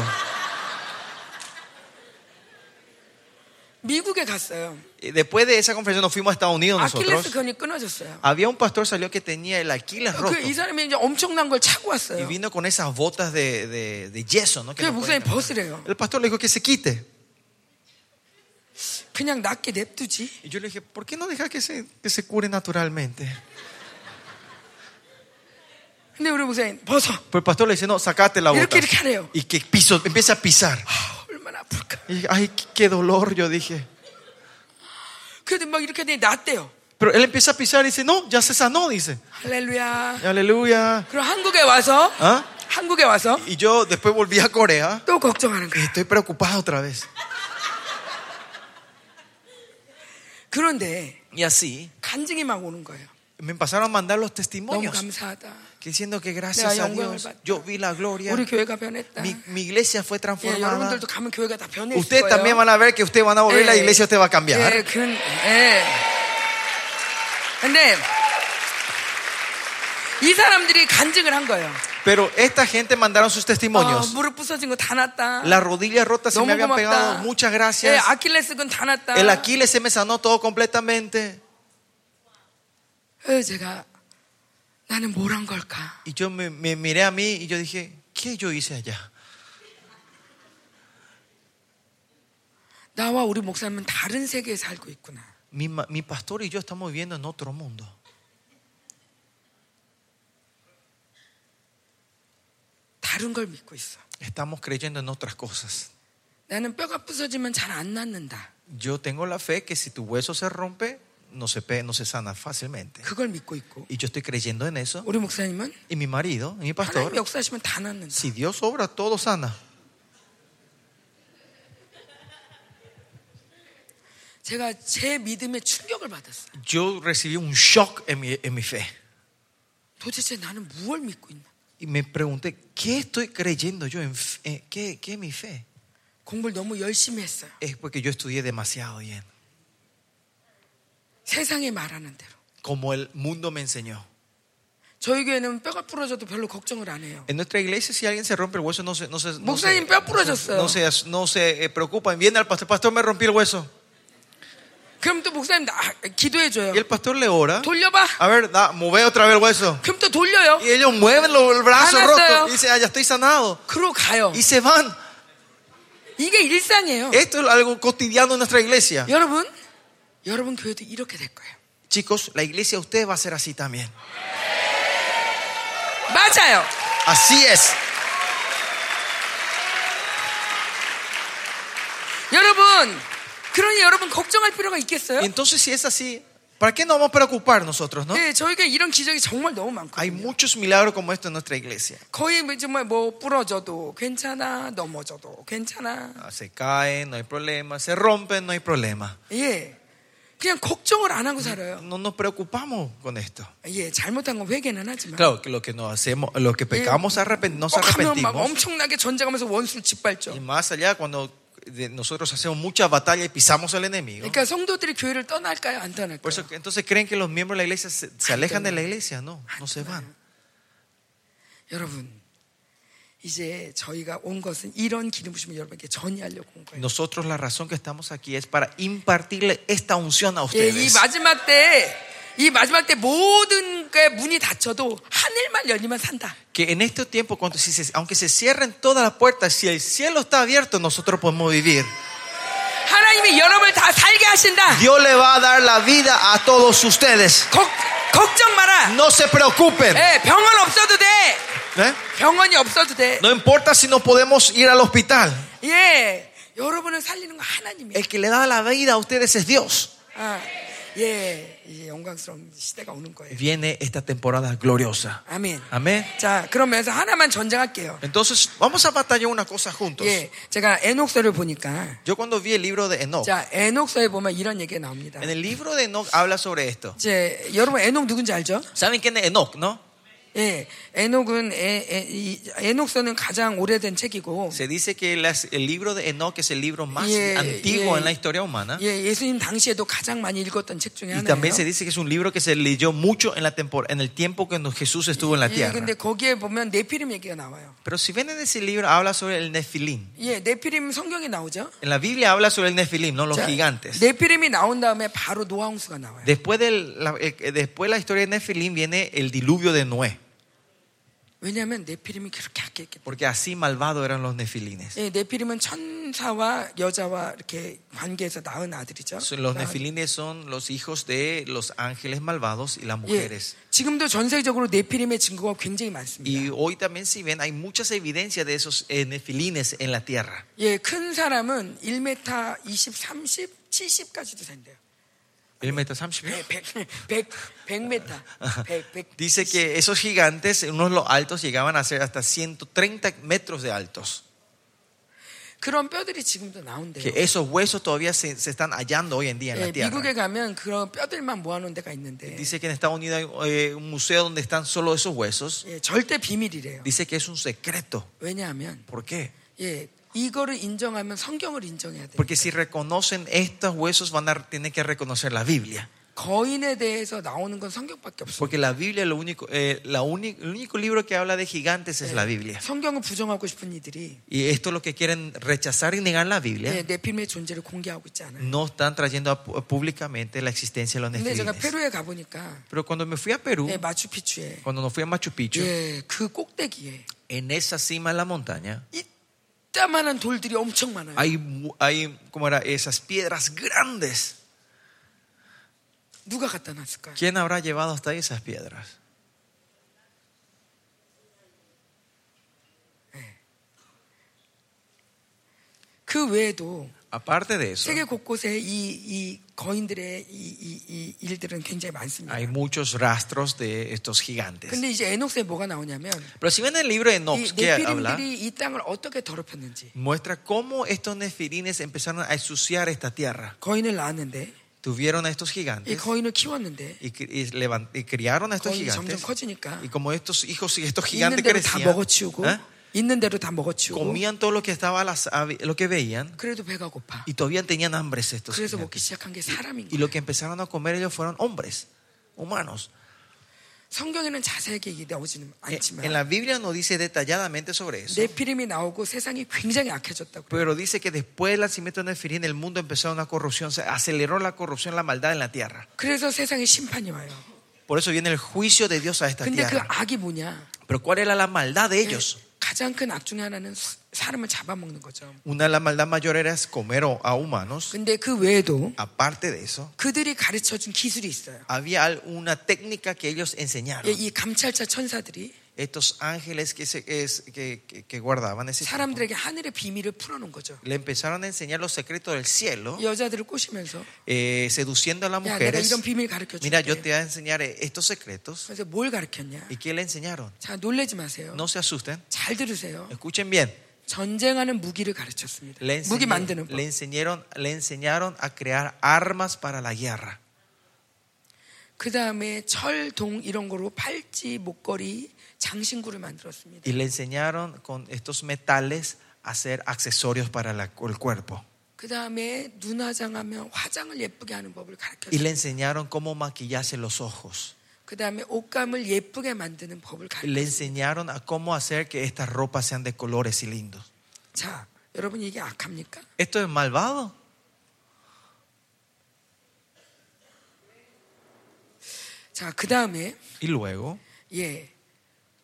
S1: 미국에 갔어요.
S4: Y Después de esa conferencia nos fuimos a Estados Unidos
S1: 아킬레스
S4: nosotros.
S1: 건이 끊어졌어요.
S4: Había un pastor salió que tenía el Aquiles roto
S1: 그 이 사람이 이제 엄청난 걸 차고
S4: y
S1: 왔어요.
S4: vino con esas botas de, de- de yeso, ¿no? Que
S1: 그
S4: no
S1: 목사님
S4: pueden caminar.
S1: 벗으래요.
S4: el pastor le dijo que se quite.
S1: 그냥 낫게 냅두지.
S4: Y yo le dije, ¿por qué no dejas que se, que se cure naturalmente?
S1: 근데 우리 목사님 벗어.
S4: Pero el pastor le dice, no, sacate la
S1: Mira
S4: bota.
S1: que el jaleo.
S4: Y que piso, empieza a pisar.
S1: 아, 얼마나 아플까.
S4: Y dije, ay, qué- qué dolor, yo dije.
S1: 그래도 막 이렇게 되니 낫대요.
S4: Pero él empieza a pisar y dice, no, ya se sanó, dice.
S1: 할렐루야.
S4: Aleluya.
S1: 그럼 한국에 와서
S4: ¿Ah?
S1: 한국에 와서
S4: Y yo después volví a Corea.
S1: 또 걱정하는 거예요.
S4: Estoy preocupado otra vez.
S1: 그런데
S4: Y así
S1: 간증이 막 오는 거예요.
S4: me pasaron a mandar los
S1: 너무
S4: testimonios.
S1: 감사하다.
S4: Que diciendo que
S1: Mira,
S4: gracias a
S1: yo un huevo
S4: Dios
S1: impactado.
S4: yo vi la gloria.
S1: 우리 교회가 변했다.
S4: Mi, mi iglesia fue
S1: 예,
S4: transformada.
S1: 여러분들도 가면 교회가 다 변해 있을
S4: Ustedes
S1: 거예요.
S4: también van a ver que ustedes van a volver y la
S1: 예,
S4: iglesia, usted va a cambiar.
S1: 예, 그, 예. 근데 이 사람들이 간증을 한 거예요.
S4: Pero esta gente mandaron sus
S1: 아,
S4: testimonios.
S1: 무릎 부서진 거 다 났다.
S4: La rodilla rota se me
S1: 너무
S4: había pegado.
S1: 고맙다.
S4: Muchas
S1: 예,
S4: gracias.
S1: 아킬레스건 다 났다.
S4: El Aquiles se me sanó todo completamente.
S1: 예, 제가 나는 뭘 한 걸까?
S4: Y yo me, me miré a mí y yo dije, ¿qué yo hice allá?
S1: 나와 우리 목사님은 다른 세계에 살고 있구나.
S4: Mi, ma- mi pastor y yo estamos viviendo en otro mundo.
S1: 다른 걸 믿고 있어.
S4: Estamos creyendo en otras cosas.
S1: 나는 뼈가 부서지면 잘 안 낫는다.
S4: Yo tengo la fe que si tu hueso se rompe, no se, pe- no se sana fácilmente.
S1: 그걸 믿고 있고
S4: Y yo estoy creyendo en eso.
S1: 우리 목사님은
S4: Y mi marido, y mi
S1: 하나님
S4: pastor,
S1: 역사하시면 다 낫는다.
S4: si Dios obra, todo sana.
S1: 제가 제 믿음에 충격을 받았어요.
S4: Yo recibí un shock en mi, en mi fe.
S1: 도대체 나는 무엇을 믿고 있나?
S4: Y me pregunté, ¿qué estoy creyendo yo? En f- eh, ¿qué, ¿Qué es mi fe?
S1: 공부를 너무 열심히 했어요.
S4: Es porque yo estudié demasiado bien,
S1: 세상에 말하는 대로.
S4: como el mundo me enseñó.
S1: 저희 교회는 뼈가 부러져도 별로 걱정을 안 해요.
S4: En nuestra iglesia, si alguien se rompe el hueso, no se, no se, no se,
S1: 목사님 뼈 부러졌어요.
S4: no se, no se, eh, preocupan. Viene al pastor, pastor, me rompí el hueso.
S1: 그럼 또 목사님 나, 기도해 줘요.
S4: Y el pastor le ora.
S1: 돌려봐.
S4: A ver, da, mueve otra vez el hueso.
S1: 그럼 또 돌려요.
S4: Y ellos mueven lo- el brazo
S1: Sanateo.
S4: roto. Y dicen, ah, ya estoy sanado.
S1: 그러고 가요.
S4: Y se van.
S1: 이게 일상이에요.
S4: Esto es algo cotidiano en nuestra iglesia.
S1: 여러분, 여러분 교회도 이렇게 될 거예요.
S4: Chicos, la iglesia de ustedes va a ser así también.
S1: 맞아요.
S4: Así es.
S1: 여러분, 그러니 여러분 걱정할 필요가 있겠어요?
S4: Y entonces, si es así, ¿para qué nos vamos a preocupar nosotros, no?
S1: 네, 저희 교회 이런 기적이 정말 너무 많고.
S4: Hay muchos milagros como esto en nuestra iglesia.
S1: 거의 뭐 정말 뭐 부러져도 괜찮아, 넘어져도 괜찮아.
S4: Ah, Se caen, no hay problema. Se rompen, no hay problema.
S1: 예. 그냥 걱정을 안 하고 살아요.
S4: No nos preocupamos con esto.
S1: 예, 잘못한 건 회개는 하지만.
S4: Claro, que lo que nos hacemos, lo que pecamos, arrepen- nos
S1: 꼭 하면 막
S4: arrepentimos.
S1: 엄청나게 전쟁하면서 원수를
S4: Y
S1: 짓밟죠.
S4: más allá, cuando de- nosotros hacemos mucha batalla y pisamos al enemigo.
S1: 그러니까 성도들이 교회를 떠날까요, 안 떠날까요?
S4: Por eso, que- entonces creen que los miembros de la iglesia se, se alejan de la iglesia. No, no se van.
S1: 여러분, 이제 저희가 온 것은 이런 기름 부심을 여러분께 전이하려고 온 거예요.
S4: Nosotros la razón que estamos aquí es para impartirle esta unción a
S1: 예, 이
S4: ustedes.
S1: 마지막 때, 이 마지막 때 모든 게 문이 닫혀도 하늘만 열리면 산다.
S4: Que en este tiempo, cuando, si se- aunque se cierren todas las puertas, si el cielo está abierto, nosotros podemos vivir.
S1: 하나님이 여러분을 다 살게 하신다.
S4: Dios le va a dar la vida a todos ustedes.
S1: 걱, 걱정 마라.
S4: No se preocupen.
S1: 예, 병원 없어도 돼.
S4: ¿eh?
S1: 병원이 없어도 돼.
S4: No importa si no podemos ir al hospital.
S1: 예, 여러분을 살리는 건 하나님이에요.
S4: El que le da la vida a ustedes es Dios.
S1: 아, 예, 이제 영광스러운 시대가 오는 거예요.
S4: Viene esta temporada gloriosa.
S1: 아멘.
S4: Amén.
S1: 자, 그러면서 하나만 전쟁할게요.
S4: Entonces, vamos a batallar una cosa juntos.
S1: 예, 제가 에녹서를 보니까,
S4: Yo cuando vi el libro de Enoch,
S1: 자, 에녹서에 보면 이런 얘기가 나옵니다.
S4: en el libro de Enoch habla sobre esto.
S1: 이제 여러분 에녹 누군지 알죠?
S4: ¿Saben quién es Enoch, no?
S1: 예, 에녹은 에, 에, 이, 에녹서는 가장 오래된 책이고,
S4: Se dice que las- el libro de Enoch es el libro más
S1: 예,
S4: antiguo
S1: 예.
S4: en la historia humana.
S1: 예, 예수님 당시에도 가장 많이 읽었던 책 중에
S4: Y también se
S1: 하나예요.
S4: dice que es un libro que se leyó mucho en, la tempor- en el tiempo que no- Jesús estuvo en la
S1: 예,
S4: tierra.
S1: 근데 거기에 보면 네피림 얘기가 나와요.
S4: Pero si ven en ese libro, habla sobre el Nefilim.
S1: 예, 네피림 성경에 나오죠.
S4: En la Biblia habla sobre el Nefilim, no los
S1: 자,
S4: gigantes.
S1: 네피림이 나온 다음에 바로 노아홍수가 나와요.
S4: Después de la, eh, después de la historia de Nefilim viene el diluvio de Noé,
S1: 왜냐하면 네피림이 그렇게 악했기 때문에.
S4: porque así malvados eran los Nefilines.
S1: 예, 네피림은 천사와 여자와 이렇게 관계에서 낳은 아들이죠.
S4: So, Los
S1: 낳은-
S4: Nefilines son los hijos de los ángeles malvados y las
S1: 예,
S4: mujeres.
S1: 지금도 전 세계적으로 네피림의 증거가 굉장히 많습니다.
S4: Y hoy también, si ven, hay muchas evidencias de esos eh, Nefilines en la tierra.
S1: 예, 큰 사람은 1m 20, 30, 70까지도 산대요.
S4: El meta- Samship.
S1: 예, 100, 100, 100m. 100, 100.
S4: Dice que esos gigantes, unos los altos, llegaban a ser hasta 130 metros de altos.
S1: 그런 뼈들이 지금도 나온대요.
S4: Que esos huesos todavía se, se están hallando hoy en día en
S1: 예,
S4: la
S1: 미국에
S4: tierra.
S1: 가면 그런 뼈들만 모아놓은 데가 있는데
S4: Dice que en Estados Unidos hay eh, un museo donde están solo esos huesos.
S1: 예, 절대 비밀이래요.
S4: Dice que es un secreto.
S1: 왜냐하면
S4: ¿Por qué?
S1: 예, 이거를 인정하면 성경을 인정해야 돼요.
S4: Porque si reconocen estos huesos, van a tener que reconocer la Biblia.
S1: 거인에 대해서 나오는 건 성경밖에 없어요.
S4: Porque la Biblia, lo único, eh, la uni- el único libro que habla de gigantes es la Biblia.
S1: 성경을 부정하고 싶은 이들이
S4: Y esto es lo que quieren rechazar y negar la
S1: 예,
S4: Biblia.
S1: 네피림의 음, 존재를 공개하고 있지 않아요.
S4: No están trayendo a pu- públicamente la existencia de los
S1: 근데 제가
S4: nefilines.
S1: 페루에 가보니까
S4: Pero cuando me fui a Perú,
S1: 예, 마추픽추에
S4: cuando nos fui a Machu Picchu,
S1: 예, 그 꼭대기에
S4: en esa cima de la montaña,
S1: 이따만한 돌들이 엄청 많아요.
S4: hay, mu- hay como era, esas piedras grandes.
S1: 누가 갖다 놨을까요?
S4: ¿Quién habrá llevado hasta ahí esas piedras?
S1: 그 외에도
S4: Aparte de eso,
S1: 세계 곳곳에 이, 이 거인들의 이, 이, 이 일들은 굉장히 많습니다.
S4: hay muchos rastros de estos gigantes.
S1: 근데 이제 에녹스에 뭐가 나오냐면
S4: Pero si ven el libro de Enoch,
S1: 이
S4: que habla,
S1: 네피림들이 이 땅을 어떻게 더럽혔는지
S4: muestra cómo estos nefilines empezaron a ensuciar esta tierra.
S1: 거인을 낳았는데
S4: Tuvieron a estos
S1: 이
S4: gigantes
S1: 거인을 키웠는데
S4: y, cri- y levan- y criaron a estos
S1: 거인이 점점
S4: gigantes.
S1: 커지니까 그
S4: Y como estos hijos y estos
S1: 있는
S4: gigantes
S1: 대로 다
S4: crecían,
S1: 먹어치우고
S4: ¿eh?
S1: 있는 대로 다 먹어치우고
S4: comían todo lo que estaba a las- a- lo que veían
S1: 그래도 배가 고파
S4: y todavía tenían hambres estos
S1: 그래서
S4: gigantes.
S1: 먹기 시작한 게 사람인
S4: y
S1: 거예요
S4: lo que empezaron a comer ellos fueron hombres humanos
S1: 성경에는 자세하게 얘기 나오지는
S4: en,
S1: 않지만
S4: en la Biblia no dice detalladamente sobre eso
S1: 네피림이 나오고 세상이 굉장히 악해졌다고 그래요.
S4: pero dice que después del nacimiento de Nefirín el mundo empezó una corrupción se aceleró la corrupción la maldad en la tierra
S1: 그래서 세상에 심판이 와요
S4: por eso viene el juicio de Dios a esta
S1: 근데 그
S4: tierra
S1: 악이 뭐냐
S4: pero cuál era la maldad de ellos
S1: 가장 큰 악 중에 ha나는 수- 사람을 잡아먹는 거죠
S4: una de las maldad mayor era comer o- a humanos
S1: 근데 그 외에도
S4: aparte de eso
S1: 그들이 가르쳐준 기술이 있어요
S4: había al- una técnica que ellos
S1: 예,
S4: enseñaron
S1: 이 감찰자 천사들이
S4: estos ángeles que, se- es- que, que- que guardaban ese tiempo,
S1: 사람들에게 하늘의 비밀을 풀어놓은 거죠.
S4: le empezaron a enseñar los secretos del cielo
S1: 여자들을 꼬시면서
S4: eh, seduciendo a las
S1: 야 내가
S4: mujeres.
S1: 이런 비밀 가르쳐
S4: Mira, yo
S1: 줄게.
S4: te voy a enseñar eh, estos secretos.
S1: 그래서 뭘 가르쳤냐?
S4: ¿Y qué le enseñaron?
S1: 자 놀래지 마세요.
S4: No se asusten.
S1: 잘 들으세요.
S4: Escuchen bien.
S1: 전쟁하는 무기를 가르쳤습니다.
S4: Le,
S1: 무기
S4: enseñé-
S1: 만드는 법.
S4: le enseñaron, le enseñaron a crear armas para la guerra.
S1: 그 다음에 철, 동 이런 거로 팔찌, 목걸이, 장신구를 만들었습니다.
S4: Y le enseñaron con estos metales a hacer accesorios para la- el cuerpo.
S1: 그 다음에 눈화장하면 화장을 예쁘게 하는 법을
S4: Y
S1: 가르쳤습니다.
S4: le enseñaron cómo maquillarse los ojos.
S1: 그 다음에 옷감을 예쁘게 만드는 법을 가르쳐.
S4: Le enseñaron a cómo hacer que estas ropas sean de colores y lindos.
S1: 자, 여러분 이게 악합니까?
S4: ¿Esto es malvado?
S1: 자, 그 다음에
S4: Y luego
S1: 예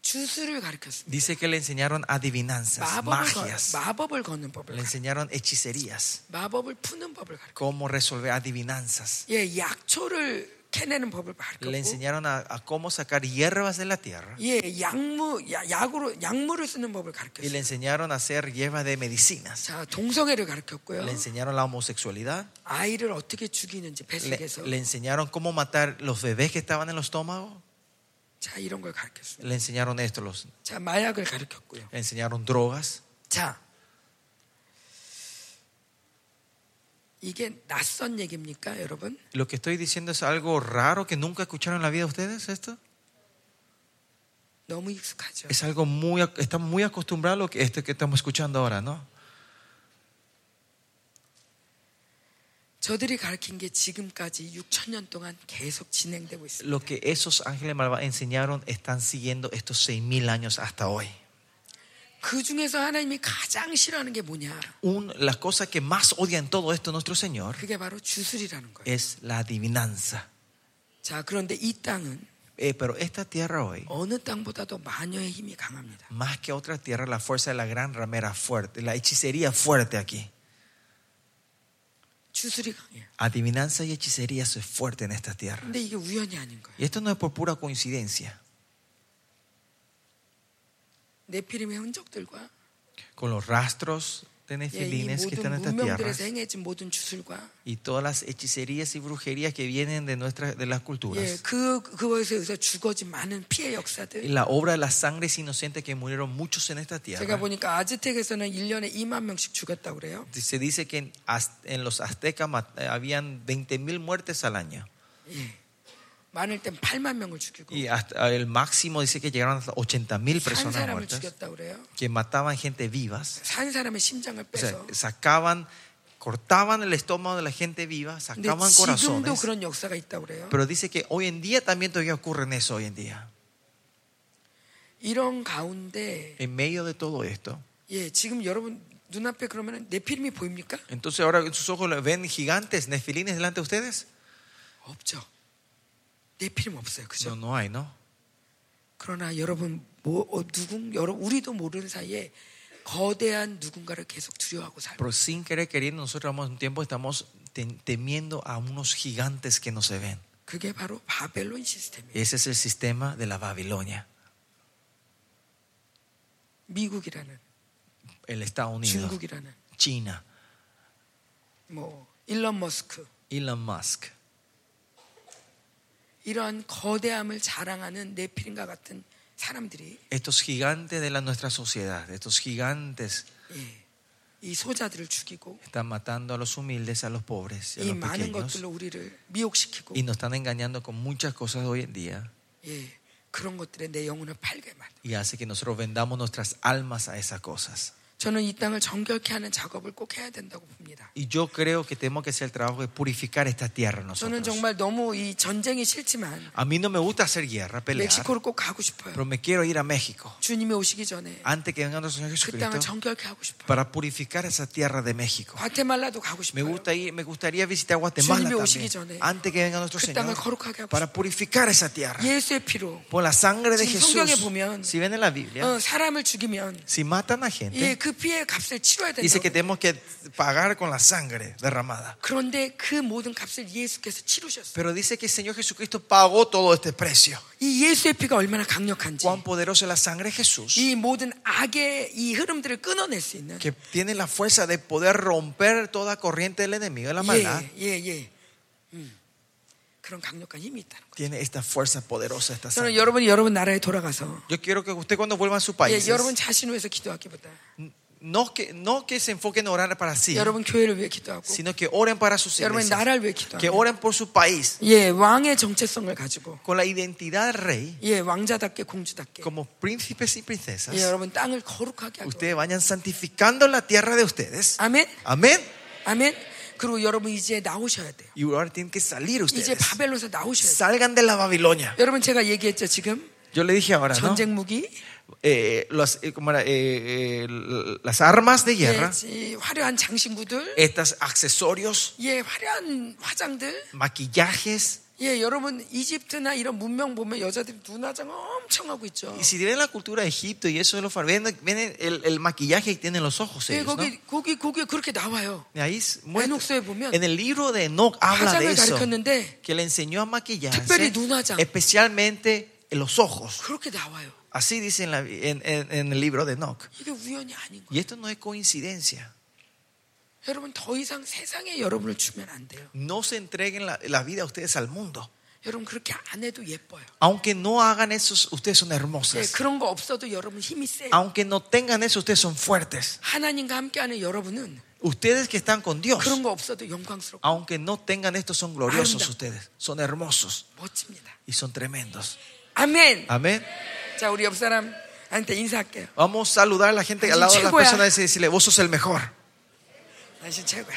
S1: 주술을 가르쳤습니다.
S4: dice que le enseñaron adivinanzas,
S1: 마법을, 거,
S4: magias.
S1: 마법을 거는 법을
S4: Le
S1: 가르쳐.
S4: enseñaron hechicerías,
S1: 마법을 푸는 법을 가르쳐.
S4: cómo resolver adivinanzas.
S1: 예, 약초를 캐내는 법을
S4: Le
S1: 가르쳤고.
S4: enseñaron a, a cómo sacar hierbas de la tierra.
S1: 예, 약무 야, 약으로 약물을 쓰는 법을
S4: Y le
S1: 가르쳤어요.
S4: enseñaron a hacer hierbas de medicinas.
S1: 자, 동성애를 가르쳤고요.
S4: Le enseñaron la homosexualidad.
S1: 아이를 어떻게 죽이는지
S4: Le,
S1: 뱃속에서
S4: le enseñaron cómo matar los bebés que estaban en los estómagos.
S1: 자, 이런 걸 가르쳤어요.
S4: Le enseñaron esto, los,
S1: 자, 마약을 가르쳤고요.
S4: le enseñaron drogas.
S1: 자. 이게 낯선 얘기입니까, 여러분?
S4: Lo que estoy diciendo es algo raro que nunca escucharon en la vida de ustedes, esto.
S1: 너무 익숙하죠.
S4: Es algo muy, ac- están muy acostumbrados a lo que, esto que estamos escuchando ahora, ¿no?
S1: 저들이 가르친 게 지금까지 6천 년 동안 계속 진행되고 있습니다.
S4: Lo que esos ángeles malvados enseñaron están siguiendo estos seis mil años hasta hoy.
S1: 그 중에서 하나님이 가장 싫어하는 게 뭐냐?
S4: Un- la cosa que más odia en todo esto nuestro Señor
S1: 그게 바로 주술이라는 거예요.
S4: es la adivinanza.
S1: 자, 그런데 이 땅은
S4: Eh, pero esta tierra hoy,
S1: 어느 땅보다도 마녀의 힘이 강합니다.
S4: más que otra tierra, la fuerza de la gran ramera fuerte, la hechicería fuerte aquí.
S1: 주술이 강해요.
S4: Adivinanza y hechicería es fuerte en esta tierra.
S1: 근데 이게 우연이 아닌 거예요.
S4: Y esto no es por pura coincidencia.
S1: 네피림의 흔적들과
S4: Con los rastros de
S1: 예, 이
S4: nefilines que están
S1: 모든
S4: en esta tierra
S1: 문명들에서 행해진 모든 주술과
S4: y todas las hechicerías y brujerías que vienen de, nuestras, de las culturas.
S1: 예, 그 그것에 의해서 죽어진 많은 피해
S4: Y
S1: 역사들.
S4: la obra de las sangres inocentes que murieron muchos en esta
S1: 제가
S4: tierra.
S1: 보니까 아즈텍에서는 1년에 2만 명씩 죽었다고 그래요.
S4: Se dice que en, az- en los aztecas mat- eh, habían 20.000 muertes al año.
S1: 많을 땐 8만 명을 죽이고
S4: Y hasta el máximo dice que llegaron hasta 80.000
S1: 산
S4: personas
S1: 사람을
S4: muertas
S1: 죽였다고 그래요.
S4: que mataban gente vivas.
S1: 산 사람의 심장을
S4: O sea,
S1: 빼서
S4: sacaban, cortaban el estómago de la gente viva,
S1: 근데
S4: sacaban
S1: 지금도
S4: corazones.
S1: 그런 역사가 있다고 그래요.
S4: Pero dice que hoy en día también todavía ocurren eso hoy en día.
S1: 이런 가운데
S4: En medio de todo esto.
S1: 예, 지금 여러분 눈앞에 그러면 네피림이 보입니까?
S4: Entonces ahora en sus ojos ven gigantes, nefilines delante de ustedes.
S1: 없죠. 네피림 없어요. 그죠?
S4: No, no hay, ¿no?
S1: 그러나 여러분 뭐 어, 누군 여러분 우리도 모르는 사이에 거대한 누군가를 계속 두려워하고 살고
S4: Pero sin querer queriendo, nosotros en un tiempo estamos tem- temiendo a unos gigantes que no se ven.
S1: 그게 바로 바벨론 시스템이에요.
S4: Ese es el sistema de la Babilonia,
S1: 미국이라는
S4: el Estados Unidos,
S1: 중국이라는
S4: China,
S1: 뭐 일론 머스크
S4: Elon Musk.
S1: 이러한 거대함을 자랑하는 네피림과 같은 사람들이
S4: Estos gigantes de la, nuestra sociedad, estos gigantes
S1: 예, 이 소자들을 죽이고
S4: están matando a los humildes, a los pobres, y
S1: 이
S4: a los
S1: 많은
S4: pequeños.
S1: 것들로 우리를 미혹시키고
S4: Y nos están engañando con muchas cosas hoy en día.
S1: 예, 그런 것들에 내 영혼을 팔게 만들.
S4: Y hace que nosotros vendamos nuestras almas a esas cosas.
S1: 저는 이 땅을 정결케 하는 작업을 꼭 해야 된다고 봅니다.
S4: Y yo creo que tenemos que hacer el trabajo de purificar esta tierra
S1: 저는
S4: nosotros.
S1: 정말 너무 이 전쟁이 싫지만
S4: A mí no me gusta hacer guerra, pelear.
S1: 멕시코를 꼭 가고 싶어요.
S4: Pero me quiero ir a México
S1: 주님이 오시기 전에
S4: antes que venga nuestro Señor
S1: 그 땅을
S4: Jesucristo
S1: 정결케 하고 싶어요.
S4: para purificar esa tierra de México.
S1: 과테말라도 가고
S4: Me,
S1: 싶어요.
S4: gusta ir- me gustaría visitar Guatemala
S1: 주님이 오시기 전에
S4: también, antes que venga nuestro
S1: 그 땅을
S4: Señor
S1: 거룩하게 하고
S4: para purificar esa tierra.
S1: 예수의 피로
S4: Por la sangre de
S1: 지금
S4: Jesús.
S1: 성경에 보면,
S4: Si ven en la Biblia,
S1: 어, 사람을 죽이면
S4: si matan
S1: 예,
S4: a gente,
S1: 그 피의 값을 치러야
S4: dice que
S1: 된다.
S4: tenemos que pagar con la sangre derramada.
S1: 그런데 그 모든 값을 예수께서 치르셨어요.
S4: Pero dice que el Señor Jesucristo pagó todo este precio.
S1: 이 예수의 피가 얼마나 강력한지
S4: Cuán poderosa es la sangre de Jesús.
S1: 이 모든 악의 이 흐름들을 끊어낼 수 있는
S4: que tiene la fuerza de poder romper toda corriente del enemigo, de la maldad,
S1: 예, 예, 예. 음. 그런 강력한 힘이 있다는 거예요.
S4: tiene esta fuerza poderosa, esta
S1: 저는
S4: sangre.
S1: 여러분이 여러분 나라에 돌아가서
S4: Yo quiero que usted cuando vuelva a su
S1: 예,
S4: país,
S1: 여러분 자신을 위해서 기도하기보다
S4: no que, no que se enfoquen en orar para sí,
S1: 여러분 교회를 위해 기도하고
S4: sino que oren para sus
S1: 여러분
S4: iglesias,
S1: 나라를 위해
S4: que
S1: 기도하고
S4: oren por su país,
S1: 예, 왕의 정체성을 가지고
S4: con la identidad de rey,
S1: 예, 왕자답게 공주답게
S4: como príncipes y
S1: 예,
S4: princesas,
S1: 여러분 땅을 거룩하게 하고
S4: ustedes vayan santificando la tierra de ustedes.
S1: 아멘
S4: Amén.
S1: 아멘 그리고 여러분 이제 나오셔야 돼요.
S2: Y ahora tienen que
S1: 이제
S2: salir ustedes.
S1: 바벨론에서 나오셔야 돼요.
S2: Salgan de la Babilonia.
S1: 여러분 제가 얘기했죠 지금
S2: Yo le dije ahora, ¿no?
S1: 전쟁 무기,
S2: Eh, las, eh, ¿cómo era? Eh, eh, las armas de
S1: 예,
S2: guerra,
S1: 지- 화려한 장신구들,
S2: estos accesorios,
S1: 예, 화려한 화장들,
S2: maquillajes.
S1: 예, 여러분 이집트나 이런 문명 보면 여자들이 눈화장 엄청 하고 있죠.
S2: Y si tienen la cultura de Egipto y eso de los faraones, ven, ven el, el maquillaje que tienen los ojos
S1: 예,
S2: ellos, ¿no?
S1: 거기 거기 거기 그렇게 나와요.
S2: Y ahí es- muestra-
S1: Enoch se 보면
S2: en el libro de Enoch habla de
S1: 화장을
S2: eso,
S1: 가르쳤는데
S2: que le enseñó a maquillarse,
S1: 특별히 눈화장.
S2: especialmente en los ojos.
S1: 그렇게 나와요.
S2: Así dice en, la- en- en- en el libro de Enoch.
S1: 이게 우연이 아닌 거예요.
S2: Y esto no es coincidencia.
S1: 여러분 더 이상 세상에 여러분을 주면 안 돼요.
S2: No se entreguen la, la vida a ustedes al mundo.
S1: 여러분 그렇게 안 해도 예뻐요.
S2: Aunque no hagan eso, ustedes son
S1: 예,
S2: hermosas.
S1: 그런 거 없어도 여러분 힘이 세요.
S2: Aunque no tengan eso, ustedes son fuertes.
S1: 하나님과 함께하는 여러분은
S2: Ustedes que están con Dios,
S1: 그런 거 없어도 영광스럽고
S2: aunque no tengan esto, son gloriosos
S1: Anda.
S2: ustedes. Son hermosos
S1: 멋집니다.
S2: y son tremendos.
S1: 아멘.
S2: Amén.
S1: 자 우리 옆 사람한테 인사할게요.
S2: Vamos a saludar a la gente al lado de las
S1: Chihuahua.
S2: personas y decirle, vos sos el mejor.
S1: 당신 최고야.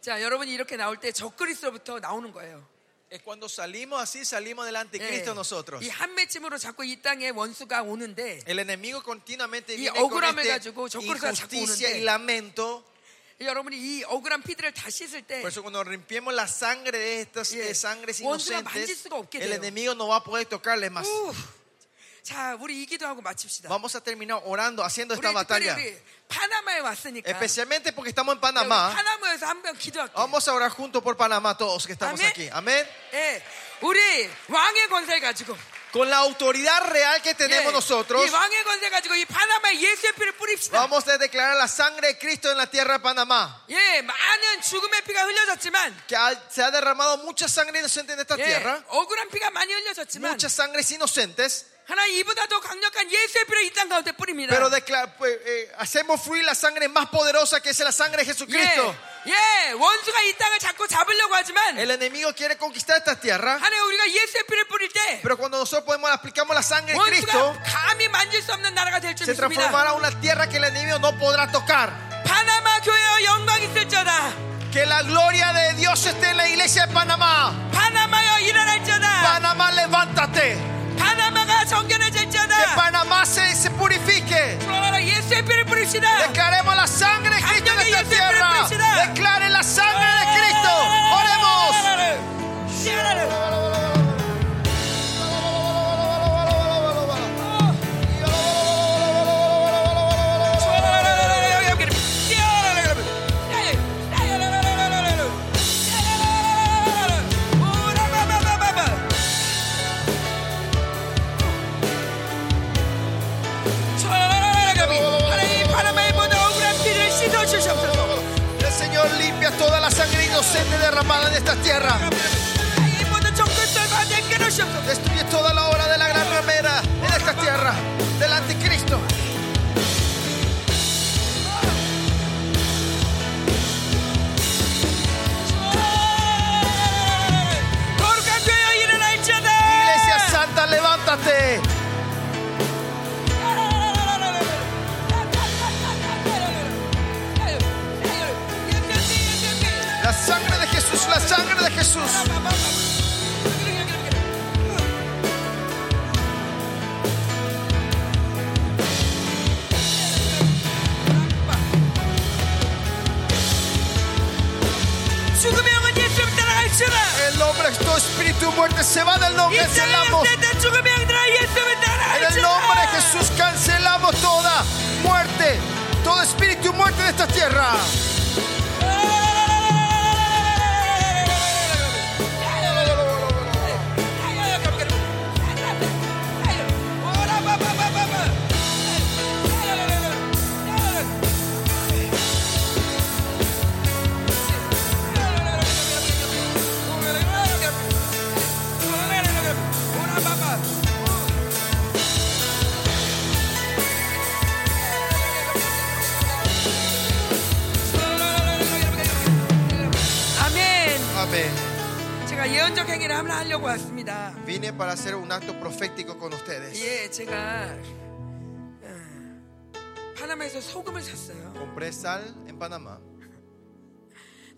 S1: 자 여러분이 이렇게 나올 때 적그리스로부터 나오는 거예요.
S2: Es cuando salimos así, salimos del
S1: Eh,
S2: anticristo nosotros.
S1: 예. 이 한 맺힘으로 자꾸 이 땅에 원수가 오는데
S2: El enemigo continuamente
S1: Y
S2: viene con
S1: 억울함을
S2: este
S1: 가지고 적그리스도가 자꾸
S2: injusticia
S1: 오는데.
S2: y lamento.
S1: 여러분이 이 억울한 피드를 다 씻을 때
S2: Por eso cuando limpiemos la sangre de estas
S1: Yeah.
S2: eh, sangres
S1: 원수가 만질
S2: inocentes,
S1: 수가 없게
S2: el
S1: 돼요.
S2: enemigo no va a poder tocarle más.
S1: 우. 자, 우리 이 기도하고 마칩시다.
S2: Vamos a terminar orando, haciendo
S1: 우리
S2: esta batalla.
S1: 특별히 우리 파나마에 왔으니까
S2: Especialmente porque estamos en
S1: 여기
S2: Panamá.
S1: 파나마에서 어, 뭐. 한번 기도할게요.
S2: Vamos a orar juntos por Panamá todos que estamos
S1: Amén.
S2: aquí. Amén.
S1: 예, 우리 왕의 권세 가지고
S2: Con la autoridad real que
S1: 예,
S2: tenemos nosotros,
S1: 이 왕의 권세 가지고 이 파나마에 예수의 피를 뿌립시다.
S2: vamos a declarar la sangre de Cristo en la tierra de Panamá.
S1: 예, 많은 죽음의 피가 흘려졌지만
S2: Que ha- se ha derramado mucha sangre inocente en esta
S1: 예,
S2: tierra.
S1: 억울한 피가 많이 흘려졌지만
S2: Muchas sangres inocentes.
S1: 하나님 이보다 더 강력한 예수의 피를 이 땅 가운데 뿌립니다.
S2: Pero decla- pues, eh, hacemos fluir la sangre más poderosa que es la sangre de Jesucristo.
S1: 예, 예, 원수가 이 땅을 자꾸 잡으려고 하지만
S2: El enemigo quiere conquistar esta tierra,
S1: 하나님 우리가 예수의 피를 뿌릴 때
S2: pero cuando nosotros podemos aplicamos la sangre de Cristo,
S1: 원수가 감히 만질 수 없는 나라가 될 줄
S2: se
S1: 믿습니다.
S2: transformará en una tierra que el enemigo no podrá tocar.
S1: 파나마 교회와 영광 있을지어다.
S2: Que la gloria de Dios esté en la iglesia de Panamá.
S1: 파나마여 일어날지어다.
S2: Panamá, levántate.
S1: 파나마가
S2: Que
S1: 정결해질지어다.
S2: Panamá se, se purifique.
S1: 돌아와라 예수의 피를 뿌립시다.
S2: Declaremos la sangre de Cristo en esta tierra. Declaren la sangre de Cristo. Oremos. El Señor limpia toda la sangre inocente derramada en esta tierra. Destruye toda la obra de la gran ramera en esta tierra del anticristo.
S1: 거룩한 교여 일어날지어다
S2: Iglesia Santa, levántate. La sangre de Jesús, la sangre de Jesús.
S1: 죽음의 영은 예수를 따라갈지어다
S2: El hombre, todo espíritu y muerte se va del nombre. Cancelamos.
S1: 인생의 죽음의 영들아 예수를
S2: En el nombre de
S1: 따라갈지어다
S2: Jesús cancelamos toda muerte, todo espíritu y muerte de esta tierra.
S1: 아멘.
S2: Amén.
S1: 제가 예언적 행위를 하나 하려고 왔습니다.
S2: Vine para hacer un acto profético con ustedes.
S1: 예, 제가 아, 파나마에서 소금을 샀어요.
S4: Compré sal en Panamá.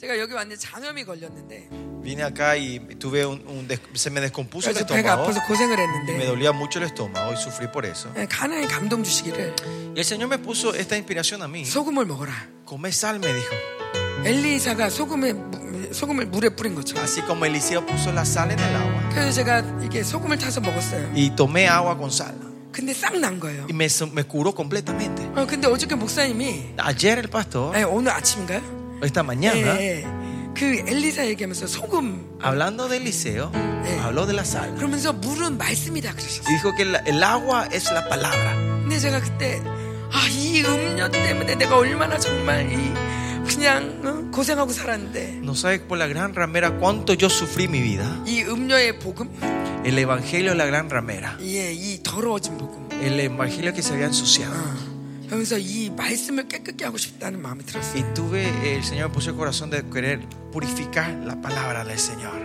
S1: 제가 여기 왔는데 장염이 걸렸는데
S4: Vine acá y tuve un, un des- se me descompuso el
S1: 그래서 배가
S4: estómago.
S1: 아파서 고생을
S4: Y me
S1: 했는데
S4: dolía mucho el estómago y sufrí por eso.
S1: 예, 가나의 감동 주시기를
S4: Y el Señor me puso esta inspiración a mí.
S1: 소금을 먹어라.
S4: Come sal, me dijo.
S1: 엘리사가 소금에 무- 소금을 물에 뿌린 것처럼.
S4: Así como Eliseo puso la sal en el agua.
S1: 그래서 제가 이게 소금을 타서 먹었어요.
S4: Y tomé agua con sal.
S1: 근데 싹 난 거예요.
S4: Y me, me curó completamente.
S1: 어, 근데 어저께 목사님이
S4: Ayer el pastor,
S1: 아니, 오늘 아침인가요?
S4: esta mañana,
S1: 예, 예. 그 엘리사 얘기하면서 소금
S4: hablando de Eliseo, habló de la sal.
S1: 그러면서 물은 말씀이다 그러셨어요.
S4: Y dijo que la- el agua es la palabra.
S1: 근데 제가 그때 아, 이 음료 때문에 내가 얼마나 정말 이 그냥 어, 고생하고 살았는데
S4: No sabes por la gran ramera cuánto yo sufrí mi vida.
S1: 이 음료의 복음,
S4: El evangelio de la gran ramera.
S1: 예, 이 더러워진 복음. 어,
S4: El evangelio que se había ensuciado.
S1: 그러면서 이 말씀을 깨끗게 하고 싶다는 마음이 들었어요.
S4: Y tuve, el Señor me puso el corazón de querer purificar la palabra del Señor.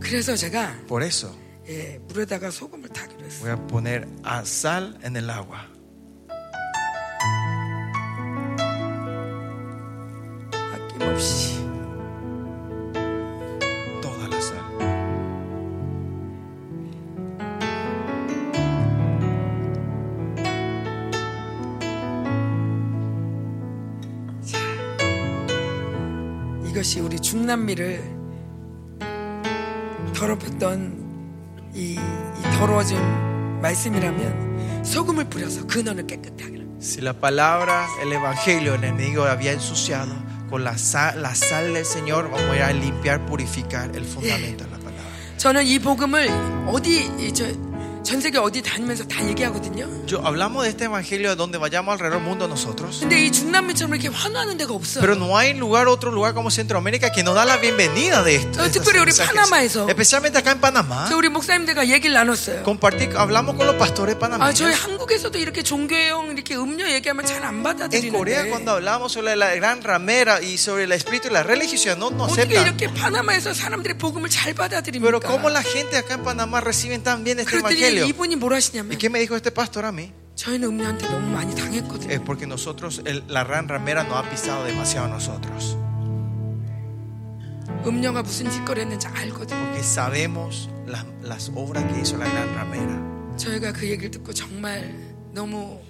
S1: 그래서 제가
S4: Por eso
S1: 예, 물에다가 소금을 타기로 했어요.
S4: voy a poner a sal en el agua.
S1: 아낌없이.
S4: Toda la sal.
S1: 이것이 우리 중남미를 더럽혔던 이, 이 더러워진 말씀이라면 소금을 뿌려서 근원을 깨끗하게 하라.
S4: Si la palabra, el evangelio, el enemigo había ensuciado, con la sal, la sal del Señor vamos a ir a limpiar, purificar el fundamento de la palabra.
S1: 저는 이 복음을 어디 이 저, 전 세계 어디 다니면서 다 얘기하거든요.
S4: Yo, hablamos de este evangelio de donde vayamos alrededor del mundo nosotros.
S1: 근데 이 중남미처럼 이렇게 환호하는 데가 없어요.
S4: Pero no hay lugar, otro lugar como Centroamérica que nos da la bienvenida de esto. de
S1: Eh,
S4: estos
S1: 특별히 우리
S4: mensajes.
S1: 파나마에서.
S4: Especialmente acá en Panamá.
S1: 그래서 우리 목사님들과 얘기를 나눴어요.
S4: Compartí, hablamos con los pastores
S1: 아,
S4: panameños.
S1: 저희 한국에서도 이렇게 종교형 이렇게 음료 얘기하면 잘 안
S4: En Corea
S1: 받아들이는데
S4: cuando hablamos sobre la gran ramera y sobre el espíritu y la religiosidad no nos
S1: 어떻게
S4: aceptan.
S1: 이렇게 파나마에서 사람들이 복음을 잘
S4: Pero cómo
S1: 받아들입니까?
S4: la gente acá en Panamá reciben tan bien este
S1: 그랬더니
S4: evangelio.
S1: 이분이 뭘
S4: ¿Y
S1: 하시냐면
S4: qué me dijo este pastor a mí?
S1: 저희는 음료한테 너무 많이 당했거든요.
S4: Es porque nosotros, el- la gran ramera no ha pisado demasiado a nosotros.
S1: 음료가 무슨 짓거리 했는지 알거든요.
S4: Porque sabemos las, las obras que hizo la gran ramera.
S1: 저희가 그 얘기를 듣고 정말 너무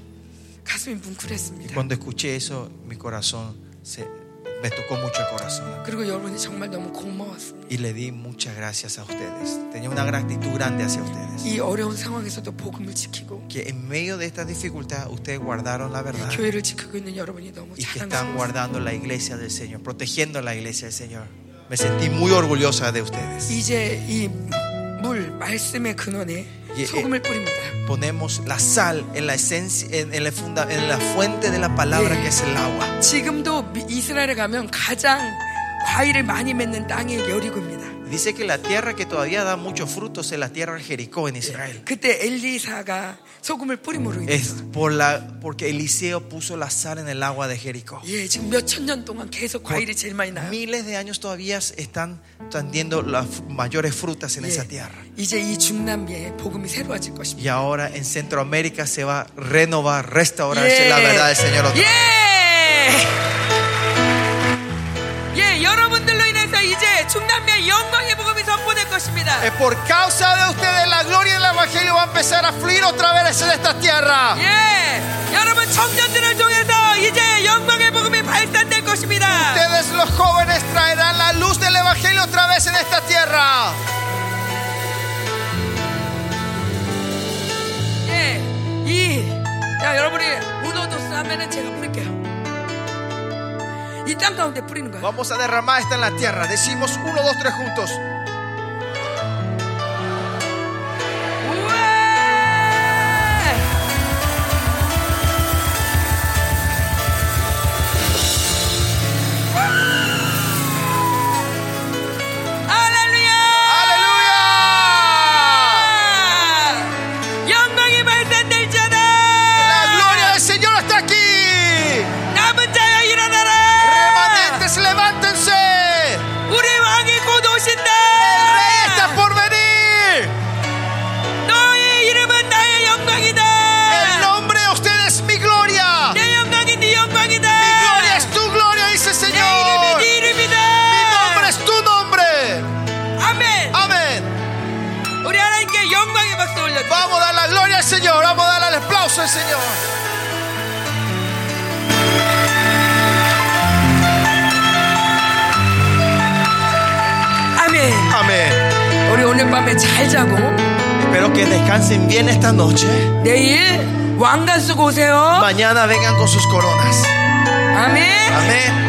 S1: 가슴이
S4: Y
S1: 뭉클했습니다.
S4: cuando escuché eso, mi corazón se, me tocó mucho el corazón.
S1: 그리고 여러분이 정말 너무 고마웠습니다.
S4: Y le di muchas gracias a ustedes. Tenía una gratitud grande hacia ustedes.
S1: 이 어려운 상황에서도 복음을 지키고
S4: Que en medio de esta dificultad ustedes guardaron la verdad.
S1: 교회를 지키고 있는 아. 여러분이 너무
S4: y que están
S1: 자랑스럽습니다.
S4: guardando la iglesia del Señor, protegiendo la iglesia del Señor. Me sentí muy orgullosa de ustedes.
S1: 이제 이 물 말씀의 근원에
S4: 예,
S1: 소금을 뿌립니다.
S4: Ponemos la sal en la esencia, en, en la funda- en la fuente de la palabra que es el agua.
S1: 지금도 미- 이스라엘에 가면 가장 과일을 많이 맺는 땅이 여리고입니다.
S4: Dice que la tierra que todavía da muchos frutos es la tierra de Jericó en Israel.
S1: 그때 엘리사가 소금을 뿌림으로
S4: Es
S1: 인해서
S4: por la, porque Eliseo puso la sal en el agua de Jericó.
S1: 예 지금 몇 천 년 동안 계속 과일이 제일 많이 나요.
S4: Miles de años todavía están tendiendo las fr- mayores frutas en
S1: 예,
S4: esa tierra.
S1: 이제 이 중남미에 복음이 새로워질 것입니다.
S4: Y ahora en Centroamérica se va a renovar, restaurarse
S1: 예.
S4: la verdad del Señor. otra
S1: 예. 예, 여러분들로 인해서 이제 중남미의 영광의 복음이 선포될 것입니다.
S2: Eh, Por causa de ustedes, la gloria del Evangelio va a empezar a fluir otra vez en esta tierra.
S1: 예, 여러분 청년들을 통해서 이제 영광의 복음이 발산될 것입니다.
S2: Ustedes, los jóvenes, traerán la luz del Evangelio otra vez en esta tierra.
S1: 예, 이, 자 여러분이 우노도스 하면은 제가 뿌릴게요. 이 땅 가운데 뿌리는 거야.
S2: Vamos a derramar esta en la tierra. Decimos uno, dos, tres juntos.
S1: 우와! 할렐루야!
S2: ¡Aleluya!
S1: 영광이 발산될지어다!
S2: La gloria del Señor está aquí.
S1: 남은 자여 일어나라!
S2: Remanentes, levántense.
S1: 우리 왕이 곧 오신다! 네 아,
S4: el Señor.
S1: 아멘.
S4: Amén.
S1: 우리 오늘 밤에 잘 자고
S2: Espero que descansen bien esta noche.
S1: 내일 왕관 쓰고 오세요.
S2: Mañana vengan con sus coronas.
S1: 아멘.
S2: Amén.